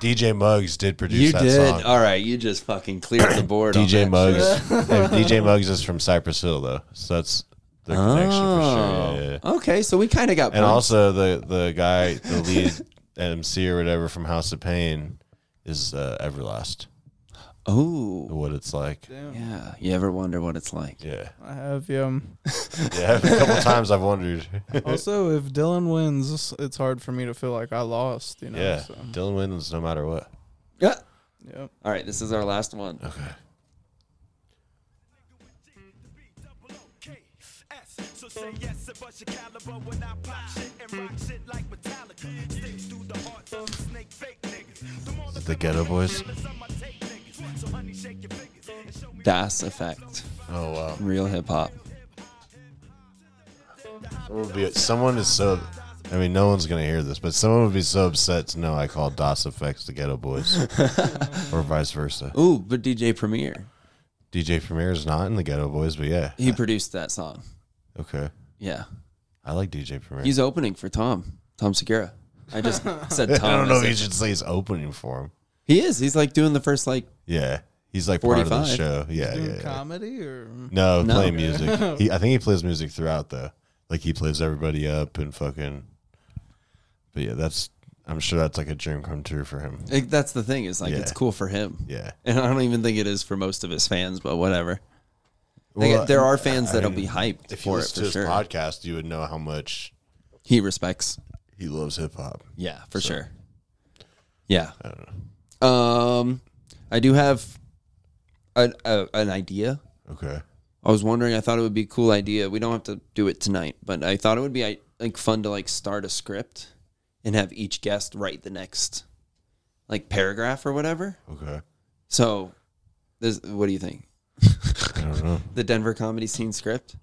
DJ Muggs did produce
You
that
did. Oh,
song.
All right, you just fucking cleared
*clears throat*
the board. on
DJ
that
Muggs.
shit.
*laughs* and DJ Muggs is from Cypress Hill though, so that's the connection for
Oh,
sure. Yeah, yeah.
okay. So we kind of got.
And
punked.
also the the guy, the lead *laughs* MC or whatever from House of Pain, is uh, Everlast.
oh,
What it's like.
yeah. You ever wonder what it's like?
Yeah,
I have um.
yeah. *laughs* A couple times I've wondered.
Also, if Dylan wins, it's hard for me to feel like I lost. You know.
yeah,
So,
Dylan wins no matter what.
Yeah.
yep.
All right, this is our last one.
Okay.
So say yes and bust your caliber when I pop shit and rock shit like Metallica. Sticks through the hearts of the snake fake niggas. The more
Is it the Ghetto Boys?
I'ma take niggas. So honey, shake your fingers and show me
Das Effect,
Oh wow.
real hip hop.
Someone would be- Someone is so. I mean, no one's gonna hear this, but someone would be so upset to know I called DOS effects the Ghetto Boys, or vice versa.
Ooh, but DJ Premier,
DJ Premier is not in the Ghetto Boys, but yeah,
he produced that song.
okay.
Yeah,
I like DJ Premier.
he's opening for Tom, Tom Segura. I just said
*laughs*
Tom.
I don't know if
said-
you should say he's opening for him.
He is. He's like doing the first like
Yeah, he's like part of the
45.
show. Yeah,
Doing
yeah. yeah.
comedy or
No,
No.
playing music.
*laughs*
He, I think he plays music throughout though. Like he plays everybody up and fucking. But yeah, that's. I'm sure that's like a dream come true for him.
Like, that's the thing. Is like it's
Yeah.
cool for him.
Yeah.
And I don't even think it is for most of his fans, but whatever. Like,
Well,
there are fans
I
that'll
mean,
be hyped
If you
for it
listen to
for
his
sure.
podcast, you would know how much
he respects.
he loves hip hop.
Yeah, for sure. Yeah. I don't know. Um, I do have an a, an idea.
Okay.
I was wondering. I thought it would be a cool idea. We don't have to do it tonight, but I thought it would be I- like fun to like start a script and have each guest write the next like paragraph or whatever.
Okay.
So, this, what do you think?
I don't know.
the Denver comedy scene script,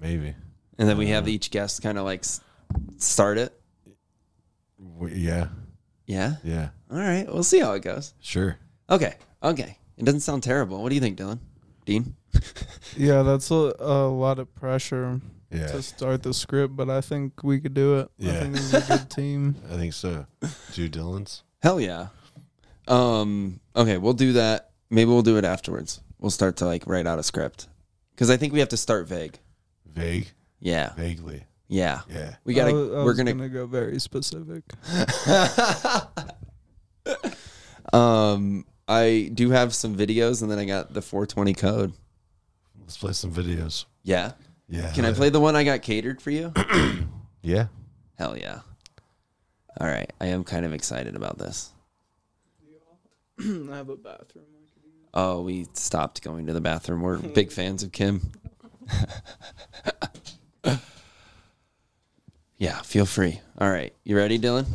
Maybe.
and then we
Uh-huh.
have each guest kind of like s- start it.
W yeah.
Yeah.
Yeah.
All right. We'll see how it goes.
Sure.
Okay. Okay. It doesn't sound terrible. What do you think, Dylan? Dean?
yeah, that's a, a lot of pressure
Yeah.
to start the script, but I think we could do it. I
Yeah.
think this is a
*laughs*
good team.
I think so. Two Dylans.
Hell yeah. Um. Okay. We'll do that. Maybe we'll do it afterwards. We'll start to like write out a script because I think we have to start vague.
Vague.
Yeah.
Vaguely.
Yeah.
Yeah.
We gotta.
I wa- I
we're
was
gonna.
gonna go very specific.
Um. I do have some videos, and then I got the 420 code.
Let's play some videos.
Yeah.
Yeah.
*laughs*
Can I play the one I got catered for you?
Yeah.
Hell yeah. All right. I am kind of excited about this.
*clears throat* I have a bathroom.
Oh, we stopped going to the bathroom.
*laughs*
We're big fans of Kim. *laughs* yeah, feel free. All right. You ready, Dylan?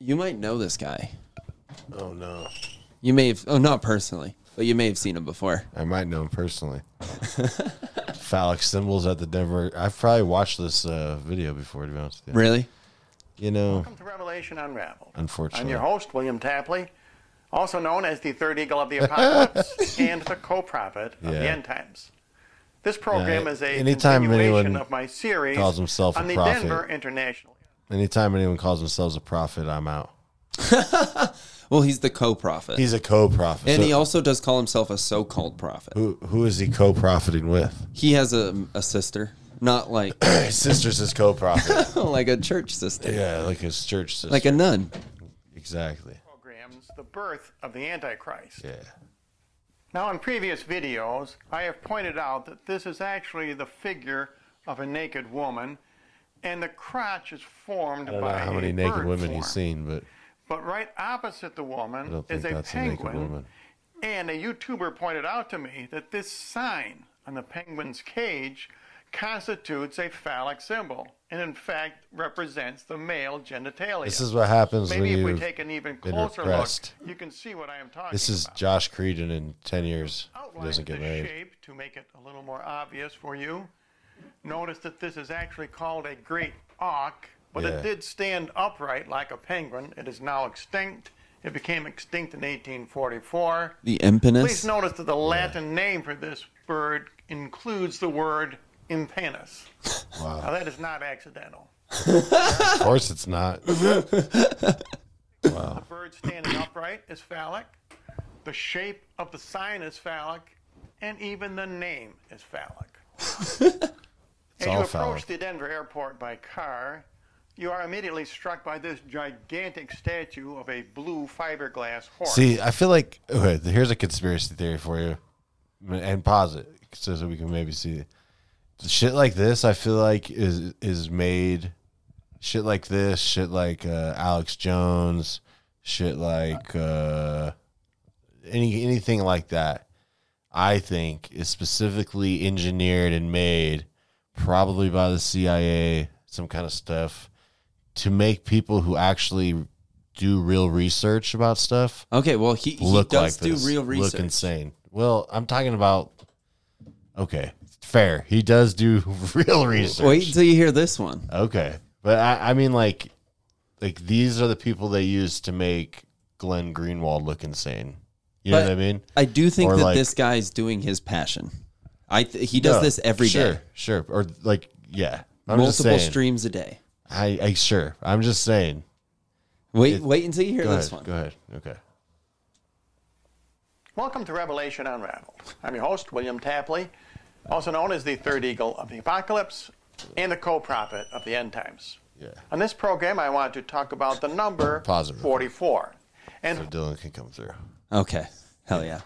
You might know this guy.
Oh no.
You may have, oh, not personally, but you may have seen him before.
I might know him
*laughs*
personally. Phallic symbols at the Denver. I've probably watched this uh, video before, to be honest with you.
Really?
You know,
Welcome to Revelation Unraveled.
Unfortunately.
I'm your host, William Tapley, also known as the Third Eagle of the
*laughs*
Apocalypse and the co-prophet of
Yeah.
the End Times. This program
Yeah,
is a
anytime anyone
continuation of my series
calls himself a
on the
prophet.
Denver International.
anytime anyone calls themselves a prophet, I'm out.
Well, he's the co prophet.
He's a co-prophet.
And
So
he also does call himself a so called prophet.
who who is he co-profiting
*laughs*
with?
He has a, a sister, not like *coughs*
His sister's his
*laughs*
co-prophet.
like a church sister,
yeah, like his church sister.
like a nun.
exactly.
Programs, The Birth of the Antichrist.
Yeah.
Now, in previous videos, I have pointed out that this is actually the figure of a naked woman, and the crotch is formed
I don't know
by
how
a
many naked
bird
women
form.
he's seen, but
But right opposite the
I
woman
don't think
is a
that's a naked
penguin.
woman.
And a YouTuber pointed out to me that this sign on the penguin's cage constitutes a phallic symbol and, in fact, represents the male genitalia.
This is what happens
Maybe if
when
we
you.
take an even
been
closer look,
repressed.
you can see what I am talking
This is
about.
Josh Creedon in ten years. He
Outline
doesn't
the
get married.
shape to make it a little more obvious for you. Notice that this is actually called a great auk, but
Yeah.
it did stand upright like a penguin. It is now extinct. It became extinct in 1844.
The
Please
empinus.
notice that the Latin name for this bird includes the word impanus.
Wow.
Now that is not accidental.
Of course, it's not.
*laughs*
Oh.
The bird standing upright is phallic. The shape of the sign is phallic, and even the name
*laughs*
is phallic. As you
all
approach
phallic.
the Denver airport by car, you are immediately struck by this gigantic statue of a blue fiberglass horse.
See, I feel like okay, here's a conspiracy theory for you, and pause it so that we can maybe see it. Shit like this, I feel like is is made. Shit like this, shit like uh, Alex Jones, shit like uh, any anything like that. I think is specifically engineered and made, probably by the CIA, some kind of stuff, to make people who actually do real research about stuff
Okay, well he, he
look
does
like
do
this,
real research.
Look insane. Well, I'm talking about. Okay, fair. He does do *laughs* real research.
Wait until you hear this one.
Okay, but I, I mean, like, like these are the people they use to make Glenn Greenwald look insane. You know
But
what I mean?
I do think
Or
that
like-
this guy's doing his passion. I th- he does this every day,
sure, Sure, Or like, yeah. I'm just
multiple
saying.
streams a day.
I, I sure. I'm just saying.
Wait,
It-
wait until you hear
Go
this
ahead.
one.
Go ahead. Okay.
Welcome to Revelation Unraveled. I'm your host, William Tapley, also known as the Third Eagle of the Apocalypse and the co prophet of the End Times.
Yeah.
On this program, I want to talk about the number
Pause it real quick.
44 and
So Dylan can come through.
Okay, hell yeah,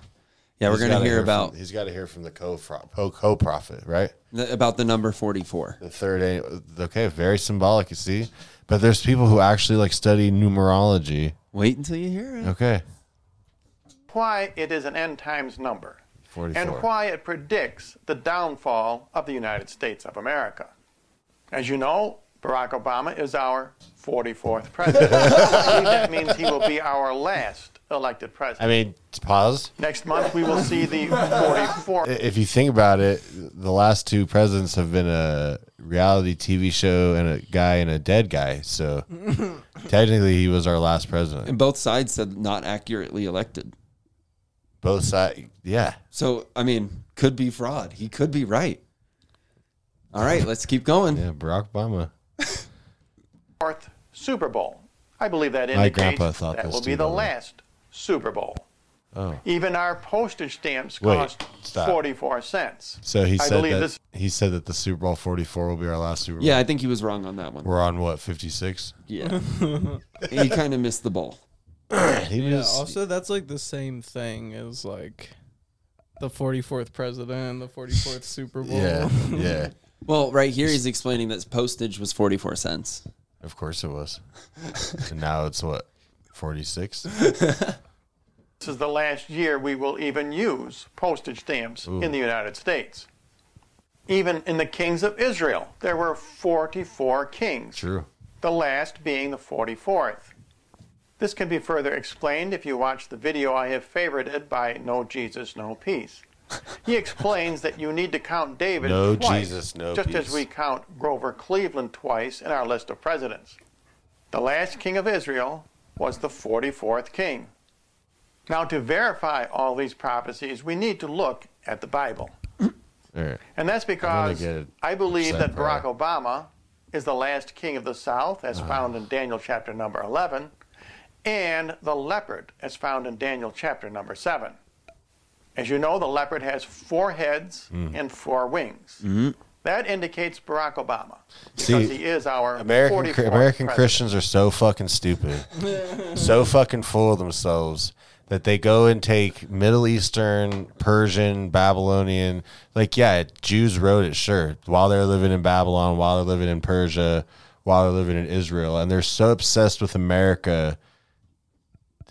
yeah.
He's
we're gonna
gotta
hear,
from-
about
he's got to hear from the co co prophet, right?
the, about the number forty-four.
the third a- okay very symbolic you see but there's people who actually like study numerology
Wait until you hear it.
okay
why it is an end times number
44
and why it predicts the downfall of the United States of America. As you know, Barack Obama is our 44th
*laughs*
president. I believe that means he will be our last elected president.
i mean t- pause
Next month, we will see the 44th.
I- if you think about it the last two presidents have been a reality tv show and a guy and a dead guy so technically he was our last president
And both sides said not accurately elected.
both sides yeah
So I mean, could be fraud. He could be right. All right, let's keep going.
yeah barack obama
fourth Super Bowl. I believe that
My
indicates
grandpa thought
that
this
will
too,
be the
by the way.
last Super Bowl.
Oh.
Even our postage stamps
Wait,
cost
stop.
44 cents.
so he
I
said
believe
that
this-
he said that the super bowl 44 will be our last super bowl
Yeah, I think he was wrong on that one.
we're on what 56 *laughs*
Yeah, he kind of missed the ball.
he
Yeah,
was
also, that's like the same thing as like the 44th president, the 44th Super Bowl.
yeah yeah
Well, right here he's explaining that postage was forty-four cents.
Of course it was. and now it's what? 46?
This is the last year we will even use postage stamps in the United States. Even in the kings of Israel, there were 44 kings.
True.
the last being the 44th. This can be further explained if you watch the video I have favorited by No Jesus, No Peace. He explains that you need to count David
No
twice,
Jesus, no
just as
peace.
we count Grover Cleveland twice in our list of presidents. The last king of Israel was the 44th king. Now, to verify all these prophecies, we need to look at the Bible.
All right.
And that's because
get it
I believe
percent
that Barack
correct.
Obama is the last king of the South,
Ah.
as found in Daniel chapter number 11, and the leopard, as found in Daniel chapter number 7. As you know, the leopard has four heads
Mm.
and four wings. That indicates Barack Obama, because
See,
he is our
American,
44th
American
president.
Christians are so fucking stupid, so fucking full of themselves that they go and take Middle Eastern, Persian, Babylonian. Like, yeah, Jews wrote it, sure, while they're living in Babylon, while they're living in Persia, while they're living in Israel. And they're so obsessed with America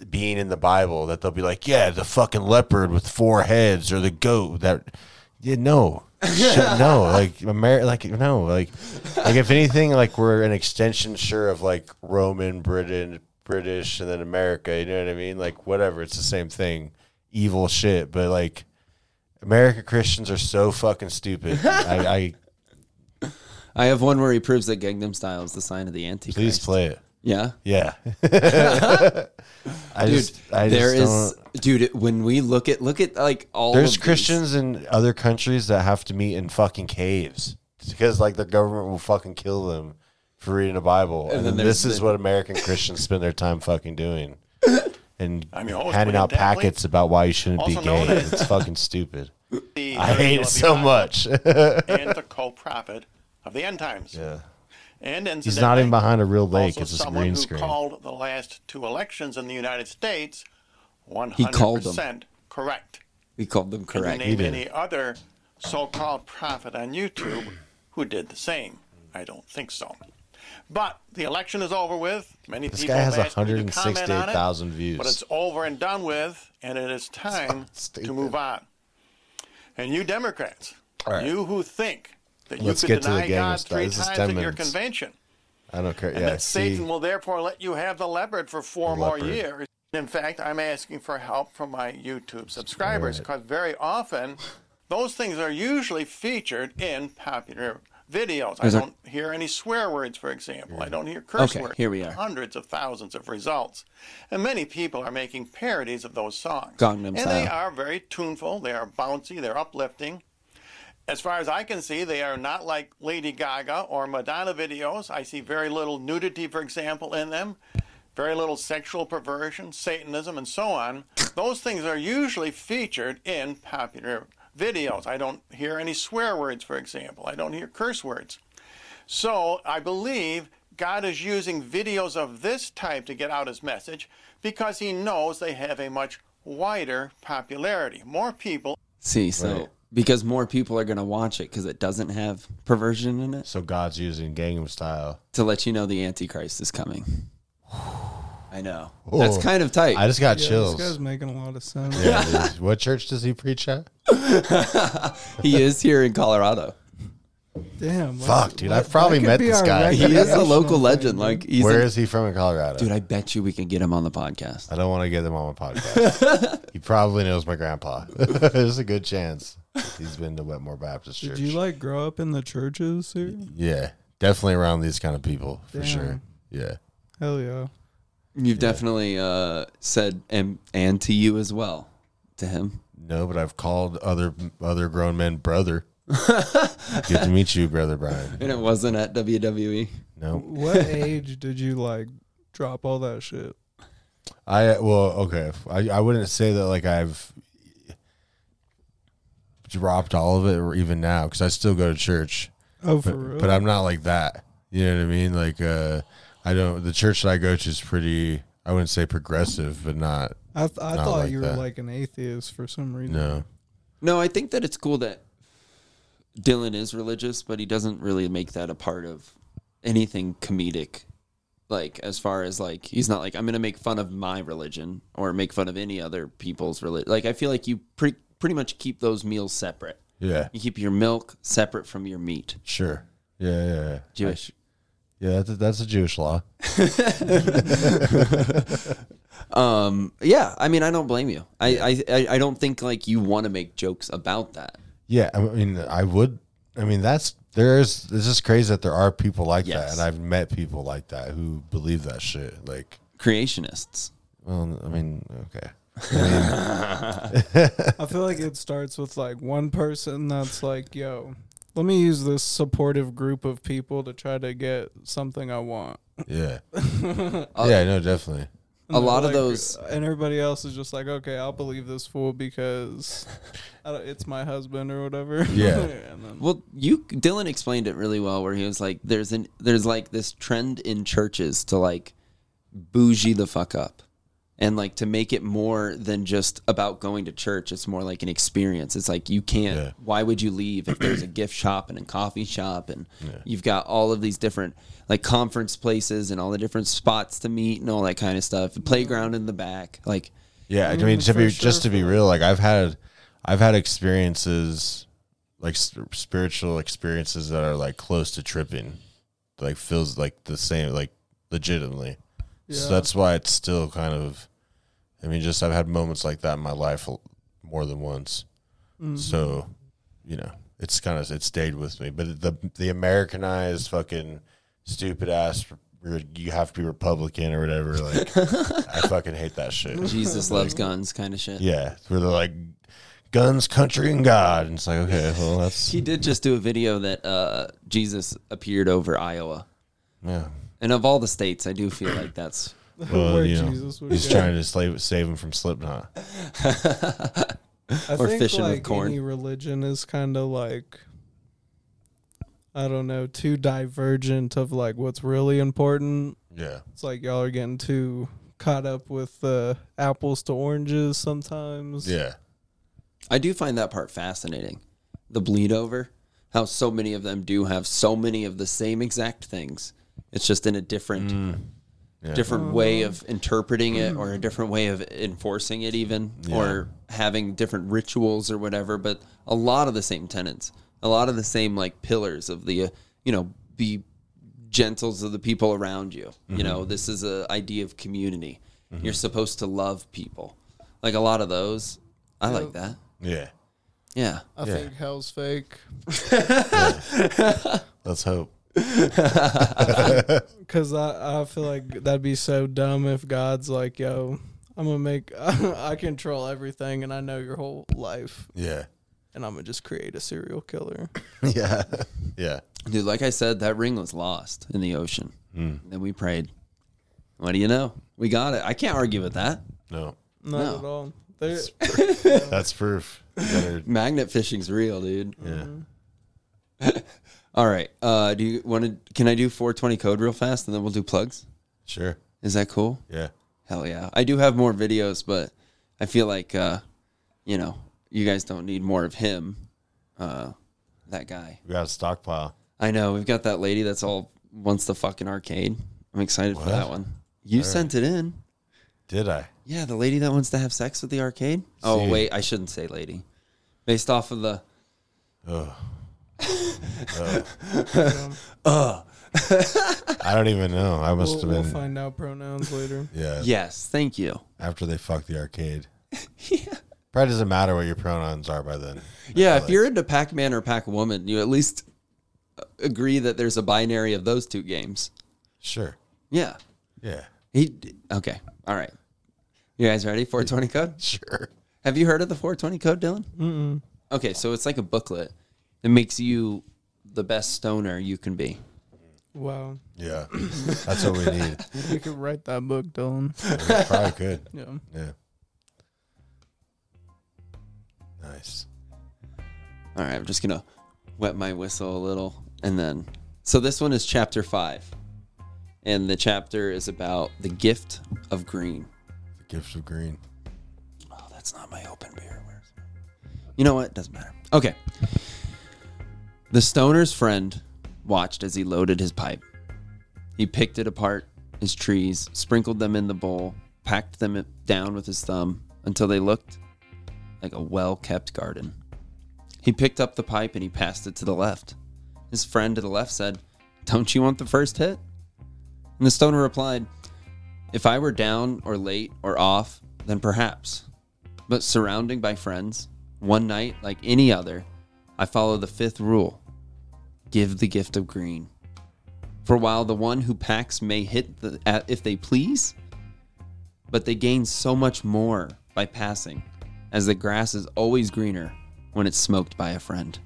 being in the Bible that they'll be like, yeah, the fucking leopard with four heads or the goat that, yeah, no,
*laughs*
Shit, no, like Amer- like no, like like if anything, like we're an extension, sure, of like Roman, Britain, British, and then America. You know what I mean? Like whatever, it's the same thing, evil shit. But like, American Christians are so fucking
*laughs*
stupid. I, I
I have one where he proves that Gangnam Style is the sign of the Antichrist.
please play it.
Yeah.
Yeah. *laughs* I
Dude,
just, I
there
just
is,
don't-
dude. When we look at look at like all of
There's
these-
Christians in other countries that have to meet in fucking caves because like the government will fucking kill them for reading the Bible. And,
then
then
there's
this is
the-
what American Christians spend their time fucking doing. And
your host,
handing
William
out
Dempsey,
packets about why you shouldn't be
also known
gay.
as-
It's fucking stupid.
The
I hate
original
it
of the
so
Bible
much. *laughs*
and the co-prophet of the end times.
Yeah. He's
And
not even
incidentally,
behind a real lake.
also
It's just a
someone
green
who
screen.
called the last two elections in the United States 100%
called them.
correct.
We called them
Can you
correct.
name
did.
any other so-called prophet on YouTube who did the same? I don't think so. But the election is over with. Many
This
people
guy has
have asked me to comment on it,
168,000 views.
But it's over and done with, and it is time
stupid.
to move on. And you Democrats,
All right.
you who think that you
Let's
could
get to the
deny
gang
God
of stuff.
three
This is
times
10
at your
minutes.
convention,
I don't care.
and
Yeah,
that
see,
Satan will therefore let you have the leopard for four
The
more
leopard.
years. In fact, I'm asking for help from my YouTube subscribers because very often those things are usually featured in popular videos. I
There's a-
don't hear any swear words, for example. I don't hear curse
Okay,
words.
here we are.
Hundreds of thousands of results. And many people are making parodies of those songs.
Gangnam
and they
Style.
are very tuneful, they are bouncy, they're uplifting. As far as I can see, they are not like Lady Gaga or Madonna videos. I see very little nudity, for example, in them, very little sexual perversion, Satanism, and so on. Those things are usually featured in popular videos. I don't hear any swear words, for example, I don't hear curse words. So I believe God is using videos of this type to get out his message because he knows they have a much wider popularity. More people
See, so
Right.
because more people are gonna watch it because it doesn't have perversion in it
so God's using Gangnam Style.
to let you know the Antichrist is coming. I know that's kind of tight.
I just got
This
chills.
guy's making a lot of sense.
Yeah,
*laughs*
dude. what church does he preach at?
he is here
*laughs*
in Colorado.
Damn. what-
Fuck, dude,
what-
I've probably
that could
met
be
this
our
guy.
He is a local
recreational
legend.
thing.
Like he's
Where
a-
is he from in Colorado?
dude. I bet you we can get him on the podcast.
I don't want to get him on my podcast.
*laughs*
he probably knows my grandpa. *laughs* There's a good chance he's been to Wetmore Baptist Church.
Did you like grow up in the churches here?
yeah, definitely around these kind of people for
Damn.
sure. Yeah,
Hell yeah.
You've definitely uh, said and and to you as well to him.
no, but I've called other other grown men
*laughs*
brother. good to meet you, brother Brian.
And it wasn't at E. WWE.
No, *laughs*
What age did you like drop all that shit?
I well, okay. I, I wouldn't say that like I've dropped all of it or even now because I still go to church,
Oh, for
but,
real?
but I'm not like that. You know what I mean? Like uh, I don't. The church that I go to is pretty. I wouldn't say progressive, but not
I, th- I
not
thought
like
you were
that.
like an atheist for some reason.
no.
No, I think that it's cool that Dylan is religious, but he doesn't really make that a part of anything comedic. Like as far as like he's not like I'm gonna make fun of my religion or make fun of any other people's religion. Like I feel like you pre- pretty much keep those meals separate.
Yeah,
You keep your milk separate from your meat.
sure. Yeah, yeah, yeah.
Jewish.
yeah that's, a, that's a Jewish law.
Um, yeah, I mean, I don't blame you. I I, I- I don't think like you want to make jokes about that.
Yeah, I mean, I would. I mean, that's there's. It's just crazy that there are people like that,
Yes.
and I've met people like that who believe that shit. Like,
Creationists.
well, I mean, okay.
I feel like it starts with like one person that's like, yo, let me use this supportive group of people to try to get something I want.
Yeah. yeah, no, definitely.
A lot
Like,
of those.
And everybody else is just like, okay, I'll believe this fool because
*laughs*
I don't, it's my husband or whatever.
Yeah.
*laughs* and then,
Well, you Dylan explained it really well, where he was like, "There's an there's like this trend in churches to like bougie the fuck up, and like to make it more than just about going to church it's more like an experience it's like you can't
Yeah.
why would you leave if there's a *clears throat* gift shop and a coffee shop and you've got all of these different like conference places and all the different spots to meet and all that kind of stuff the playground in the back like
Yeah, I mean to
Mm, for
be
sure,
just to be real, like I've had, I've had experiences, like s- spiritual experiences that are like close to tripping, like feels like the same, like legitimately. So
Yeah.
that's why it's still kind of, I mean, just I've had moments like that in my life l- more than once.
Mm-hmm.
So, you know, it's kind of it stayed with me. But the the Americanized fucking stupid ass. re- You have to be Republican or whatever. Like,
*laughs*
I fucking hate that shit.
jesus loves guns kind of shit
Yeah, where they're like guns, country, and God, and it's like okay, well that's
he did just do a video that uh jesus appeared over iowa
*laughs*
yeah.
and of all the states i do feel like that's
*laughs* Well,
Where
you know,
Jesus would
he's
go.
trying to slave, save him from Slipknot.
I
Or
think
fishing with
like
corn.
any religion is kind of like I don't know, too divergent of like what's really important.
Yeah,
It's like y'all are getting too caught up with uh, apples to oranges sometimes.
yeah,
I do find that part fascinating. The bleed over, how so many of them do have so many of the same exact things. It's just in a different
Yeah.
different way of interpreting it or a different way of enforcing it even or having different rituals or whatever, but a lot of the same tenets, a lot of the same like pillars of the, uh, you know, be gentle to the people around you. You know, this is a idea of community. You're supposed to love people. Like a lot of those. I like that.
yeah.
Yeah.
I think hell's fake
Let's hope.
because I, I feel like that'd be so dumb if God's like, yo, I'm gonna make *laughs* I control everything and I know your whole life
Yeah, *laughs*
and I'm gonna just create a serial killer.
yeah, yeah.
Dude, like I said, that ring was lost in the ocean.
Hmm.
Then we prayed. What do you know? We got it. I can't argue with that.
No,
Not
No.
at all. They're,
that's proof. You
*laughs*
better-
Magnet fishing's real, dude.
yeah,
All right. Uh, do you want to? Can I do 420 code real fast, and then we'll do plugs?
sure.
Is that cool?
Yeah,
Hell yeah. I do have more videos, but I feel like, uh, you know, you guys don't need more of him. Uh, that guy.
we got a stockpile.
I know. We've got that lady that's all wants the fucking arcade. I'm excited for
What?
that one. You sent it in.
Did I?
Yeah, the lady that wants to have sex with the arcade. Oh
See.
wait, I shouldn't say lady. Based off of the
*laughs*
I don't even know. I must have
we'll, we'll
been.
find out pronouns later.
yeah,
yes, thank you.
After they fuck the arcade. Probably doesn't matter what your pronouns are by then.
yeah, if you're into Pac-Man or Pac-Woman, you at least uh, agree that there's a binary of those two games.
Sure.
Yeah.
Yeah.
He okay. All right. You guys ready? 420 code.
Sure.
Have you heard of the 420 code, Dylan? Mm-mm. Okay, so it's like a booklet that makes you the best stoner you can be.
Wow,
Yeah. That's what we need.
you could write that book, Dylan.
*laughs* We probably could.
Yeah.
Yeah. Nice.
All right, I'm just gonna wet my whistle a little, and then so this one is chapter five, and the chapter is about the gift of green.
The gift of green.
Oh, that's not my open beer. Where's You know what? Doesn't matter. Okay. The stoner's friend watched as he loaded his pipe. He picked it apart, his trees, sprinkled them in the bowl, packed them down with his thumb until they looked like a well kept garden. He picked up the pipe and he passed it to the left. His friend to the left said, Don't you want the first hit? And the stoner replied, If I were down or late or off, then perhaps but surrounding by friends, one night like any other, I follow the fifth rule give the gift of green. For while the one who packs may hit the, uh, if they please, but they gain so much more by passing, as the grass is always greener when it's smoked by a friend.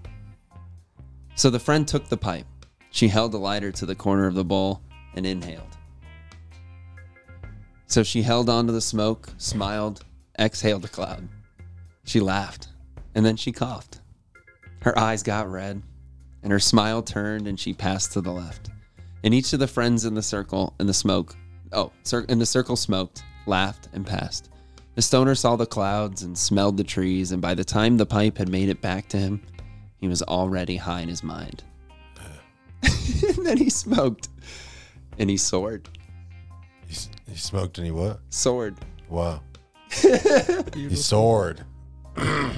So the friend took the pipe. She held the lighter to the corner of the bowl and inhaled. So she held on to the smoke, smiled, exhaled a cloud. She laughed, and then she coughed. Her eyes got red, and her smile turned, and she passed to the left. And each of the friends in the circle in the smoke, oh, cir- in the circle smoked, laughed, and passed. The stoner saw the clouds and smelled the trees, and by the time the pipe had made it back to him, he was already high in his mind. *laughs* and then he smoked, and he soared.
He, s- he smoked and he what?
Soared.
Wow. he soared.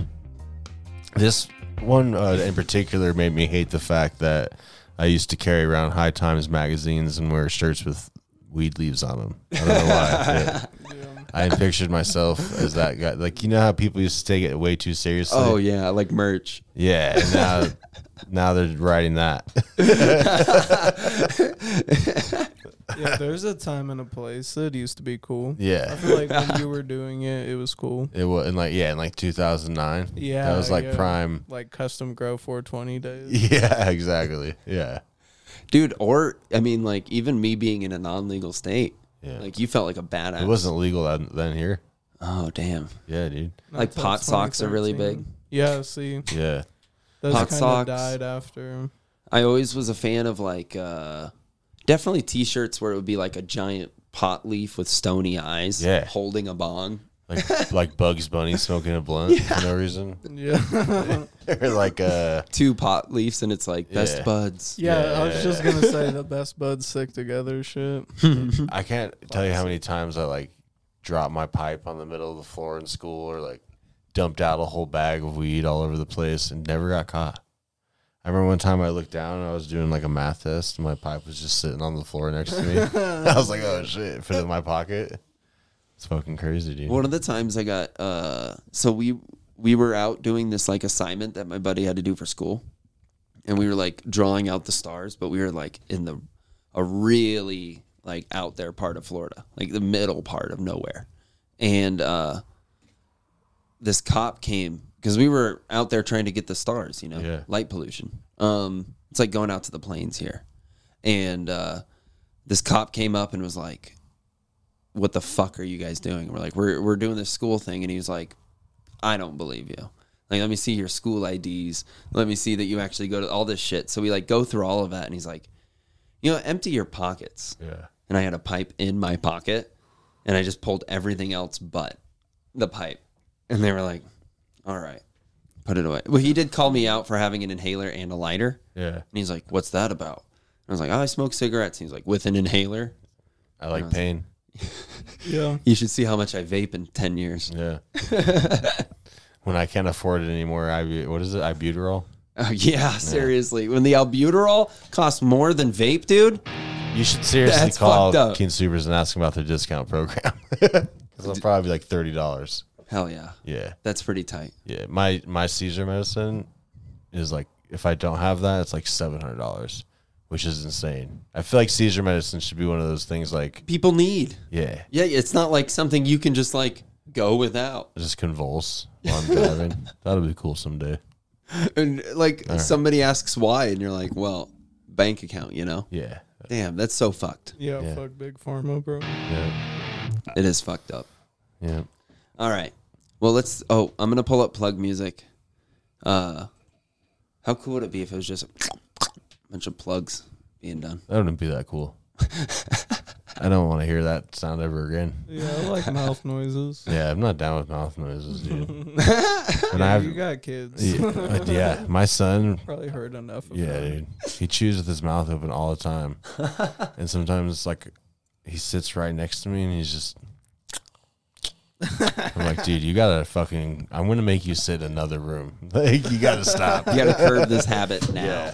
*clears throat* this one uh, in particular made me hate the fact that I used to carry around High Times magazines and wear shirts with weed leaves on them. I don't know why. I, did. I pictured myself as that guy. Like you know how people used to take it way too seriously.
Oh, yeah, I like merch.
yeah. And now, now they're writing that. *laughs*
Yeah, there's a time and a place that used to be cool. I
yeah.
feel
*laughs*
like when you were doing it, it was cool.
It was in like yeah, in like 2009.
Yeah,
that was like
yeah.
prime. *laughs*
Like custom grow 420 days.
Yeah, exactly. Yeah,
Dude, or, I mean, like, even me being in a non legal state,
Yeah.
like, you felt like a badass.
it wasn't legal then, then here.
Oh, damn.
Yeah, dude.
like,
Until
pot socks are really big.
2013. Yeah, see,
Yeah,
those
Pot
kind of
socks.
died after.
I always was a fan of like uh definitely t-shirts where it would be like a giant pot leaf with stony eyes
Yeah.
holding a bong.
*laughs* like like Bugs Bunny smoking a blunt for no reason,
Yeah. yeah,
*laughs* or like uh, *laughs*
Two pot leafs and it's like best
Yeah.
buds.
I was just gonna say *laughs* the best buds stick together. Shit.
I can't tell you how many times I like dropped my pipe on the middle of the floor in school, or like dumped out a whole bag of weed all over the place and never got caught. I remember one time I looked down and I was doing like a math test and my pipe was just sitting on the floor next to *laughs* me. I was like, oh shit, fit in my pocket. It's fucking crazy, dude.
One of the times I got uh so we we were out doing this like assignment that my buddy had to do for school. And we were like drawing out the stars, but we were like in the a really like out there part of Florida, like the middle part of nowhere. And uh this cop came because we were out there trying to get the stars, you know,
Yeah.
light pollution. Um, it's like going out to the plains here. And uh, this cop came up and was like, What the fuck are you guys doing? We're like, We're, we're doing this school thing. And he was like, I don't believe you. Like, let me see your school IDs. Let me see that you actually go to all this shit. So we like go through all of that. And he's like, You know, empty your pockets
yeah.
and I had a pipe in my pocket and I just pulled everything else but the pipe. And they were like, all right, put it away. Well, he did call me out for having an inhaler and a lighter.
Yeah.
And he's like, what's that about? And I was like, oh, I smoke cigarettes. And he's like, with an inhaler?
I like pain.
Yeah.
You should see how much I vape in 10 years. *laughs*
Yeah. when I can't afford it anymore, I what is it? Ibuterol.
Oh, *laughs* yeah, seriously. When the albuterol costs more than vape, dude,
You should seriously
That's fucked
call
up.
King Supers and ask them about their discount program. *laughs* Because it'll probably be like thirty dollars.
hell yeah.
Yeah,
That's pretty tight.
yeah. My my seizure medicine is like if I don't have that, it's like seven hundred dollars, which is insane. I feel like seizure medicine should be one of those things like
People need.
yeah,
Yeah, it's not like something you can just like go without.
*laughs* just convulse while I'm
*laughs*
driving. That'll be cool someday.
And like somebody asks why, and you're like, well, bank account, you know?
Yeah,
Damn, that's so fucked.
Yeah,
Yeah.
fuck big pharma, bro.
yeah,
It is fucked up.
yeah.
All right. Well, let's. Oh, I'm gonna pull up plug music. Uh, how cool would it be if it was just a bunch of plugs being done?
That wouldn't be that
*laughs*
cool. I don't want to hear that sound ever again.
Yeah, I like mouth noises.
Yeah, I'm not down with mouth noises,
*laughs*
dude. when I have,
You got
*laughs*
kids.
yeah, uh, yeah, my son,
Probably heard enough of
yeah,
that.
dude, he chews with his mouth open all the time,
*laughs*
and sometimes it's like he sits right next to me and he's just. I'm like, dude, you gotta fucking. I'm gonna make you sit in another room. *laughs* Like, you gotta
*laughs*
stop. *laughs*
You gotta curb this habit now,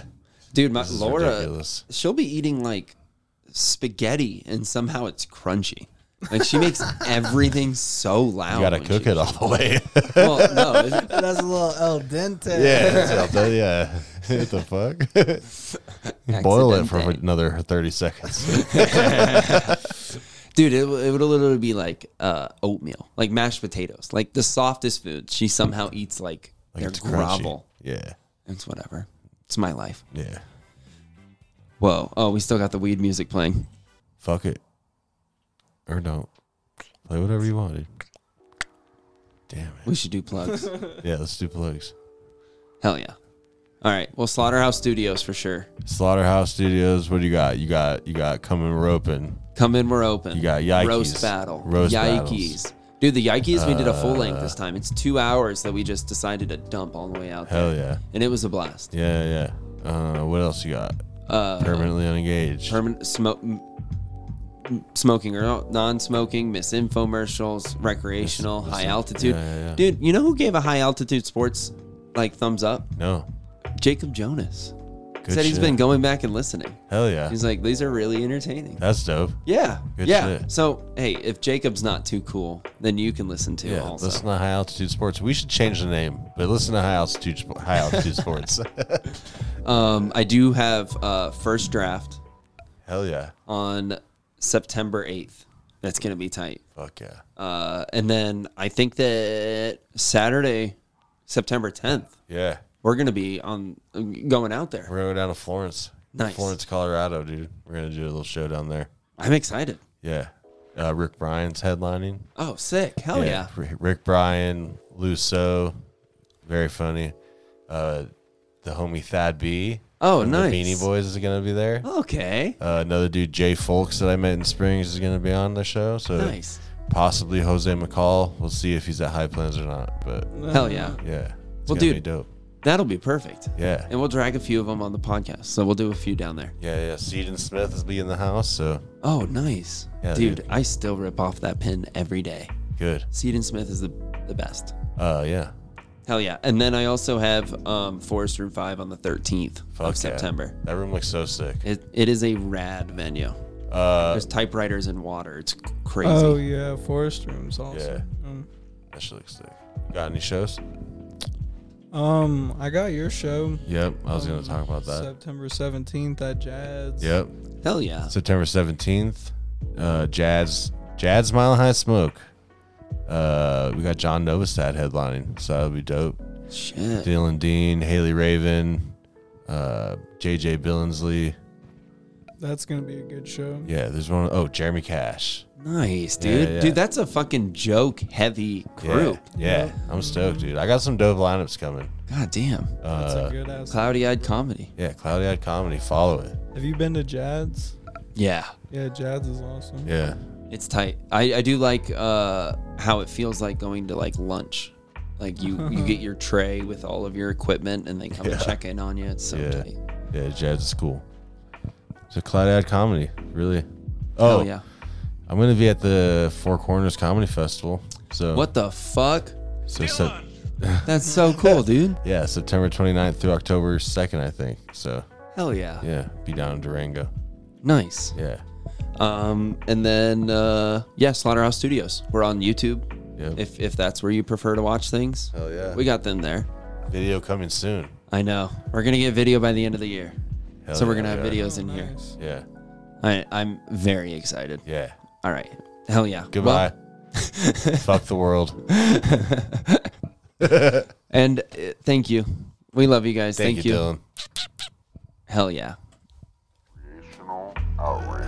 dude. My
This is
Laura,
ridiculous.
she'll be eating like spaghetti, and somehow it's crunchy. Like
*laughs*
she makes everything so loud.
You gotta
when
cook
she-
it all the way. *laughs*
Well, no, it-
That's a little el dente.
yeah, that's out there, yeah. *laughs* what the fuck? *laughs* Boil it for
Accidente.
another 30
*laughs*
seconds.
Dude, it, w- it would literally be like uh, oatmeal, like mashed potatoes, like the softest food. She somehow eats like,
Like,
their
it's crunchy.
grovel.
Yeah,
It's whatever. It's my life.
yeah.
Whoa. Oh, we still got the weed music playing.
Fuck it. Or don't. Play whatever you want, dude. Damn
We should
*laughs*
do plugs.
it. Yeah, let's do plugs.
Hell yeah. All right. Well, Slaughterhouse Studios for sure.
Slaughterhouse Studios, what do you got? You got you got coming roping.
Come in, we're open.
You got Yikes.
Roast battle.
Roast Uh,
Yikes. Dude, the Yikes, we did a full length this time. It's two hours that we just decided to dump all the way out there.
Hell yeah.
And it was a blast.
Yeah, yeah. Uh, what else you got?
Uh,
Permanently unengaged.
Permanent smoke. Smoking or non smoking, misinfomercials, recreational, high altitude.
yeah, yeah, yeah.
Dude, you know who gave a high altitude sports like thumbs up?
no.
Jacob Jonas.
Good
Said he's
shit.
been going back and listening.
Hell yeah.
He's like, these are really entertaining.
That's dope.
Yeah.
Good
yeah.
shit.
So, hey, if Jacob's not too cool, then you can listen to it
Yeah,
also.
listen to high altitude sports. We should change the name, but listen to high altitude Sp- high altitude
*laughs*
sports.
Um, I do have uh, first draft
Hell yeah,
on September 8th. That's going to be tight.
fuck yeah,
Uh, and then I think that Saturday, September 10th,
yeah.
we're going to be on going out there.
We're gonna go down to Florence,
Nice.
Florence, Colorado, dude. We're gonna do a little show down there.
I'm excited.
Yeah, uh, Rick Bryan's headlining.
Oh, sick. Hell yeah.
R- Rick Bryan, Luso, very funny. Uh, the homie Thad B.
Oh,
from
nice. Oh.
The Beanie Boys is gonna be there.
Okay.
Uh, another dude, Jay Folks, that I met in Springs, is going to be on the show. So
Nice.
possibly Jose McCall. We'll see if he's at High Plains or not. But
Hell yeah.
yeah, it's
Well,
gonna be
dude.
dope.
That'll be perfect.
Yeah.
And we'll drag a few of them on the podcast. So we'll do a few down there.
Yeah, yeah. Seaton Smith is be in the house, so
Oh, nice.
Yeah,
dude,
dude.
I still rip off that pin every day.
good.
Seaton Smith is the, the best.
Uh, yeah.
Hell yeah. And then I also have um, Forest Room 5 on the 13th
Fuck yeah.
of September.
That room looks so sick.
It, it is a rad venue.
Uh,
There's typewriters and water. It's c- crazy.
Oh yeah, forest rooms
yeah.
also.
That shit looks sick. Got any shows?
Um, I got your show.
Yep. I was gonna talk about that.
September seventeenth at Jazz.
Yep.
Hell yeah.
September 17th, uh, Jazz Jazz Mile High Smoke. Uh, we got John Novostad headlining, so that'll be dope.
Shit.
Dylan Dean, Haley Raven, uh, JJ Billingsley.
That's gonna be a good show.
Yeah, there's one oh Jeremy Cash.
Nice, dude.
yeah.
Dude, that's a fucking joke heavy
Yeah,
group.
Yeah, I'm stoked, dude. I got some dope lineups coming.
God damn.
Uh,
That's a good ass.
Cloudy eyed comedy.
Yeah, Cloudy Eyed Comedy. Follow it.
Have you been to Jazz?
Yeah.
Yeah, Jazz is awesome.
Yeah.
It's tight. I, I do like uh, how it feels like going to like lunch. Like you, you get your tray with all of your equipment and they come and check in on you. It's so
Yeah.
tight.
Yeah, jazz is cool. So Cloudy Eyed Comedy, really.
Oh
Oh,
yeah.
I'm gonna be at the Four Corners Comedy Festival. So
What the fuck?
So, so
That's so cool, dude.
yeah, September 29th through October 2nd, I think. So
Hell yeah.
yeah, be down in Durango.
Nice.
Yeah.
Um, and then uh, yeah, Slaughterhouse Studios. We're on YouTube.
Yep.
If if that's where you prefer to watch things.
Hell yeah.
We got them there.
Video coming soon.
I know. We're gonna get video by the end of the year.
Hell
so we're
yeah,
gonna have
we are.
videos in here.
Nice.
Yeah.
I, I'm very excited.
Yeah.
All right. Hell yeah. Well, *laughs*
Goodbye. Fuck the world.
And uh, thank you. We love you guys.
Thank, you, Dylan.
Hell yeah.
Recreational outreach.